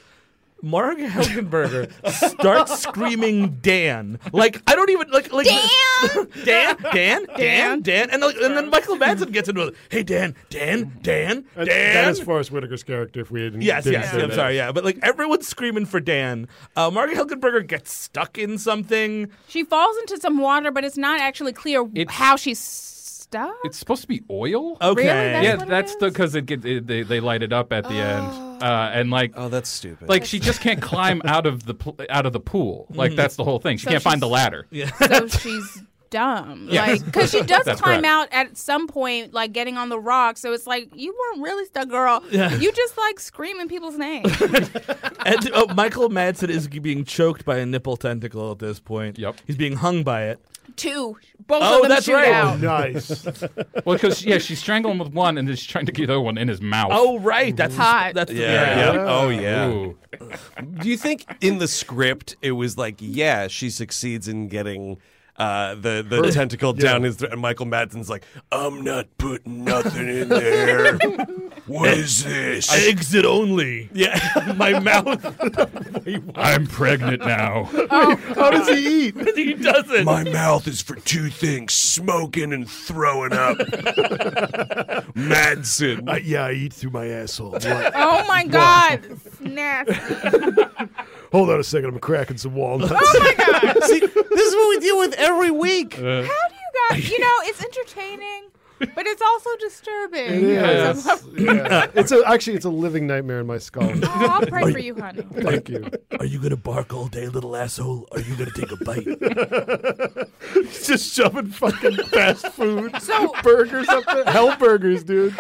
Mark Helgenberger starts screaming Dan. Like I don't even like like Dan! Dan Dan Dan Dan and like, and then Michael Madsen gets into it. Hey Dan Dan Dan Dan. That is Forrest Whitaker's character. If we didn't, Yes, didn't yes. say I'm that. sorry. Yeah, but like everyone's screaming for Dan. Uh, Margaret Helgenberger gets stuck in something. She falls into some water, but it's not actually clear It's- how she's stuck. It's supposed to be oil. Okay. That's yeah, what it that's the is? because it, get- it they they light it up at the end, uh, and like Oh, that's stupid. like she just can't climb out of the pl- out of the pool. Like that's the whole thing. She So can't find the she's- ladder. so she's dumb. Like, because she does That's climb correct. out at some point, like getting on the rock. So it's like, you weren't really stuck, girl. You just like screaming people's names. And oh, Michael Madsen is being choked by a nipple tentacle at this point. Yep. He's being hung by it. Two. Both Oh, of them that's shoot right. out. Nice. Well, because yeah, she's strangling with one and then she's trying to get the other one in his mouth. Oh right, that's Hot. That's yeah, yeah. Oh, yeah. Ooh. Do you think in the script it was like, yeah, she succeeds in getting uh, the the tentacle down his throat, and Michael Madsen's like, I'm not putting nothing in there. what is this? Exit only. yeah, My mouth. I'm pregnant now. How does he eat? he doesn't. my mouth is for two things: smoking and throwing up. Madsen. Uh, yeah, I eat through my asshole. What? Oh my God. It's nasty. Hold on a second. I'm cracking some walnuts. See, this is what we deal with every week. How do you guys, you know, it's entertaining, but it's also disturbing. It is. Yeah. It's a, actually it's a living nightmare in my skull. Oh, I'll pray for you, honey. Thank you. Are you gonna bark all day, little asshole? Are you gonna take a bite? Just shoving fucking fast food. So, Burgers up there, hell burgers, dude.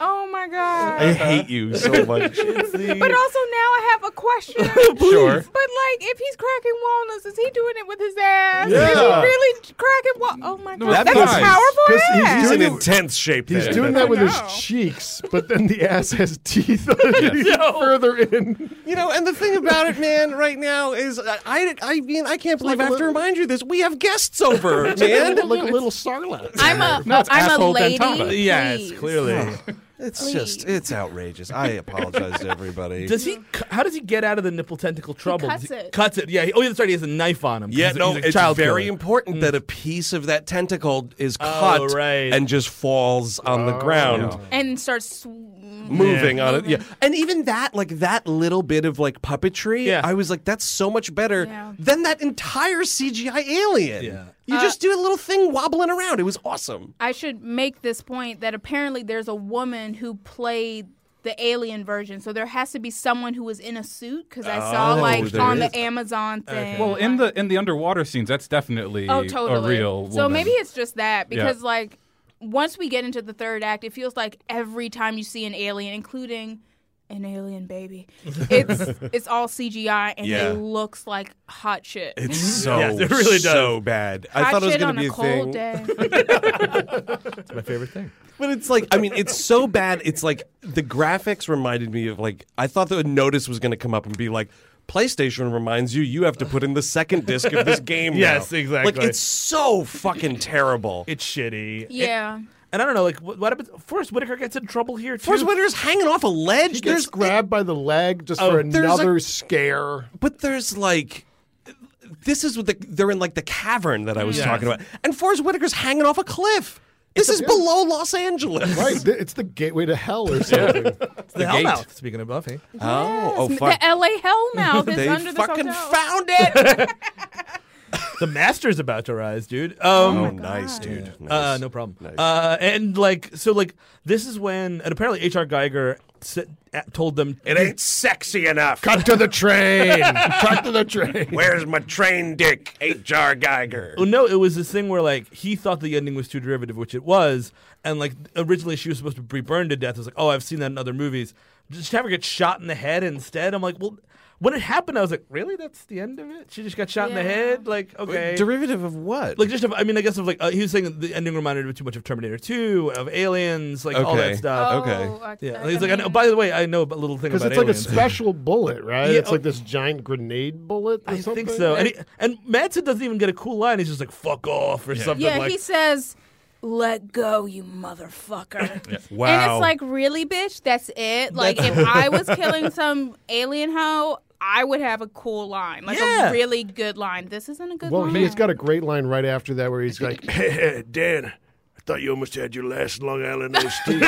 oh my God. I Uh-huh. hate you so much. But also now I have a question. sure. But like, if he's cracking walnuts, is he doing it with his ass? Is he Yeah. really cracking walnuts? Oh my god, that that's makes- a powerful 'cause he's ass. He's doing in it- intense shape. He's there. doing that with his know. cheeks, but then the ass has teeth on it further in. You know, and the thing about it, man, right now is I, I, I mean, I can't believe I have to remind you this. We have guests over, man. like a little sarlacc. I'm a, it's am a asshole lady. dentata. Yes, please. clearly. It's just, it's outrageous. I apologize to everybody. Does he? cu- How does he get out of the nipple tentacle trouble? cuts Does he- it. Cuts it. Yeah. he- oh, that's right. He has a knife on him. yeah, He's a- no, he's a it's child very killer. Mm. Oh, important that a piece of that tentacle is cut right. Oh, and just falls on the ground, And starts. Sw- moving on it. Yeah, and even that, like that little bit of like puppetry, Yeah. I was like, that's so much better Yeah. Uh, than that entire CGI alien. Yeah. You just do a little thing wobbling around. It was awesome. I should make this point that apparently there's a woman who played the alien version, so there has to be someone who was in a suit because I saw Oh, like there on is. the Amazon thing. Well, in the in the underwater scenes, that's definitely oh, totally. a real. So woman. maybe it's just that Yeah. because like once we get into the third act, it feels like every time you see an alien, including an alien baby, it's it's all CGI and Yeah. it looks like hot shit. It's so Yes, it really does. so bad. I hot thought it was shit going on to be a, cold thing, day. It's my favorite thing. but it's like I mean, it's so bad. It's like the graphics reminded me of like I thought the notice was going to come up and be like. PlayStation reminds you you have to put in the second disc of this game. Yes, now." exactly. Like it's so fucking terrible. It's shitty. yeah. And I don't know, like, what, what happens? Forrest Whitaker gets in trouble here too. Force Whitaker's hanging off a ledge. He there's gets grabbed by the leg just Oh, for there's a- another scare. but there's like this is what the, they're in like the cavern that I was talking about, and Forrest Whitaker's hanging off a cliff. This is below Los Angeles. Right, th- it's the gateway to hell or something. It's the, Hellmouth. Speaking of Buffy, Oh, oh fuck! The LA Hellmouth is they under this fucking hotel. found it. the Master's about to rise, dude. Um, oh, nice, dude. Nice. Uh, no problem. Uh, and like, so like, this is when, and apparently H.R. Geiger s- a- told them It ain't sexy enough. Cut to the train. Cut to the train. Where's my train dick, H.R. Geiger? Well, no, it was this thing where like he thought the ending was too derivative, which it was, and like originally she was supposed to be burned to death. I was like, oh, I've seen that in other movies. Just have her get shot in the head instead. I'm like, well, when it happened, I was like, really? That's the end of it? She just got shot in the Yeah. head? Like, okay. Derivative of what? like just, of, I mean, I guess of like uh, he was saying that the ending reminded him too much of Terminator Two, of Aliens, like all Okay. that stuff. Oh, Okay. I- yeah, I he's like, I know, mean- by the way, I know a little thing Because about it's like a aliens. special bullet, right? Yeah, it's like oh. this giant grenade bullet. Or I something. think so. And, he, and Madsen doesn't even get a cool line. He's just like, fuck off or something yeah, like he says, "Let go, you motherfucker." wow. And it's like, really, bitch, that's it. Like, if I was killing some alien hoe, I would have a cool line, like Yeah. a really good line. This isn't a good Well, line. he's got a great line right after that where he's like, Hey, hey, Dan, I thought you almost had your last Long Island iced tea.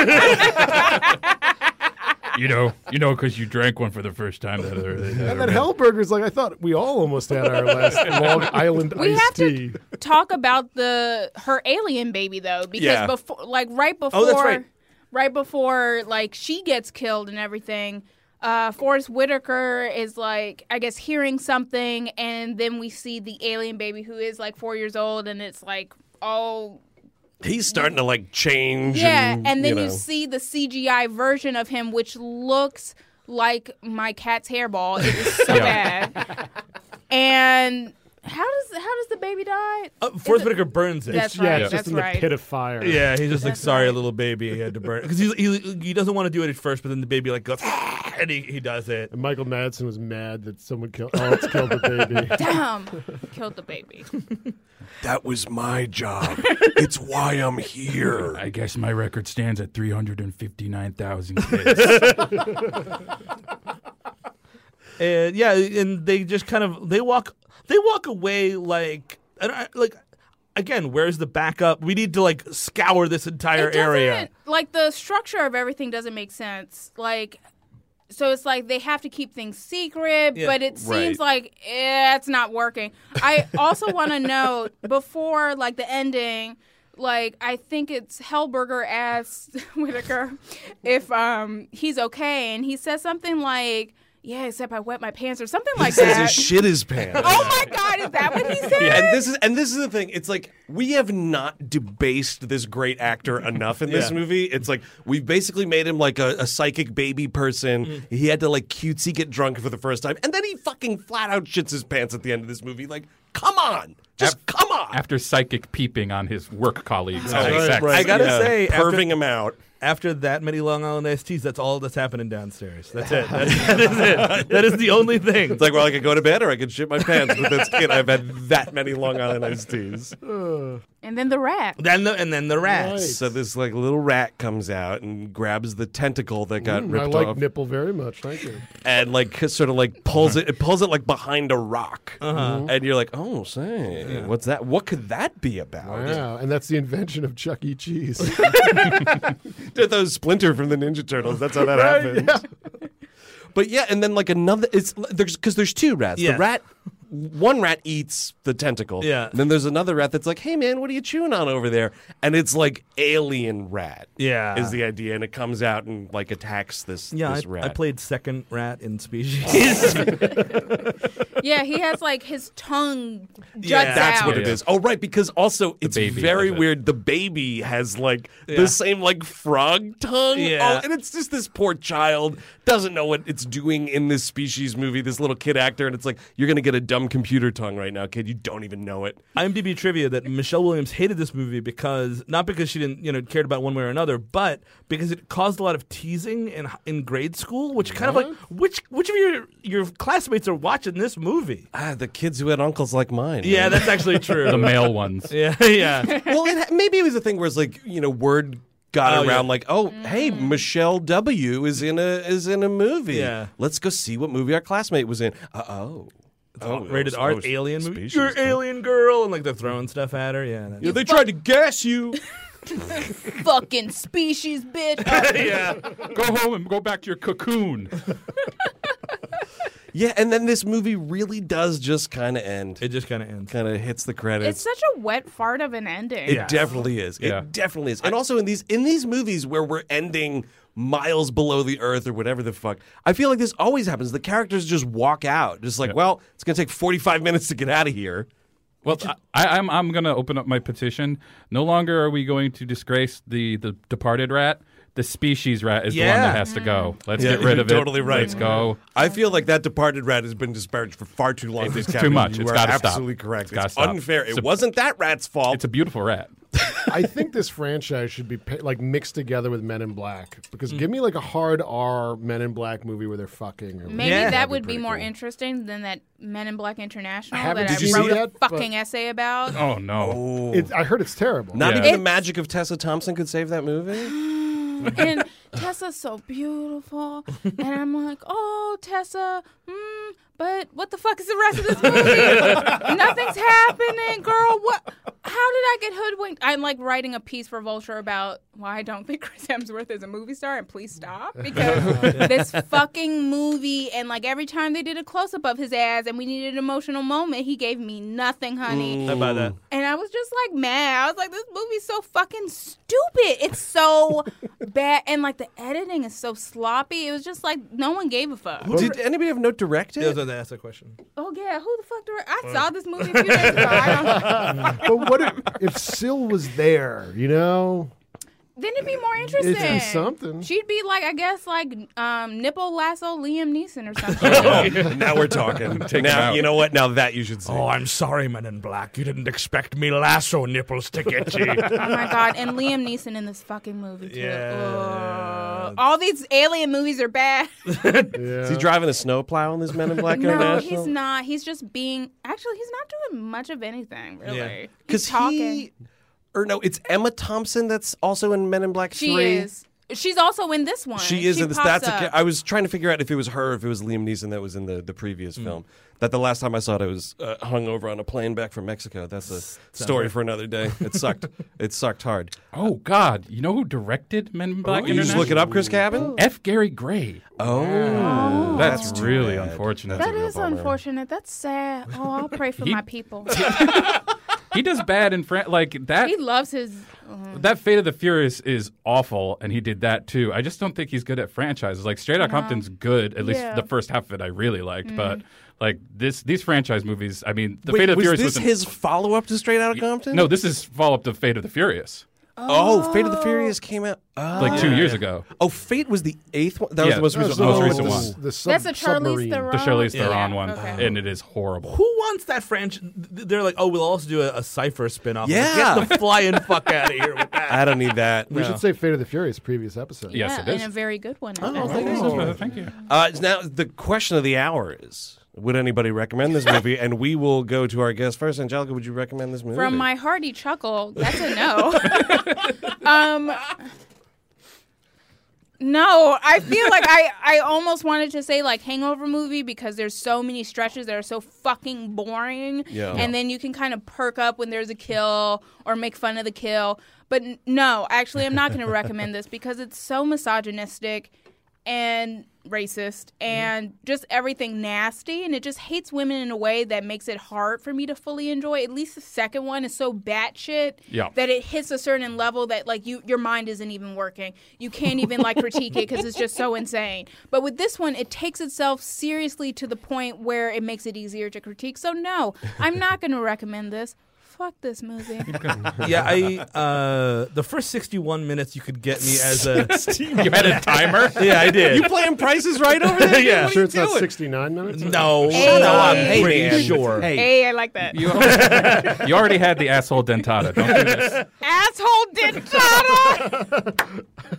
You know, you know, because you drank one for the first time that other day. and then Hellburger's like, I thought we all almost had our last Long Island we iced have tea. to talk about the her alien baby though, because Yeah. before, like, right before, Oh, that's right. right before, like, she gets killed and everything. Uh, Forrest Whitaker is like, I guess, hearing something, and then we see the alien baby who is like four years old, and it's like all he's starting to like change. Yeah, and, then you, know. see the CGI version of him, which looks like my cat's hairball. It is so bad. And how does how does the baby die? Uh, Forrest Whitaker burns it. That's yeah, right. it's that's just in right. the pit of fire. Yeah, he's just like, sorry, little baby, he had to burn because he, he doesn't want to do it at first, but then the baby like goes "Ah," and he, he does it. And Michael Madsen was mad that someone killed Alex killed the baby. Damn, Um, killed the baby. that was my job. it's why I'm here. I guess my record stands at 359,000 hits. And yeah, and they just kind of they walk they walk away like I don't- I- like again, where's the backup? We need to like scour this entire It area. doesn't- Like the structure of everything doesn't make sense. Like. So it's like they have to keep things secret, Yeah. but it seems Right. like eh, it's not working. I also want to note before like the ending, like I think it's Hellberger asks Whitaker if um he's okay, and he says something like, "Yeah, except I wet my pants" or something like says that. his shit his pants. oh my god, is that what he said? And this is and this is the thing. It's like we have not debased this great actor enough in this Yeah. movie. It's like we've basically made him like a, a psychic baby person. He had to like cutesy get drunk for the first time, and then he fucking flat out shits his pants at the end of this movie. Like, come on, just Af- come on. After psychic peeping on his work colleagues. having Right, sex. right. I gotta say, after- perving him out. After that many Long Island iced teas, that's all that's happening downstairs. That's it. That's, that is it. That is the only thing. It's like, well, I could go to bed or I could shit my pants with this kid. I've had that many Long Island iced teas. And then the rat. Then the, and then the rats. So this like little rat comes out and grabs the tentacle that got Mm, I ripped like off. nipple very much. Thank you. and like sort of like pulls it, it pulls it like behind a rock, Uh-huh. and you're like, oh, say, what's that? What could that be about? Wow, and that's the invention of Chuck E. Cheese. Did those Splinter from the Ninja Turtles? That's how that happened. But yeah, and then like another, it's there's because there's two rats. Yeah. The rat, one rat eats the tentacle. Yeah. And then there's another rat that's like, hey man, what are you chewing on over there? And it's like alien rat. Yeah. Is the idea, and it comes out and like attacks this Yeah, this I, rat. I played second rat in Species. Yeah, he has like his tongue juts Yeah. That's out. what it Yeah. is. Oh, right, because also it's baby very does it. weird. The baby has like Yeah. the same like frog tongue. Yeah. Oh, and it's just this poor child doesn't know what it's doing in this species movie. This little kid actor, and it's like you're gonna get a dumb computer tongue right now, kid. You don't even know it. IMDb trivia that Michelle Williams hated this movie because not because she didn't you know cared about one way or another, but because it caused a lot of teasing in in grade school, which kind of like which which of your your classmates are watching this movie? Ah, the kids who had uncles like mine. Yeah, man. that's actually true. the male ones. yeah, yeah. well, it, ha- maybe it was a thing where it's like you know word got Oh, yeah. around like oh hey Michelle W is in a is in a movie. Yeah. let's go see what movie our classmate was in. Uh oh. Oh, Rated oh, R, oh, alien movie. species. You're alien girl, and like they're throwing stuff at her. Yeah, that's- Yeah, they tried to gas you. Fucking species, bitch. Oh, yeah. Go home and go back to your cocoon. yeah, and then this movie really does just kind of end. it It just kind of ends. kind of hits the it's credits. such a wet fart of an ending. it definitely is. Yeah. It definitely is. And also in these in these movies where we're ending miles below the earth or whatever the fuck, I feel like this always happens. The characters just walk out, just like, well, it's gonna take forty five minutes to get out of here. Well, I, I'm I'm gonna open up my petition. No longer are we going to disgrace the the departed rat. The species rat is the one Yeah. that has to go. Let's Yeah, get rid you're of it. totally right. Let's go. I feel like that departed rat has been disparaged for far too long. It's too much. You It's are gotta stop. absolutely correct. It's gotta It's stop. unfair. It It's a- wasn't that rat's fault. It's a beautiful rat. I think this franchise should be pa- like mixed together with Men in Black because Mm. give me like a hard R Men in Black movie where they're fucking. Or Maybe Yeah. that would be more interesting than that Men in Black International I haven't- that I did you see wrote that? a fucking essay about. Oh no. It, I heard it's terrible. Not Yeah. even the It's- magic of Tessa Thompson could save that movie. and Tessa's so beautiful, and I'm like, oh, Tessa, mm, but what the fuck is the rest of this movie? Nothing's happening, girl. What? How did I get hoodwinked? I'm like writing a piece for Vulture about why I don't think Chris Hemsworth is a movie star, and please stop because this fucking movie, and like every time they did a close up of his ass, and we needed an emotional moment, he gave me nothing, honey. How about that? And I was just like mad. I was like, this movie's so fucking stupid. It's so bad. And like the editing is so sloppy. It was just like no one gave a fuck. Did anybody have no Yeah, I was directed? about to ask that question. Oh yeah, who the fuck do I saw this movie a few days ago. I don't But what if, if Syl was there? You know, then it'd be more interesting. it'd be something. She'd be like, I guess like um nipple lasso Liam Neeson or something. now we're talking. now out. you know what? Now that you should see. Oh, I'm sorry, Men in Black. You didn't expect me lasso nipples to get you. oh my god. And Liam Neeson in this fucking movie too. Yeah. Ugh. All these alien movies are bad. Is he driving a snowplow in this Men in Black No, International? he's not. He's just being. Actually, he's not doing much of anything really. Yeah. He's talking. he, or no, it's Emma Thompson that's also in Men in Black she Three. is. She's also in this one. She is in this. pops That's a, up. ca- I was trying to figure out if it was her, or if it was Liam Neeson that was in the, the previous Mm. film. That the last time I saw it, I was uh, hung over on a plane back from Mexico. That's a story for another day. It sucked. it sucked hard. Oh God. You know who directed Men in Black Oh, you just look it International? up, Chris Cabin. F. Gary Gray. Oh, That's, too really bad. unfortunate. that is unfortunate. That's sad. Oh, I'll pray for He- my people. he does bad in France. Like that. he loves his. oh. That Fate of the Furious is awful, and he did that too. I just don't think he's good at franchises. Like Straight Outta Compton's good, at least Yeah. Mm. the first half of it I really liked, but like this, these franchise movies. I mean, the Wait, Fate of the was Furious this was an- his follow up to Straight Outta Compton? no, this is follow up to Fate of the Furious, Oh, Fate of the Furious came out. Oh. like two years ago. Oh, Fate was the eighth one. That was Yeah. the most That recent, was the most one recent with one. Oh, the- The, the sub- That's a Charlize submarine. Theron. The Charlize Yeah. Theron one, Okay. and it is horrible. Who wants that franchise? They're like, oh, we'll also do a, a cipher spinoff. I'm like, Yeah. Get the flying fuck out of here with that. I don't need that. We should say Fate of the Furious previous episode. Yes, yeah, it is. and a very good one. I think. Oh, thank you. Uh, now, the question of the hour is Would anybody recommend this movie? and we will go to our guest first. Angelica, would you recommend this movie? From my hearty chuckle, that's a no. um, no, I feel like I, I almost wanted to say like hangover movie because there's so many stretches that are so fucking boring. Yeah. And then you can kind of perk up when there's a kill or make fun of the kill. But n- no, actually, I'm not going to recommend this because it's so misogynistic and racist and just everything nasty and it just hates women in a way that makes it hard for me to fully enjoy. At least the second one is so batshit Yeah. that it hits a certain level that like you your mind isn't even working. You can't even like critique it because it's just so insane. But with this one, it takes itself seriously to the point where it makes it easier to critique. So no, I'm not going to recommend this. fuck this movie. yeah, I uh, the first sixty-one minutes you could get me as a. You had a timer. yeah, I did. You playing prices right over there? Yeah. What are Sure, you it's not doing? 69 minutes? no, Shut no, up. I'm Hey, pretty man. sure. Hey. hey, I like that. You already, you already had the asshole dentata. Don't do this. Asshole dentata.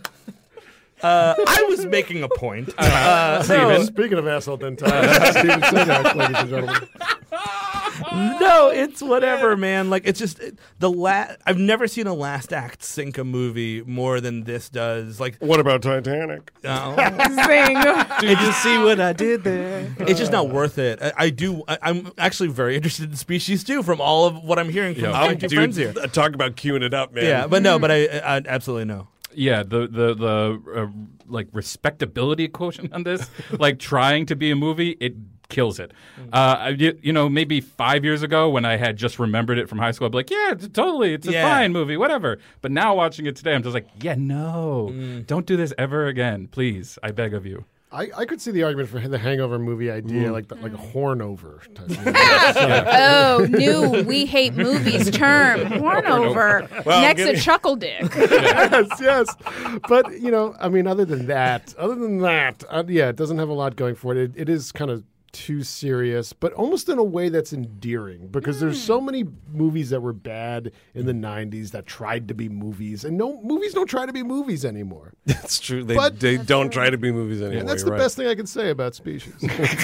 Uh, I was making a point. Uh, Steven. Speaking of asshole dentata, Steven Seagal, ladies and gentlemen. no, it's whatever, man. Like it's just it- the last. I've never seen a last act sink a movie more than this does. Like, What about Titanic? no. Zing. Did you see what I did there? it's just not worth it. I, I do. I, I'm actually very interested in Species too, from all of what I'm hearing from my two friends here. Oh, talk about queuing it up, man. Yeah, but no, but I, I I absolutely no. Yeah, the the the uh, like respectability quotient on this, like trying to be a movie, it kills it. Uh, I- you, you know, maybe five years ago when I had just remembered it from high school, I'd be like, yeah, it's totally, it's a Yeah. fine movie, whatever. But now watching it today, I'm just like, yeah, no, don't do this ever again, please. I beg of you. I, I could see the argument for the hangover movie idea, Mm. like the, like a Mm. horn over type of thing. Oh, new we hate movies term. Hornover. Next give to me- chuckle dick. yes, yes. But you know, I mean, other than that, other than that, uh, yeah, it doesn't have a lot going for it. It, it is kind of too serious, but almost in a way that's endearing because there's Hmm. so many movies that were bad in the '90s that tried to be movies, and no movies don't try to be movies anymore. That's true. They, But- they don't try to be movies anymore. And that's you're the right. best thing I can say about Species.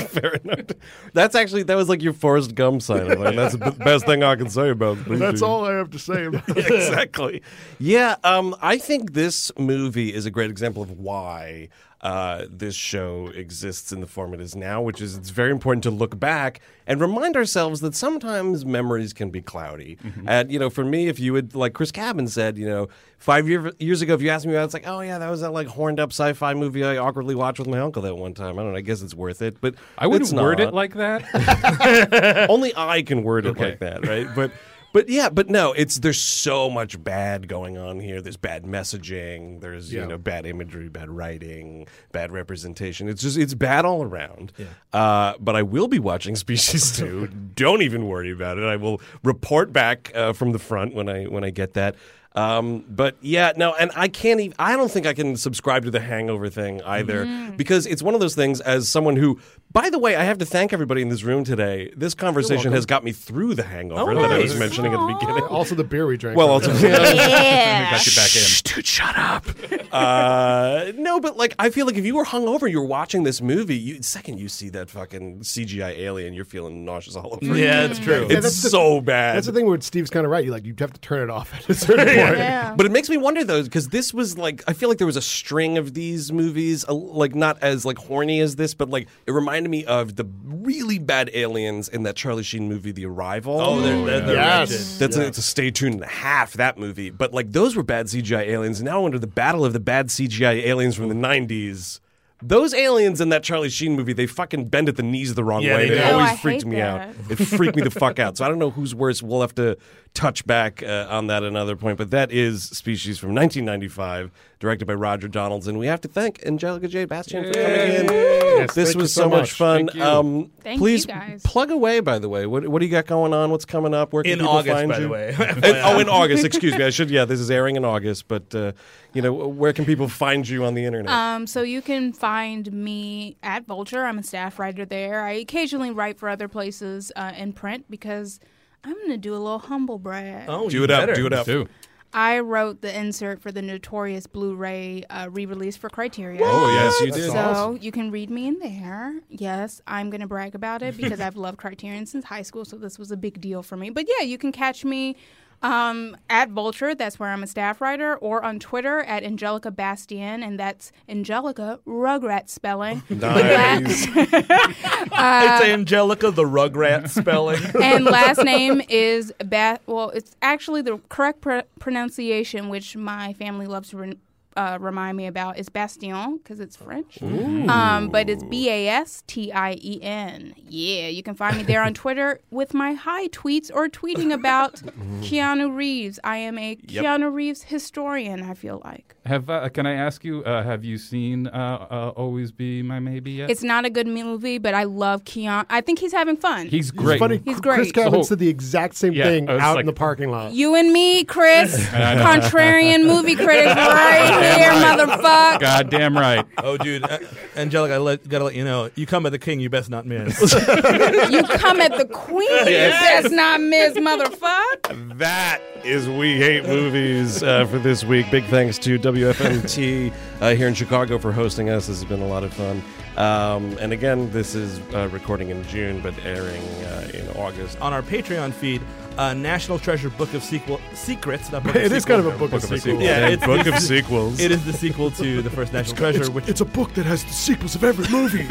Fair enough. That's actually that was like your Forrest Gump sign. Like, that's the b- best thing I can say about. Bleach. that's all I have to say about it. exactly. Yeah, um, I think this movie is a great example of why uh, this show exists in the form it is now, which is it's very important to look back and remind ourselves that sometimes memories can be cloudy. Mm-hmm. And you know, for me, if you would like Chris Cabin said, you know, five year, years ago, if you asked me, I was like, oh yeah, that was that like horned up sci fi movie I awkwardly watched with my uncle that one time. I don't know. I guess it's worth it, but I wouldn't it's word not it like that. only I can word it like that, right? But but yeah, but no, it's there's so much bad going on here. There's bad messaging, there's Yeah. you know bad imagery, bad writing, bad representation. It's just it's bad all around. Uh, but I will be watching Species 2. Don't even worry about it. I will report back uh, from the front when I when I get that. Um, but yeah, no, and I can't even, I don't think I can subscribe to the hangover thing either because it's one of those things as someone who, by the way, I have to thank everybody in this room today. This conversation has got me through the hangover that I was nice. mentioning at the beginning. Also, the beer we drank. Well, also, Yeah. Get back in. Shh, dude, shut up. uh, no, but like, I feel like if you were hungover, and you were watching this movie. You, second, you see that fucking CGI alien, you're feeling nauseous all over. again. Yeah, it's true. it's that's the- so bad. that's the thing where Steve's kind of right. You like you have to turn it off at a certain point. Yeah. But it makes me wonder though, because this was like I feel like there was a string of these movies, uh, like not as like horny as this, but like it reminded me of the really bad aliens in that Charlie Sheen movie, The Arrival. Oh, they're, they're, they're Yes. wretched. That's a, it's a stay tuned and a half that movie. But like those were bad CGI aliens. Now under the battle of the bad CGI aliens from the '90s. Those aliens in that Charlie Sheen movie, they fucking bend at the knees the wrong Yeah, way. they It do. Oh, always I freaked hate me that. out. It freaked me the fuck out. So I don't know who's worse. We'll have to touch back uh, on that another point. But that is Species from 1995, directed by Roger Donaldson. We have to thank Angelica J. Bastian for coming in. Yes, this thank you was so much fun. Um, Thank please you guys. plug away. By the way, what what do you got going on? What's coming up? Where can in people August, find by you? the way. In- oh, in August. Excuse me. I should. Yeah, this is airing in August. But uh, you know, where can people find you on the internet? Um, so you can find me at Vulture. I'm a staff writer there. I occasionally write for other places uh, in print because I'm going to do a little humble brag. Oh, do you it up. better. Do it up. Too. I wrote the insert for the notorious Blu-ray uh, re-release for Criterion. Oh yes, you So did. you can read me in there. Yes, I'm going to brag about it because I've loved Criterion since high school, so this was a big deal for me. But yeah, you can catch me um, at Vulture, that's where I'm a staff writer, or on Twitter at Angelica Bastian, and that's Angelica Rugrat spelling. Nice. It's Angelica the Rugrat spelling. and last name is Bath. Well, it's actually the correct pr- pronunciation, which my family loves to. Re- uh, remind me about is Bastion because it's French. Um, but it's B A S T I E N. Yeah, you can find me there on Twitter with my high tweets or tweeting about Keanu Reeves. I am a Keanu Reeves historian. I feel like Have uh, can I ask you? Uh, have you seen uh, uh, "Always Be My Maybe" yet? it's not a good movie, but I love Keanu. I think he's having fun. He's great. It's funny. He's Chris great. Calvin So- said the exact same Yeah, thing I was out like- in the parking lot. You and me, Chris, contrarian movie critics, right here, motherfucker. Goddamn right. Oh, dude, uh, Angelica, I let, gotta let you know. You come at the king, you best not miss. You come at the queen. That's not Ms. Motherfuck. that is We Hate Movies uh, for this week. Big thanks to WFMT uh, here in Chicago for hosting us. This has been a lot of fun. Um, and again, this is uh, recording in June, but airing uh, in August. On our Patreon feed, uh, National Treasure Book of Sequel Secrets. Not book It is kind of a book, Book of of a sequels. sequel. Yeah, it's- book of sequels. It is the sequel to the first National Treasure, which It's a book that has the sequels of every movie.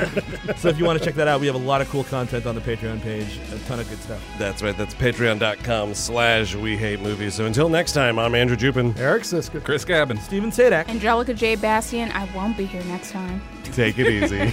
so if you want to check that out, we have a lot of cool content on the Patreon page, a ton of good stuff. That's right. That's patreon.com slash We Hate Movies. So until next time, I'm Andrew Jupin. Eric Siska. Chris Gabbins. Steven Sadak. Angelica J. Bastian, I won't be here next time. Take it easy.